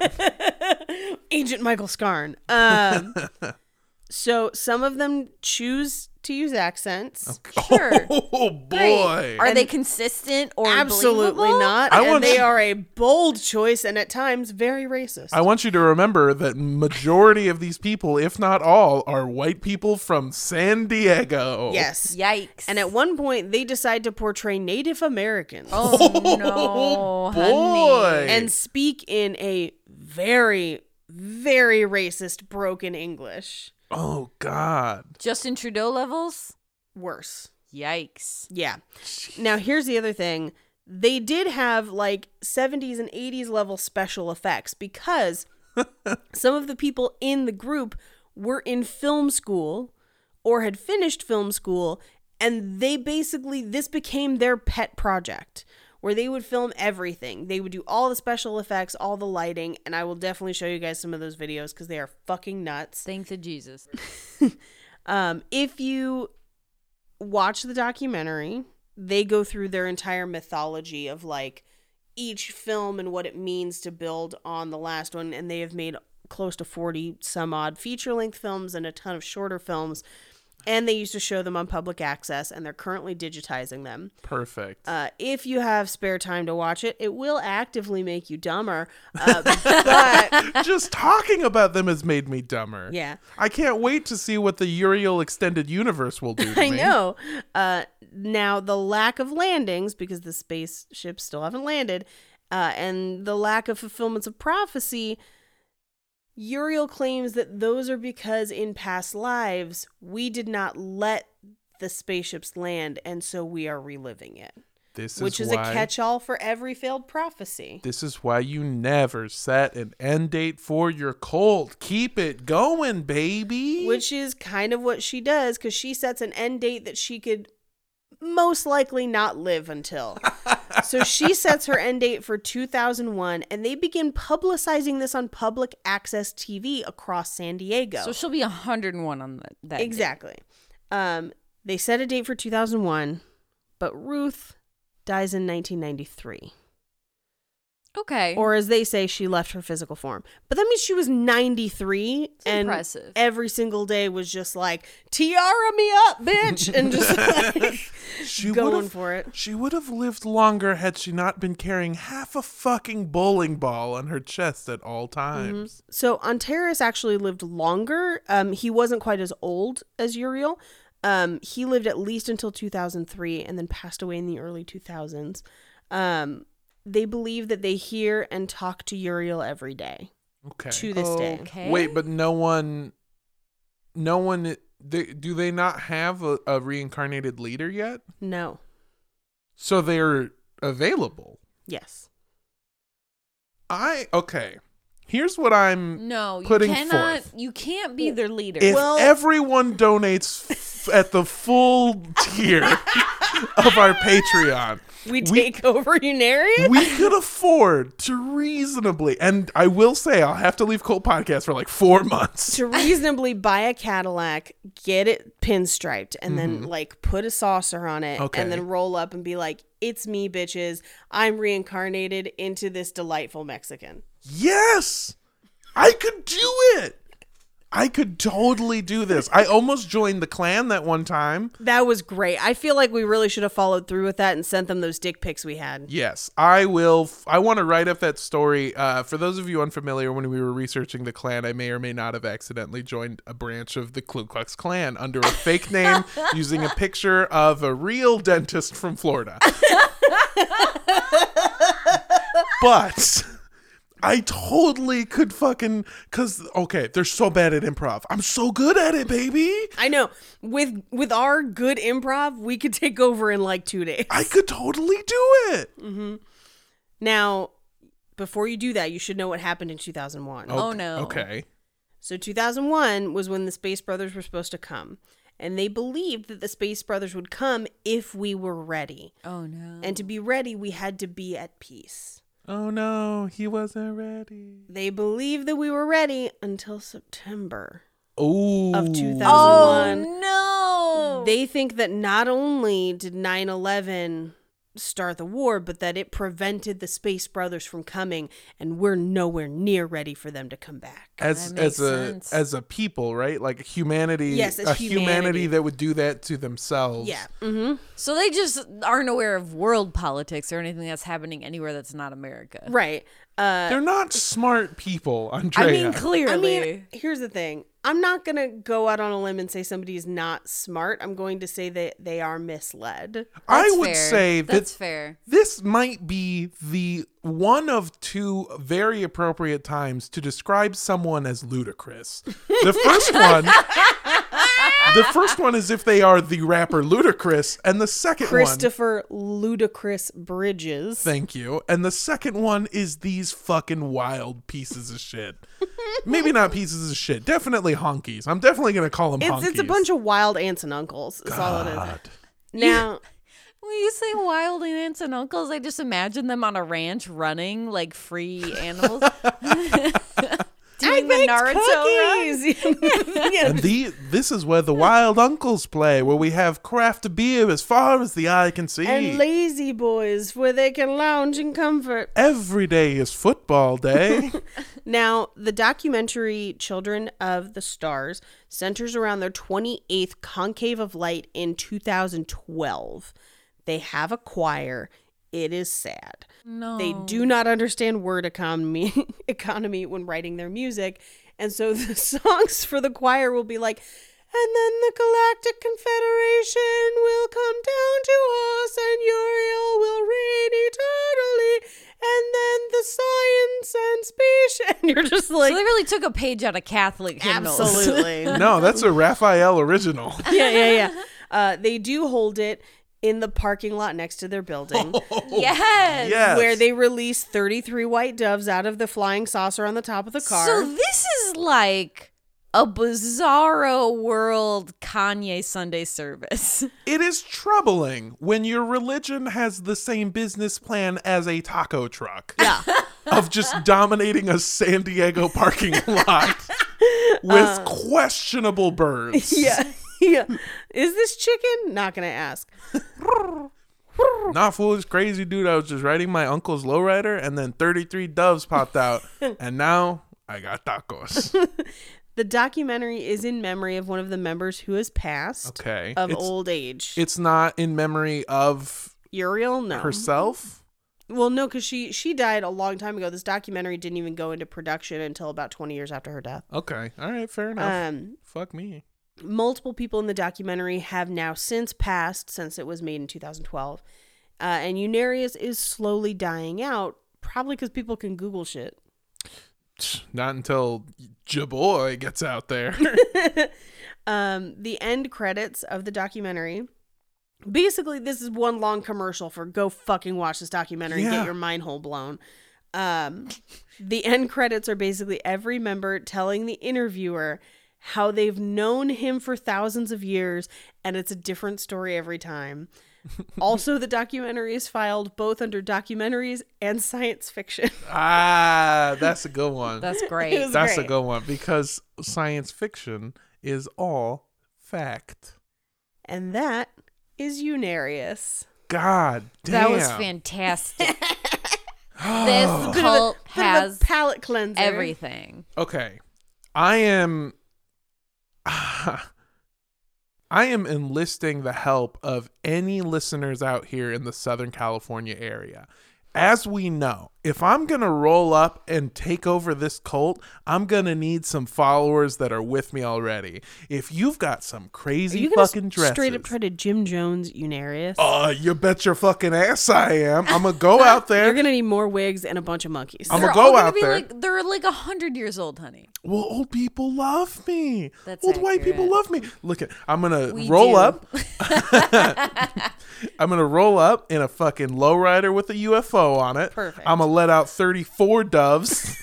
Speaker 2: Agent Michael Scarn. Um, so some of them choose to use accents.
Speaker 3: Sure.
Speaker 1: Oh boy.
Speaker 3: Are they consistent or
Speaker 2: Absolutely
Speaker 3: believable?
Speaker 2: not.
Speaker 1: I
Speaker 2: and
Speaker 1: want
Speaker 2: they
Speaker 1: you-
Speaker 2: are a bold choice and at times very racist.
Speaker 1: I want you to remember that majority of these people, if not all, are white people from San Diego.
Speaker 2: yes.
Speaker 3: Yikes!
Speaker 2: And at one point, they decide to portray Native Americans
Speaker 3: oh no,
Speaker 1: boy.
Speaker 3: honey.
Speaker 2: and speak in a very, very racist, broken English.
Speaker 1: Oh God.
Speaker 3: Justin Trudeau levels.
Speaker 2: Worse.
Speaker 3: Yikes!
Speaker 2: Yeah. Now, here's the other thing. They did have like 70s and 80s level special effects because some of the people in the group were in film school or had finished film school, and they basically, this became their pet project where they would film everything. They would do all the special effects, all the lighting, and I will definitely show you guys some of those videos because they are fucking nuts.
Speaker 3: Thank the Jesus.
Speaker 2: Um, if you watch the documentary, they go through their entire mythology of like each film and what it means to build on the last one, and they have made close to 40 some odd feature length films and a ton of shorter films. And they used to show them on public access, and they're currently digitizing them.
Speaker 1: Perfect.
Speaker 2: Uh, if you have spare time to watch it, it will actively make you dumber. Uh, but
Speaker 3: Uh,
Speaker 1: Just talking about them has made me dumber.
Speaker 2: yeah,
Speaker 1: I can't wait to see what the Uriel extended universe will do. To
Speaker 2: I
Speaker 1: me.
Speaker 2: know. Uh, now the lack of landings because the spaceships still haven't landed, uh, and the lack of fulfillments of prophecy. Uriel claims that those are because in past lives we did not let the spaceships land, and so we are reliving it,
Speaker 1: This
Speaker 2: which
Speaker 1: is,
Speaker 2: is
Speaker 1: why-
Speaker 2: a catch-all for every failed prophecy.
Speaker 1: This is why you never set an end date for your cult. Keep it going, baby.
Speaker 2: which is kind of what she does because she sets an end date that she could most likely not live until. so she sets her end date for 2001, and they begin publicizing this on public access TV across San Diego.
Speaker 3: So she'll be 101 on that. that day.
Speaker 2: exactly. Um, they set a date for 2001, but Ruth dies in 1993.
Speaker 3: Okay.
Speaker 2: Or as they say, she left her physical form. But that means she was 93.
Speaker 3: It's
Speaker 2: and
Speaker 3: impressive.
Speaker 2: every single day was just like, tiara me up, bitch. And just like
Speaker 1: she
Speaker 2: going
Speaker 1: would've-
Speaker 2: for it.
Speaker 1: She would have lived longer had she not been carrying half a fucking bowling ball on her chest at all
Speaker 2: Mm-hmm.
Speaker 1: times.
Speaker 2: So Antares actually lived longer. Um, he wasn't quite as old as Uriel. Um, he lived at least until 2003 and then passed away in the early 2000s. Um, they believe that they hear and talk to Uriel every day
Speaker 1: Okay.
Speaker 2: to this day.
Speaker 3: Okay.
Speaker 1: Wait, but no one, no one. They, do they not have a, a reincarnated leader yet?
Speaker 2: No.
Speaker 1: So they're available.
Speaker 2: Yes.
Speaker 1: I okay. Here's what I'm.
Speaker 3: no, you
Speaker 1: putting
Speaker 3: cannot.
Speaker 1: forth.
Speaker 3: You can't be their leader.
Speaker 1: If
Speaker 2: Well-
Speaker 1: everyone donates f- at the full tier of our Patreon,
Speaker 2: We
Speaker 1: We-
Speaker 2: take over Unarius?
Speaker 1: we could afford to reasonably, and I will say I'll have to leave Cold Podcast for like four months.
Speaker 2: to reasonably buy a Cadillac, get it pinstriped, and then like put a saucer on it,
Speaker 1: Okay.
Speaker 2: and then roll up and be like, "It's me, bitches! I'm reincarnated into this delightful Mexican."
Speaker 1: Yes, I could do it. I could totally do this. I almost joined the clan that one time.
Speaker 2: That was great. I feel like we really should have followed through with that and sent them those dick pics we had.
Speaker 1: Yes, I will. F- I want to write up that story. Uh, for those of you unfamiliar, when we were researching the clan, I may or may not have accidentally joined a branch of the Ku Klux Klan under a fake name using a picture of a real dentist from Florida. but. I totally could fucking cause okay, they're so bad at improv. I'm so good at it, baby.
Speaker 2: I know. With with our good improv, we could take over in like two days.
Speaker 1: I could totally do it.
Speaker 2: Now, before you do that, you should know what happened in 2001.
Speaker 3: Oh, no.
Speaker 1: Okay.
Speaker 2: So 2001 was when the Space Brothers were supposed to come. and they believed that the Space Brothers would come if we were ready.
Speaker 3: Oh no.
Speaker 2: And to be ready, we had to be at peace.
Speaker 1: Oh no, he wasn't ready.
Speaker 2: They believed that we were ready until September.
Speaker 1: Oh.
Speaker 2: 2000.
Speaker 3: oh no.
Speaker 2: They think that not only did 9 11 start the war, but that it prevented the Space Brothers from coming, and we're nowhere near ready for them to come back.
Speaker 1: As
Speaker 3: That
Speaker 1: as
Speaker 3: makes
Speaker 1: a
Speaker 3: sense.
Speaker 1: as a people, right? Like humanity,
Speaker 2: Yes, as
Speaker 1: a humanity.
Speaker 2: humanity.
Speaker 1: that would do that to themselves.
Speaker 2: Yeah. Mm-hmm.
Speaker 3: so they just aren't aware of world politics or anything that's happening anywhere that's not America.
Speaker 2: Right. Uh,
Speaker 1: They're not smart people,
Speaker 3: I
Speaker 1: Andrea.
Speaker 3: mean, clearly.
Speaker 2: I mean, here's the thing. I'm not going to go out on a limb and say somebody is not smart. I'm going to say that they are misled.
Speaker 1: I
Speaker 3: That's
Speaker 1: would
Speaker 3: fair.
Speaker 1: say that
Speaker 3: that's fair.
Speaker 1: this might be the one of two very appropriate times to describe someone as ludicrous. The first one The first one is if they are the rapper Ludacris, and the second one
Speaker 2: Christopher Ludacris Bridges.
Speaker 1: Thank you. And the second one is these fucking wild pieces of shit. Maybe not pieces of shit. Definitely honkies. I'm definitely gonna call them
Speaker 2: it's,
Speaker 1: honkies.
Speaker 2: it's a bunch of wild aunts and uncles. That's all it is.
Speaker 1: God.
Speaker 2: Now,
Speaker 3: When you say wild aunts and uncles, I just imagine them on a ranch running like free animals. Doing the Naruto run.
Speaker 2: cookies. Yeah.
Speaker 1: And the this is where the wild uncles play, where we have craft beer as far as the eye can see.
Speaker 2: and lazy boys where they can lounge in comfort.
Speaker 1: Every day is football day.
Speaker 2: Now, the documentary Children of the Stars centers around their 28th Concave of Light in 2012. They have a choir. It is sad.
Speaker 3: No.
Speaker 2: They do not understand word economy economy when writing their music, and so the songs for the choir will be like and then the Galactic Confederation will come down to us, and Uriel will reign eternally. And then the science and species, and you're just
Speaker 3: So
Speaker 2: like,
Speaker 3: they really took a page out of Catholic hymnals.
Speaker 2: absolutely,
Speaker 1: no, that's a Raphael original.
Speaker 2: yeah, yeah, yeah. Uh, they do hold it in the parking lot next to their building.
Speaker 3: yes.
Speaker 1: Yes.
Speaker 2: where they release 33 white doves out of the flying saucer on the top of the car.
Speaker 3: So this is like a bizarro world Kanye Sunday service.
Speaker 1: It is troubling when your religion has the same business plan as a taco truck. Yeah. of just dominating a San Diego parking lot with questionable birds.
Speaker 2: Uh. yeah. Yeah. Is this chicken? Not going to ask.
Speaker 1: Nah, fool, this crazy dude. I was just riding my uncle's lowrider and then 33 doves popped out. and now I got tacos.
Speaker 2: The documentary is in memory of one of the members who has passed
Speaker 1: Okay.
Speaker 2: of
Speaker 1: it's,
Speaker 2: old age.
Speaker 1: it's not in memory of
Speaker 2: Uriel, no.
Speaker 1: herself.
Speaker 2: well, no, because she she died a long time ago. This documentary didn't even go into production until about twenty years after her death.
Speaker 1: Okay. All right. Fair enough.
Speaker 2: Um,
Speaker 1: Fuck me.
Speaker 2: multiple people in the documentary have now since passed since it was made in 2012, uh, and Unarius is slowly dying out, probably because people can Google shit.
Speaker 1: Not until Jaboy gets out there.
Speaker 2: um, the end credits of the documentary. Basically, this is one long commercial for go fucking watch this documentary and
Speaker 1: Yeah.
Speaker 2: get your mind hole blown. Um, the end credits are basically every member telling the interviewer how they've known him for thousands of years and it's a different story every time. also, the documentary is filed both under documentaries and science fiction.
Speaker 1: Ah, that's a good one. That's,
Speaker 3: That's great.
Speaker 2: was
Speaker 1: a
Speaker 2: great.
Speaker 1: good one because science fiction is all fact.
Speaker 2: and that is Unarius.
Speaker 1: God damn.
Speaker 3: That was fantastic. this cult
Speaker 2: Bit of a
Speaker 3: has
Speaker 2: palate cleanser.
Speaker 3: everything.
Speaker 1: Okay. I am I am enlisting the help of any listeners out here in the Southern California area. As we know, if I'm going to roll up and take over this cult, I'm going to need some followers that are with me already. If you've got some
Speaker 2: Are
Speaker 1: crazy
Speaker 2: you gonna
Speaker 1: fucking
Speaker 2: s-
Speaker 1: dresses.
Speaker 2: Straight up try to Jim Jones Unarius.
Speaker 1: Uh, you bet your fucking ass I am. I'm gonna go out there.
Speaker 2: You're gonna need more wigs and a bunch of monkeys.
Speaker 1: I'm
Speaker 3: They're
Speaker 1: gonna go
Speaker 3: all gonna
Speaker 1: out
Speaker 3: be
Speaker 1: there.
Speaker 3: Like, they're like a hundred years old, honey.
Speaker 1: well, old people love me.
Speaker 3: That's
Speaker 1: old white people
Speaker 3: accurate.
Speaker 1: love me. Look at, I'm gonna
Speaker 3: We
Speaker 1: roll
Speaker 3: do.
Speaker 1: up. I'm gonna roll up in a fucking lowrider with a UFO on it.
Speaker 2: Perfect.
Speaker 1: I'm gonna let out 34 doves.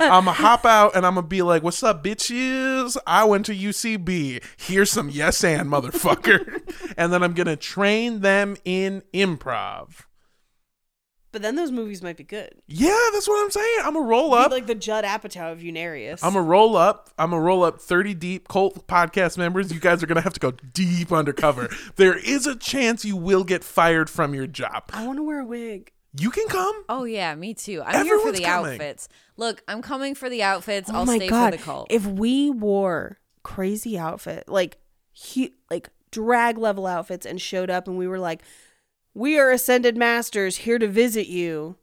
Speaker 1: I'm gonna hop out and I'm gonna be like, "What's up, bitches? I went to UCB. Here's some yes and motherfucker." and then I'm gonna train them in improv.
Speaker 2: But then those movies might be good.
Speaker 1: Yeah, that's what I'm saying. I'm gonna roll
Speaker 2: Be
Speaker 1: up.
Speaker 2: like the Judd Apatow of Unarius.
Speaker 1: I'm gonna roll up. I'm gonna roll up 30 deep cult podcast members. You guys are gonna have to go deep undercover. there is a chance you will get fired from your job.
Speaker 2: I want to wear a wig.
Speaker 1: You can come.
Speaker 3: Oh yeah, me too. I'm here for
Speaker 1: Everyone's
Speaker 3: the
Speaker 1: coming. Oh
Speaker 3: outfits. Look, I'm coming for the outfits. I'll stay for the cult.
Speaker 2: Oh If we wore crazy outfit, like he, like drag level outfits, and showed up, and we were like, "We are ascended masters here to visit you,"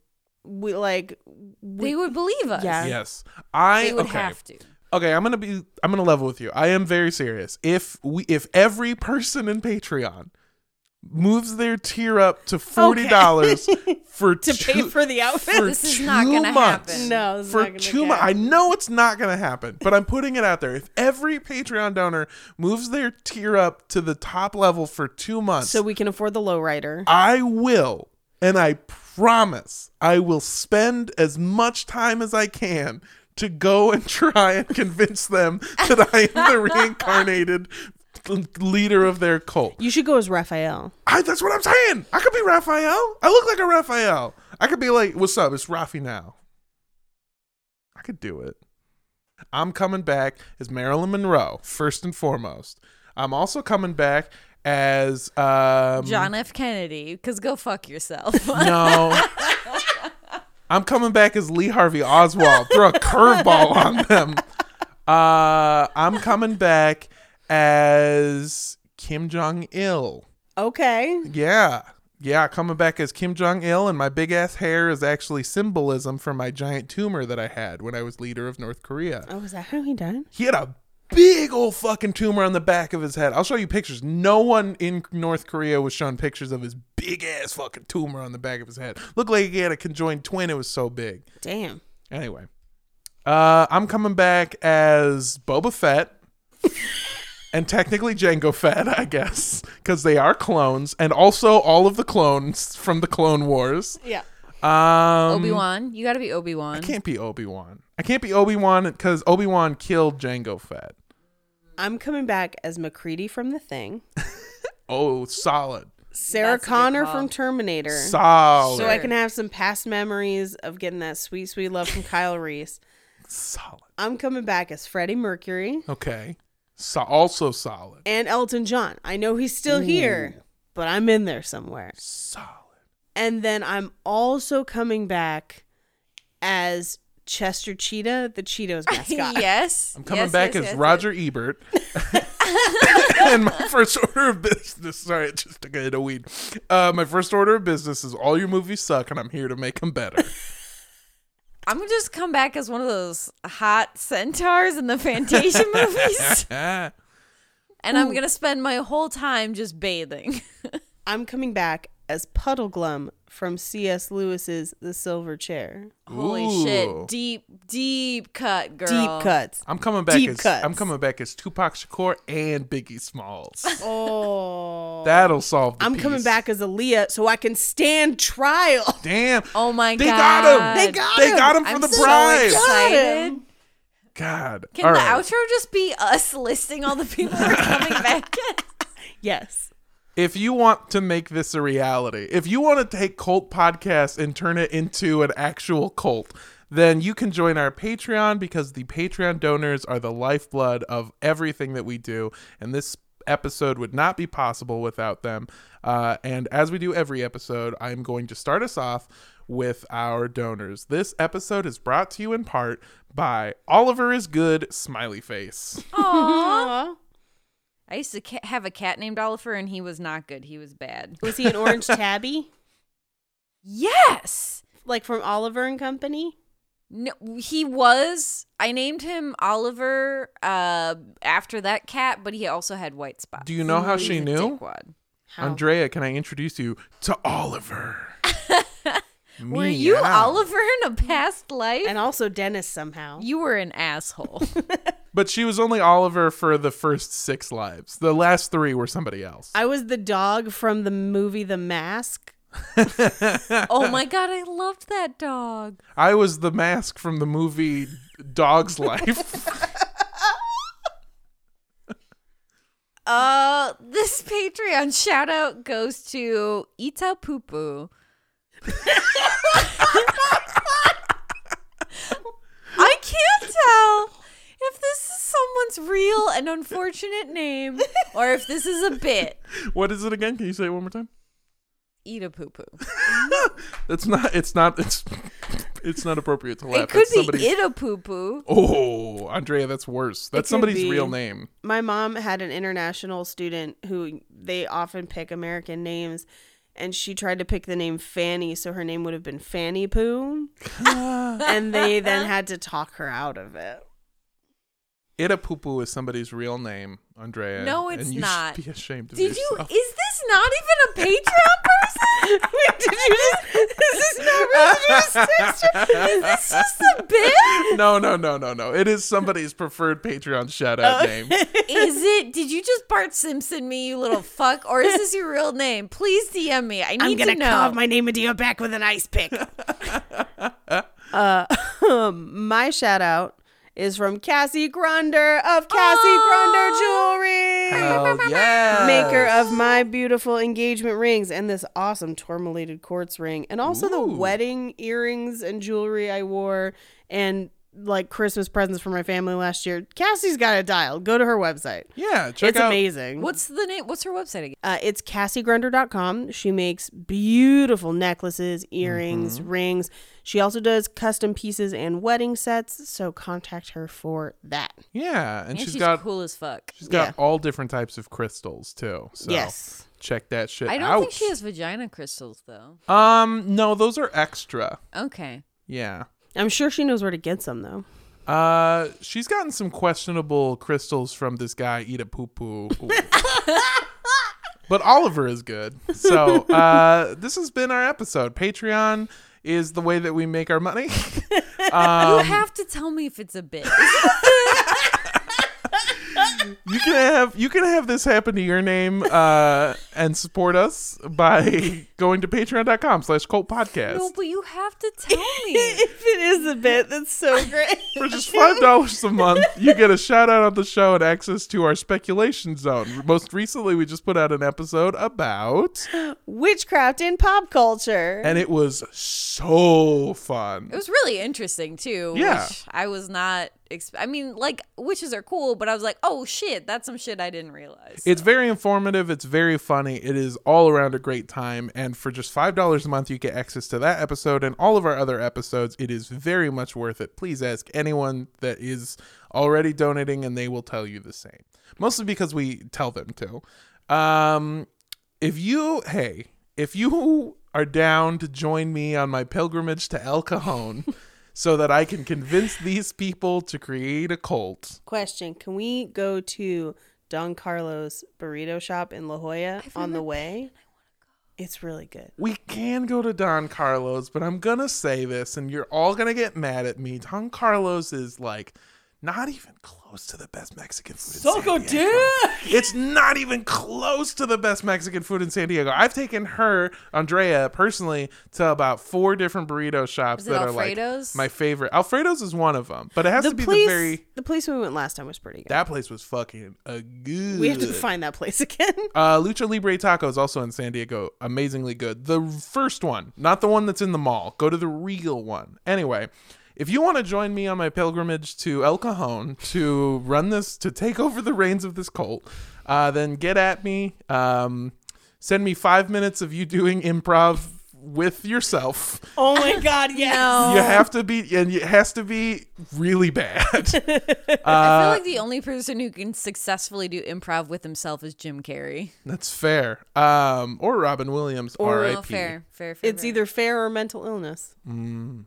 Speaker 2: we like
Speaker 3: they
Speaker 2: we
Speaker 3: would believe us.
Speaker 2: Yeah.
Speaker 1: Yes, I
Speaker 3: They would
Speaker 1: okay. Mm-hmm.
Speaker 3: have to.
Speaker 1: okay i'm gonna be i'm gonna level with you i am very serious if we if every person in patreon moves their tier up to forty dollars for
Speaker 2: To pay
Speaker 1: two-
Speaker 2: for the outfit?
Speaker 1: for
Speaker 3: This is not
Speaker 1: two
Speaker 3: gonna
Speaker 1: months,
Speaker 3: happen.
Speaker 2: No, this is
Speaker 1: for
Speaker 2: not gonna
Speaker 1: two months i
Speaker 2: happen.
Speaker 1: know it's not gonna happen but i'm putting it out there if every patreon donor moves their tier up to the top level for two months
Speaker 2: so we can afford the lowrider.
Speaker 1: I will, and I promise, I will spend as much time as I can to go and try and convince them that I am the reincarnated leader of their cult.
Speaker 2: You should go as Raphael.
Speaker 1: I, that's what I'm saying. I could be Raphael. I look like a Raphael. I could be like, what's up? It's Rafi now. I could do it. I'm coming back as Marilyn Monroe, first and foremost. I'm also coming back as um,
Speaker 3: John F. Kennedy, because go fuck yourself.
Speaker 1: No. I'm coming back as Lee Harvey Oswald. Throw a curveball on them. Uh, I'm coming back as Kim Jong Il.
Speaker 2: Okay,
Speaker 1: Yeah. Yeah, coming back as Kim Jong Il, and my big ass hair is actually symbolism for my giant tumor that I had when I was leader of North Korea.
Speaker 2: oh, is that how he died?
Speaker 1: He had a big old fucking tumor on the back of his head. I'll show you pictures. No one in North Korea was shown pictures of his big ass fucking tumor on the back of his head. Looked like he had a conjoined twin. It was so big.
Speaker 2: Damn.
Speaker 1: Anyway, uh, I'm coming back as Boba Fett. And technically Jango Fett, I guess, because they are clones, and also all of the clones from the Clone Wars.
Speaker 2: Yeah.
Speaker 1: Um,
Speaker 3: Obi Wan, you got to be Obi Wan.
Speaker 1: I can't be Obi Wan. I can't be Obi Wan because Obi Wan killed Jango Fett.
Speaker 2: I'm coming back as McCready from The Thing,
Speaker 1: Oh, solid.
Speaker 2: Sarah
Speaker 3: That's a good
Speaker 2: Connor
Speaker 3: call.
Speaker 2: from Terminator.
Speaker 1: Solid.
Speaker 2: so I can have some past memories of getting that sweet, sweet love from Kyle Reese.
Speaker 1: solid.
Speaker 2: I'm coming back as Freddie Mercury
Speaker 1: Okay. So also solid.
Speaker 2: and Elton John. I know he's still here, but I'm in there somewhere.
Speaker 1: Solid.
Speaker 2: And then I'm also coming back as Chester Cheetah, the Cheetos mascot.
Speaker 3: yes.
Speaker 1: I'm coming
Speaker 3: Yes,
Speaker 1: back
Speaker 3: yes,
Speaker 1: as
Speaker 3: yes,
Speaker 1: Roger Ebert. and my first order of business. Sorry, I just took a hit of weed. Uh, my first order of business is all your movies suck, and I'm here to make them better.
Speaker 3: yes. I'm gonna just come back as one of those hot centaurs in the Fantasia movies,
Speaker 1: Ah.
Speaker 3: and I'm gonna spend my whole time just bathing.
Speaker 2: I'm coming back as Puddle Glum from C.S. Lewis's The Silver Chair.
Speaker 3: Holy
Speaker 1: Ooh.
Speaker 3: shit! Deep, deep cut, girl.
Speaker 2: Deep cuts.
Speaker 1: I'm coming back
Speaker 2: Deep
Speaker 1: as
Speaker 2: cuts.
Speaker 1: I'm coming back as Tupac Shakur and Biggie Smalls.
Speaker 2: Oh.
Speaker 1: That'll solve the
Speaker 2: I'm coming
Speaker 1: piece.
Speaker 2: back as Aaliyah so I can stand trial.
Speaker 1: Damn.
Speaker 3: Oh my
Speaker 1: They
Speaker 3: god!
Speaker 1: got him. They
Speaker 2: got
Speaker 1: They
Speaker 2: him.
Speaker 1: got him for
Speaker 3: I'm
Speaker 1: the
Speaker 3: so
Speaker 1: prize.
Speaker 3: excited.
Speaker 1: God.
Speaker 3: Can
Speaker 1: All
Speaker 3: the
Speaker 1: right.
Speaker 3: outro just be us listing all the people we're coming back? as?
Speaker 2: Yes.
Speaker 1: if you want to make this a reality, if you want to take Cult Podcast and turn it into an actual cult, then you can join our Patreon because the Patreon donors are the lifeblood of everything that we do. And this episode would not be possible without them. Uh, and as we do every episode, I'm going to start us off with our donors. This episode is brought to you in part by Oliver is Good, Smiley Face.
Speaker 3: Aw.
Speaker 2: Aw.
Speaker 3: I used to ca- have a cat named Oliver, and he was not good. He was bad.
Speaker 2: Was he an orange tabby?
Speaker 3: Yes.
Speaker 2: Like from Oliver and Company?
Speaker 3: No, he was. I named him Oliver uh, after that cat, but he also had white spots.
Speaker 1: Do you know how she
Speaker 3: He's a
Speaker 1: knew?
Speaker 3: dickwad.
Speaker 2: How?
Speaker 1: Andrea, can I introduce you to Oliver?
Speaker 3: Were you
Speaker 1: Meow.
Speaker 3: Oliver in a past life?
Speaker 2: And also Dennis somehow.
Speaker 3: you were an asshole.
Speaker 1: But she was only Oliver for the first six lives. The last three were somebody else.
Speaker 2: I was the dog from the movie The Mask
Speaker 3: Oh my god, I loved that dog.
Speaker 1: I was the mask from the movie Dog's Life.
Speaker 3: Uh, this Patreon shout out goes to Ita Poopoo. I can't tell if this is someone's real and unfortunate name or if this is a bit.
Speaker 1: what is it again? Can you say it one more time?
Speaker 3: Eat a poo poo.
Speaker 1: It's not. It's not. It's. It's not appropriate to laugh.
Speaker 3: It could
Speaker 1: That's
Speaker 3: be
Speaker 1: somebody's-
Speaker 3: it a poo poo.
Speaker 1: Oh, Andrea, that's worse. That's
Speaker 2: could
Speaker 1: somebody's
Speaker 2: be.
Speaker 1: real name.
Speaker 2: my mom had an international student who they often pick American names, and she tried to pick the name Fanny, so her name would have been Fanny Poo. and they then had to talk her out of it.
Speaker 1: Itapupu is somebody's real name, Andrea.
Speaker 3: No, it's
Speaker 1: and you
Speaker 3: not.
Speaker 1: Should be ashamed of
Speaker 3: Did you?
Speaker 1: yourself.
Speaker 3: Is this not even a Patreon person? Wait, did you just? Is this not real? Did you just text her? Is this just a bit?
Speaker 1: no, no, no, no, no. It is somebody's preferred Patreon shout out name.
Speaker 3: Is it? Did you just Bart Simpson me, you little fuck? Or is this your real name? Please DM me. I need
Speaker 2: I'm gonna
Speaker 3: to know.
Speaker 2: carve my name into your back with an ice pick. uh, um, my shout out is from Cassie Grunder of Cassie Grunder Jewelry.
Speaker 1: yeah.
Speaker 2: maker of my beautiful engagement rings and this awesome tourmalated quartz ring and also the
Speaker 1: Ooh.
Speaker 2: wedding earrings and jewelry I wore and like Christmas presents for my family last year. Cassie's got it dialed. Go to her website.
Speaker 1: Yeah, check
Speaker 2: it's
Speaker 1: out.
Speaker 2: amazing.
Speaker 3: What's the name? What's her website again?
Speaker 2: Uh, it's CassieGrunder.com. She makes beautiful necklaces, earrings,
Speaker 1: Mm-hmm.
Speaker 2: rings. She also does custom pieces and wedding sets. So contact her for that.
Speaker 1: Yeah, and
Speaker 3: Man,
Speaker 1: she's got
Speaker 3: cool as fuck.
Speaker 1: she's got
Speaker 2: yeah.
Speaker 1: all different types of crystals too. So
Speaker 2: Yes.
Speaker 1: check that shit
Speaker 3: I don't
Speaker 1: out.
Speaker 3: think she has vagina crystals though.
Speaker 1: Um, no, those are extra.
Speaker 3: Okay.
Speaker 1: Yeah.
Speaker 2: I'm sure she knows where to get some though.
Speaker 1: Uh, she's gotten some questionable crystals from this guy, Ida Poo Poo. but Oliver is good. So, uh, this has been our episode. Patreon is the way that we make our money. Um,
Speaker 3: you have to tell me if it's a bit.
Speaker 1: you can have you can have this happen to your name uh, and support us by going to patreon.com slash cult podcast.
Speaker 3: no, but you have to tell me.
Speaker 2: if it is a bit, that's so great.
Speaker 1: For just five dollars a month, you get a shout out on the show and access to our speculation zone. Most recently, we just put out an episode about,
Speaker 2: witchcraft in pop culture.
Speaker 1: and it was so fun.
Speaker 3: It was really interesting too.
Speaker 1: Yeah.
Speaker 3: Which I was not. Exp- I mean, like witches are cool, but I was like, oh shit, that's some shit I didn't realize.
Speaker 1: It's very informative. It's very funny. It is all around a great time. And for just $5 a month, you get access to that episode and all of our other episodes. It is very much worth it. Please ask anyone that is already donating, and they will tell you the same. Mostly because we tell them to. Um, if you, hey, if you are down to join me on my pilgrimage to El Cajon so that I can convince these people to create a cult.
Speaker 2: Question: Can we go to Don Carlos Burrito Shop in La Jolla on the way? It's really good.
Speaker 1: We can go to Don Carlos, but I'm gonna say this, and you're all gonna get mad at me. Don Carlos is like not even close to the best Mexican food. in San Diego. It's not even close to the best Mexican food in San Diego. I've taken her, Andrea, personally to about four different burrito shops
Speaker 3: Is it
Speaker 1: that
Speaker 3: Alfredo's?
Speaker 1: are like my favorite. Alfredo's is one of them, but it has
Speaker 2: The
Speaker 1: to be
Speaker 2: place,
Speaker 1: the very.
Speaker 2: the place we went last time was pretty good.
Speaker 1: That place was fucking a good.
Speaker 2: we have to find that place again.
Speaker 1: Uh, Lucha Libre Tacos, also in San Diego, amazingly good. The first one, not the one that's in the mall. Go to the real one. Anyway, if you want to join me on my pilgrimage to El Cajon to run this, to take over the reins of this cult, uh, then get at me. Um, send me five minutes of you doing improv with yourself.
Speaker 2: oh my god, yes.
Speaker 3: no.
Speaker 1: You have to be, and it has to be really bad.
Speaker 3: I feel
Speaker 1: uh,
Speaker 3: like the only person who can successfully do improv with himself is Jim Carrey.
Speaker 1: that's fair. Um, or Robin Williams,
Speaker 3: Or
Speaker 1: R.I.P.
Speaker 3: fair, fair, fair.
Speaker 2: It's either fair or mental illness.
Speaker 1: Mm.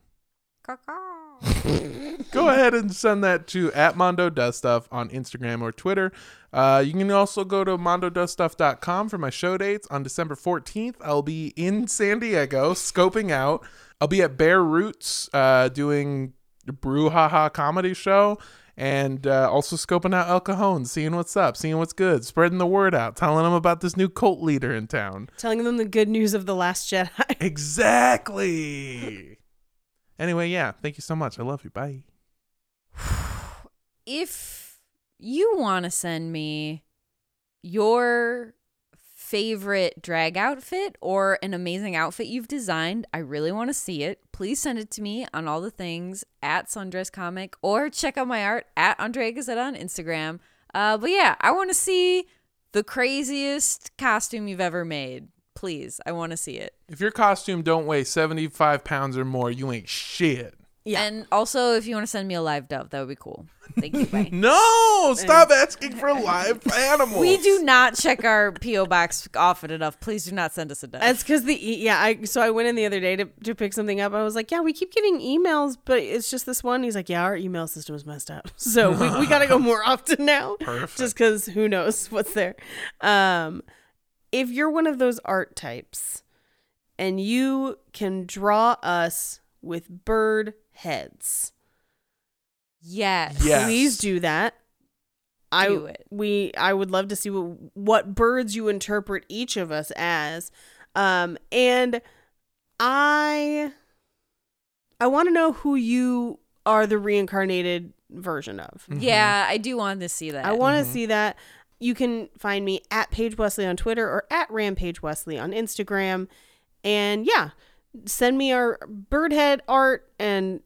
Speaker 1: go ahead and send that to at mondo does stuff on instagram or twitter uh, you can also go to mondodostuff.com for my show dates on december 14th i'll be in san diego scoping out i'll be at bare roots uh, doing the brouhaha comedy show and uh, also scoping out El Cajon, seeing what's up, seeing what's good, spreading the word out, telling them about this new cult leader in town.
Speaker 2: Telling them the good news of The Last Jedi.
Speaker 1: Exactly. Anyway, yeah, thank you so much. I love you. Bye.
Speaker 3: if you want to send me your favorite drag outfit or an amazing outfit you've designed, I really want to see it. Please send it to me on all the things at Sundress Comic or check out my art at Andre Gazette on Instagram. Uh, but yeah, I want to see the craziest costume you've ever made. Please, I want to see it.
Speaker 1: If your costume don't weigh 75 pounds or more, you ain't shit.
Speaker 2: Yeah.
Speaker 3: And also, if you want to send me a live dove, that would be cool. Thank you. Bye.
Speaker 1: No, stop asking for live animals.
Speaker 3: We do not check our PO box often enough. Please do not send us a dove.
Speaker 2: That's because the e- yeah. I so I went in the other day to, to pick something up. I was like, yeah, we keep getting emails, but it's just this one. He's like, yeah, our email system is messed up, so we, we got to go more often now.
Speaker 1: Perfect.
Speaker 2: Just because who knows what's there. Um, if you're one of those art types, and you can draw us with bird heads,
Speaker 3: yes.
Speaker 1: Yes.
Speaker 2: please do that. I
Speaker 3: Do it.
Speaker 2: we I would love to see what, what birds you interpret each of us as. Um and I I want to know who you are the reincarnated version of.
Speaker 1: Mm-hmm.
Speaker 3: Yeah, I do want to see that.
Speaker 2: I want to see that. You can find me at Paige Wesley on Twitter or at Rampage Wesley on Instagram. And yeah, send me our bird head art and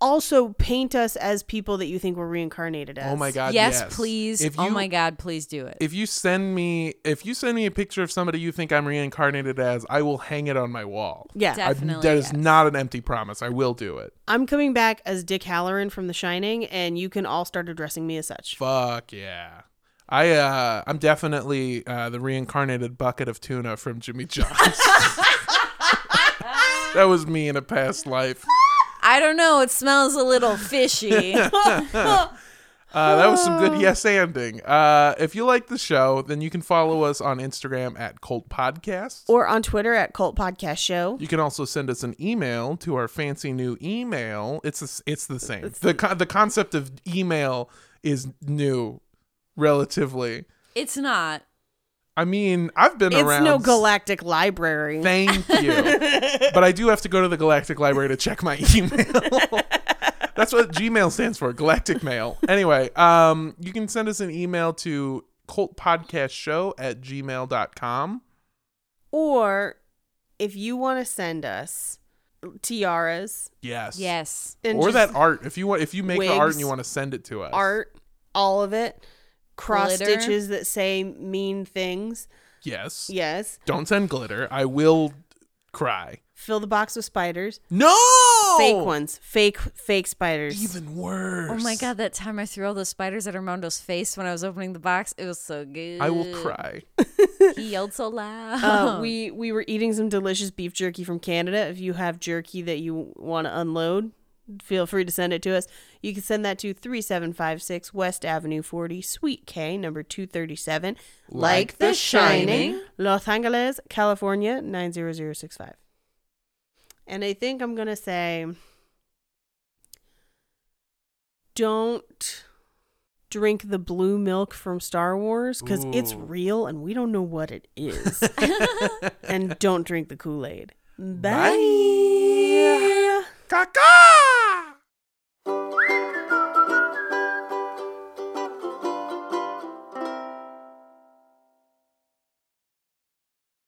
Speaker 2: also paint us as people that you think we're reincarnated as.
Speaker 1: Oh my god.
Speaker 3: yes,
Speaker 1: Yes,
Speaker 3: please.
Speaker 1: If you,
Speaker 3: oh my god, please do it.
Speaker 1: If you send me if you send me a picture of somebody you think I'm reincarnated as, I will hang it on my wall.
Speaker 2: Yeah.
Speaker 3: Def-
Speaker 1: I-
Speaker 3: Definitely,
Speaker 1: that is
Speaker 3: yes.
Speaker 1: not an empty promise. I will do it.
Speaker 2: I'm coming back as Dick Halloran from The Shining, and you can all start addressing me as such.
Speaker 1: Fuck yeah. I uh I'm definitely uh the reincarnated bucket of tuna from Jimmy John's. that was me in a past life.
Speaker 3: I don't know. It smells a little fishy.
Speaker 1: Uh, that was some good yes anding. Uh, if you like the show, then you can follow us on Instagram at Cult Podcast.
Speaker 2: Or on Twitter at Cult Podcast Show.
Speaker 1: You can also send us an email to our fancy new email. It's the it's the same. The con- the concept of email is new, relatively.
Speaker 3: it's not.
Speaker 1: I mean, I've been
Speaker 2: It's
Speaker 1: around.
Speaker 2: no
Speaker 1: s-
Speaker 2: galactic library.
Speaker 1: Thank you. but I do have to go to the Galactic Library to check my email. That's what Gmail stands for, Galactic Mail. Anyway, um, you can send us an email to cultpodcastshow at gmail.com.
Speaker 2: Or if you want to send us tiaras
Speaker 1: Yes.
Speaker 3: Yes.
Speaker 2: and
Speaker 1: or
Speaker 2: just
Speaker 1: that art. If you want if you make the art
Speaker 2: wigs,
Speaker 1: and you want to send it to us.
Speaker 2: art, all of it, cross
Speaker 3: Glitter.
Speaker 2: stitches that say mean things.
Speaker 1: Yes.
Speaker 2: Yes.
Speaker 1: Don't send glitter. I will cry.
Speaker 2: Fill the box with spiders.
Speaker 1: No.
Speaker 2: Fake ones. Fake fake spiders.
Speaker 1: Oh. Even worse.
Speaker 3: Oh my god, that time I threw all those spiders at Armando's face when I was opening the box, it was so good.
Speaker 1: I will cry.
Speaker 3: He yelled so loud.
Speaker 2: uh, we we were eating some delicious beef jerky from Canada. If you have jerky that you want to unload, feel free to send it to us. You can send that to 3756 West Avenue 40, Suite K, number 237.
Speaker 1: Like The
Speaker 3: Shining.
Speaker 2: Los Angeles, California 90065. And I think I'm going to say don't drink the blue milk from Star Wars cuz it's
Speaker 1: Ooh.
Speaker 2: real and we don't know what it is and don't drink the Kool Aid. Bye.
Speaker 1: Bye. Caca.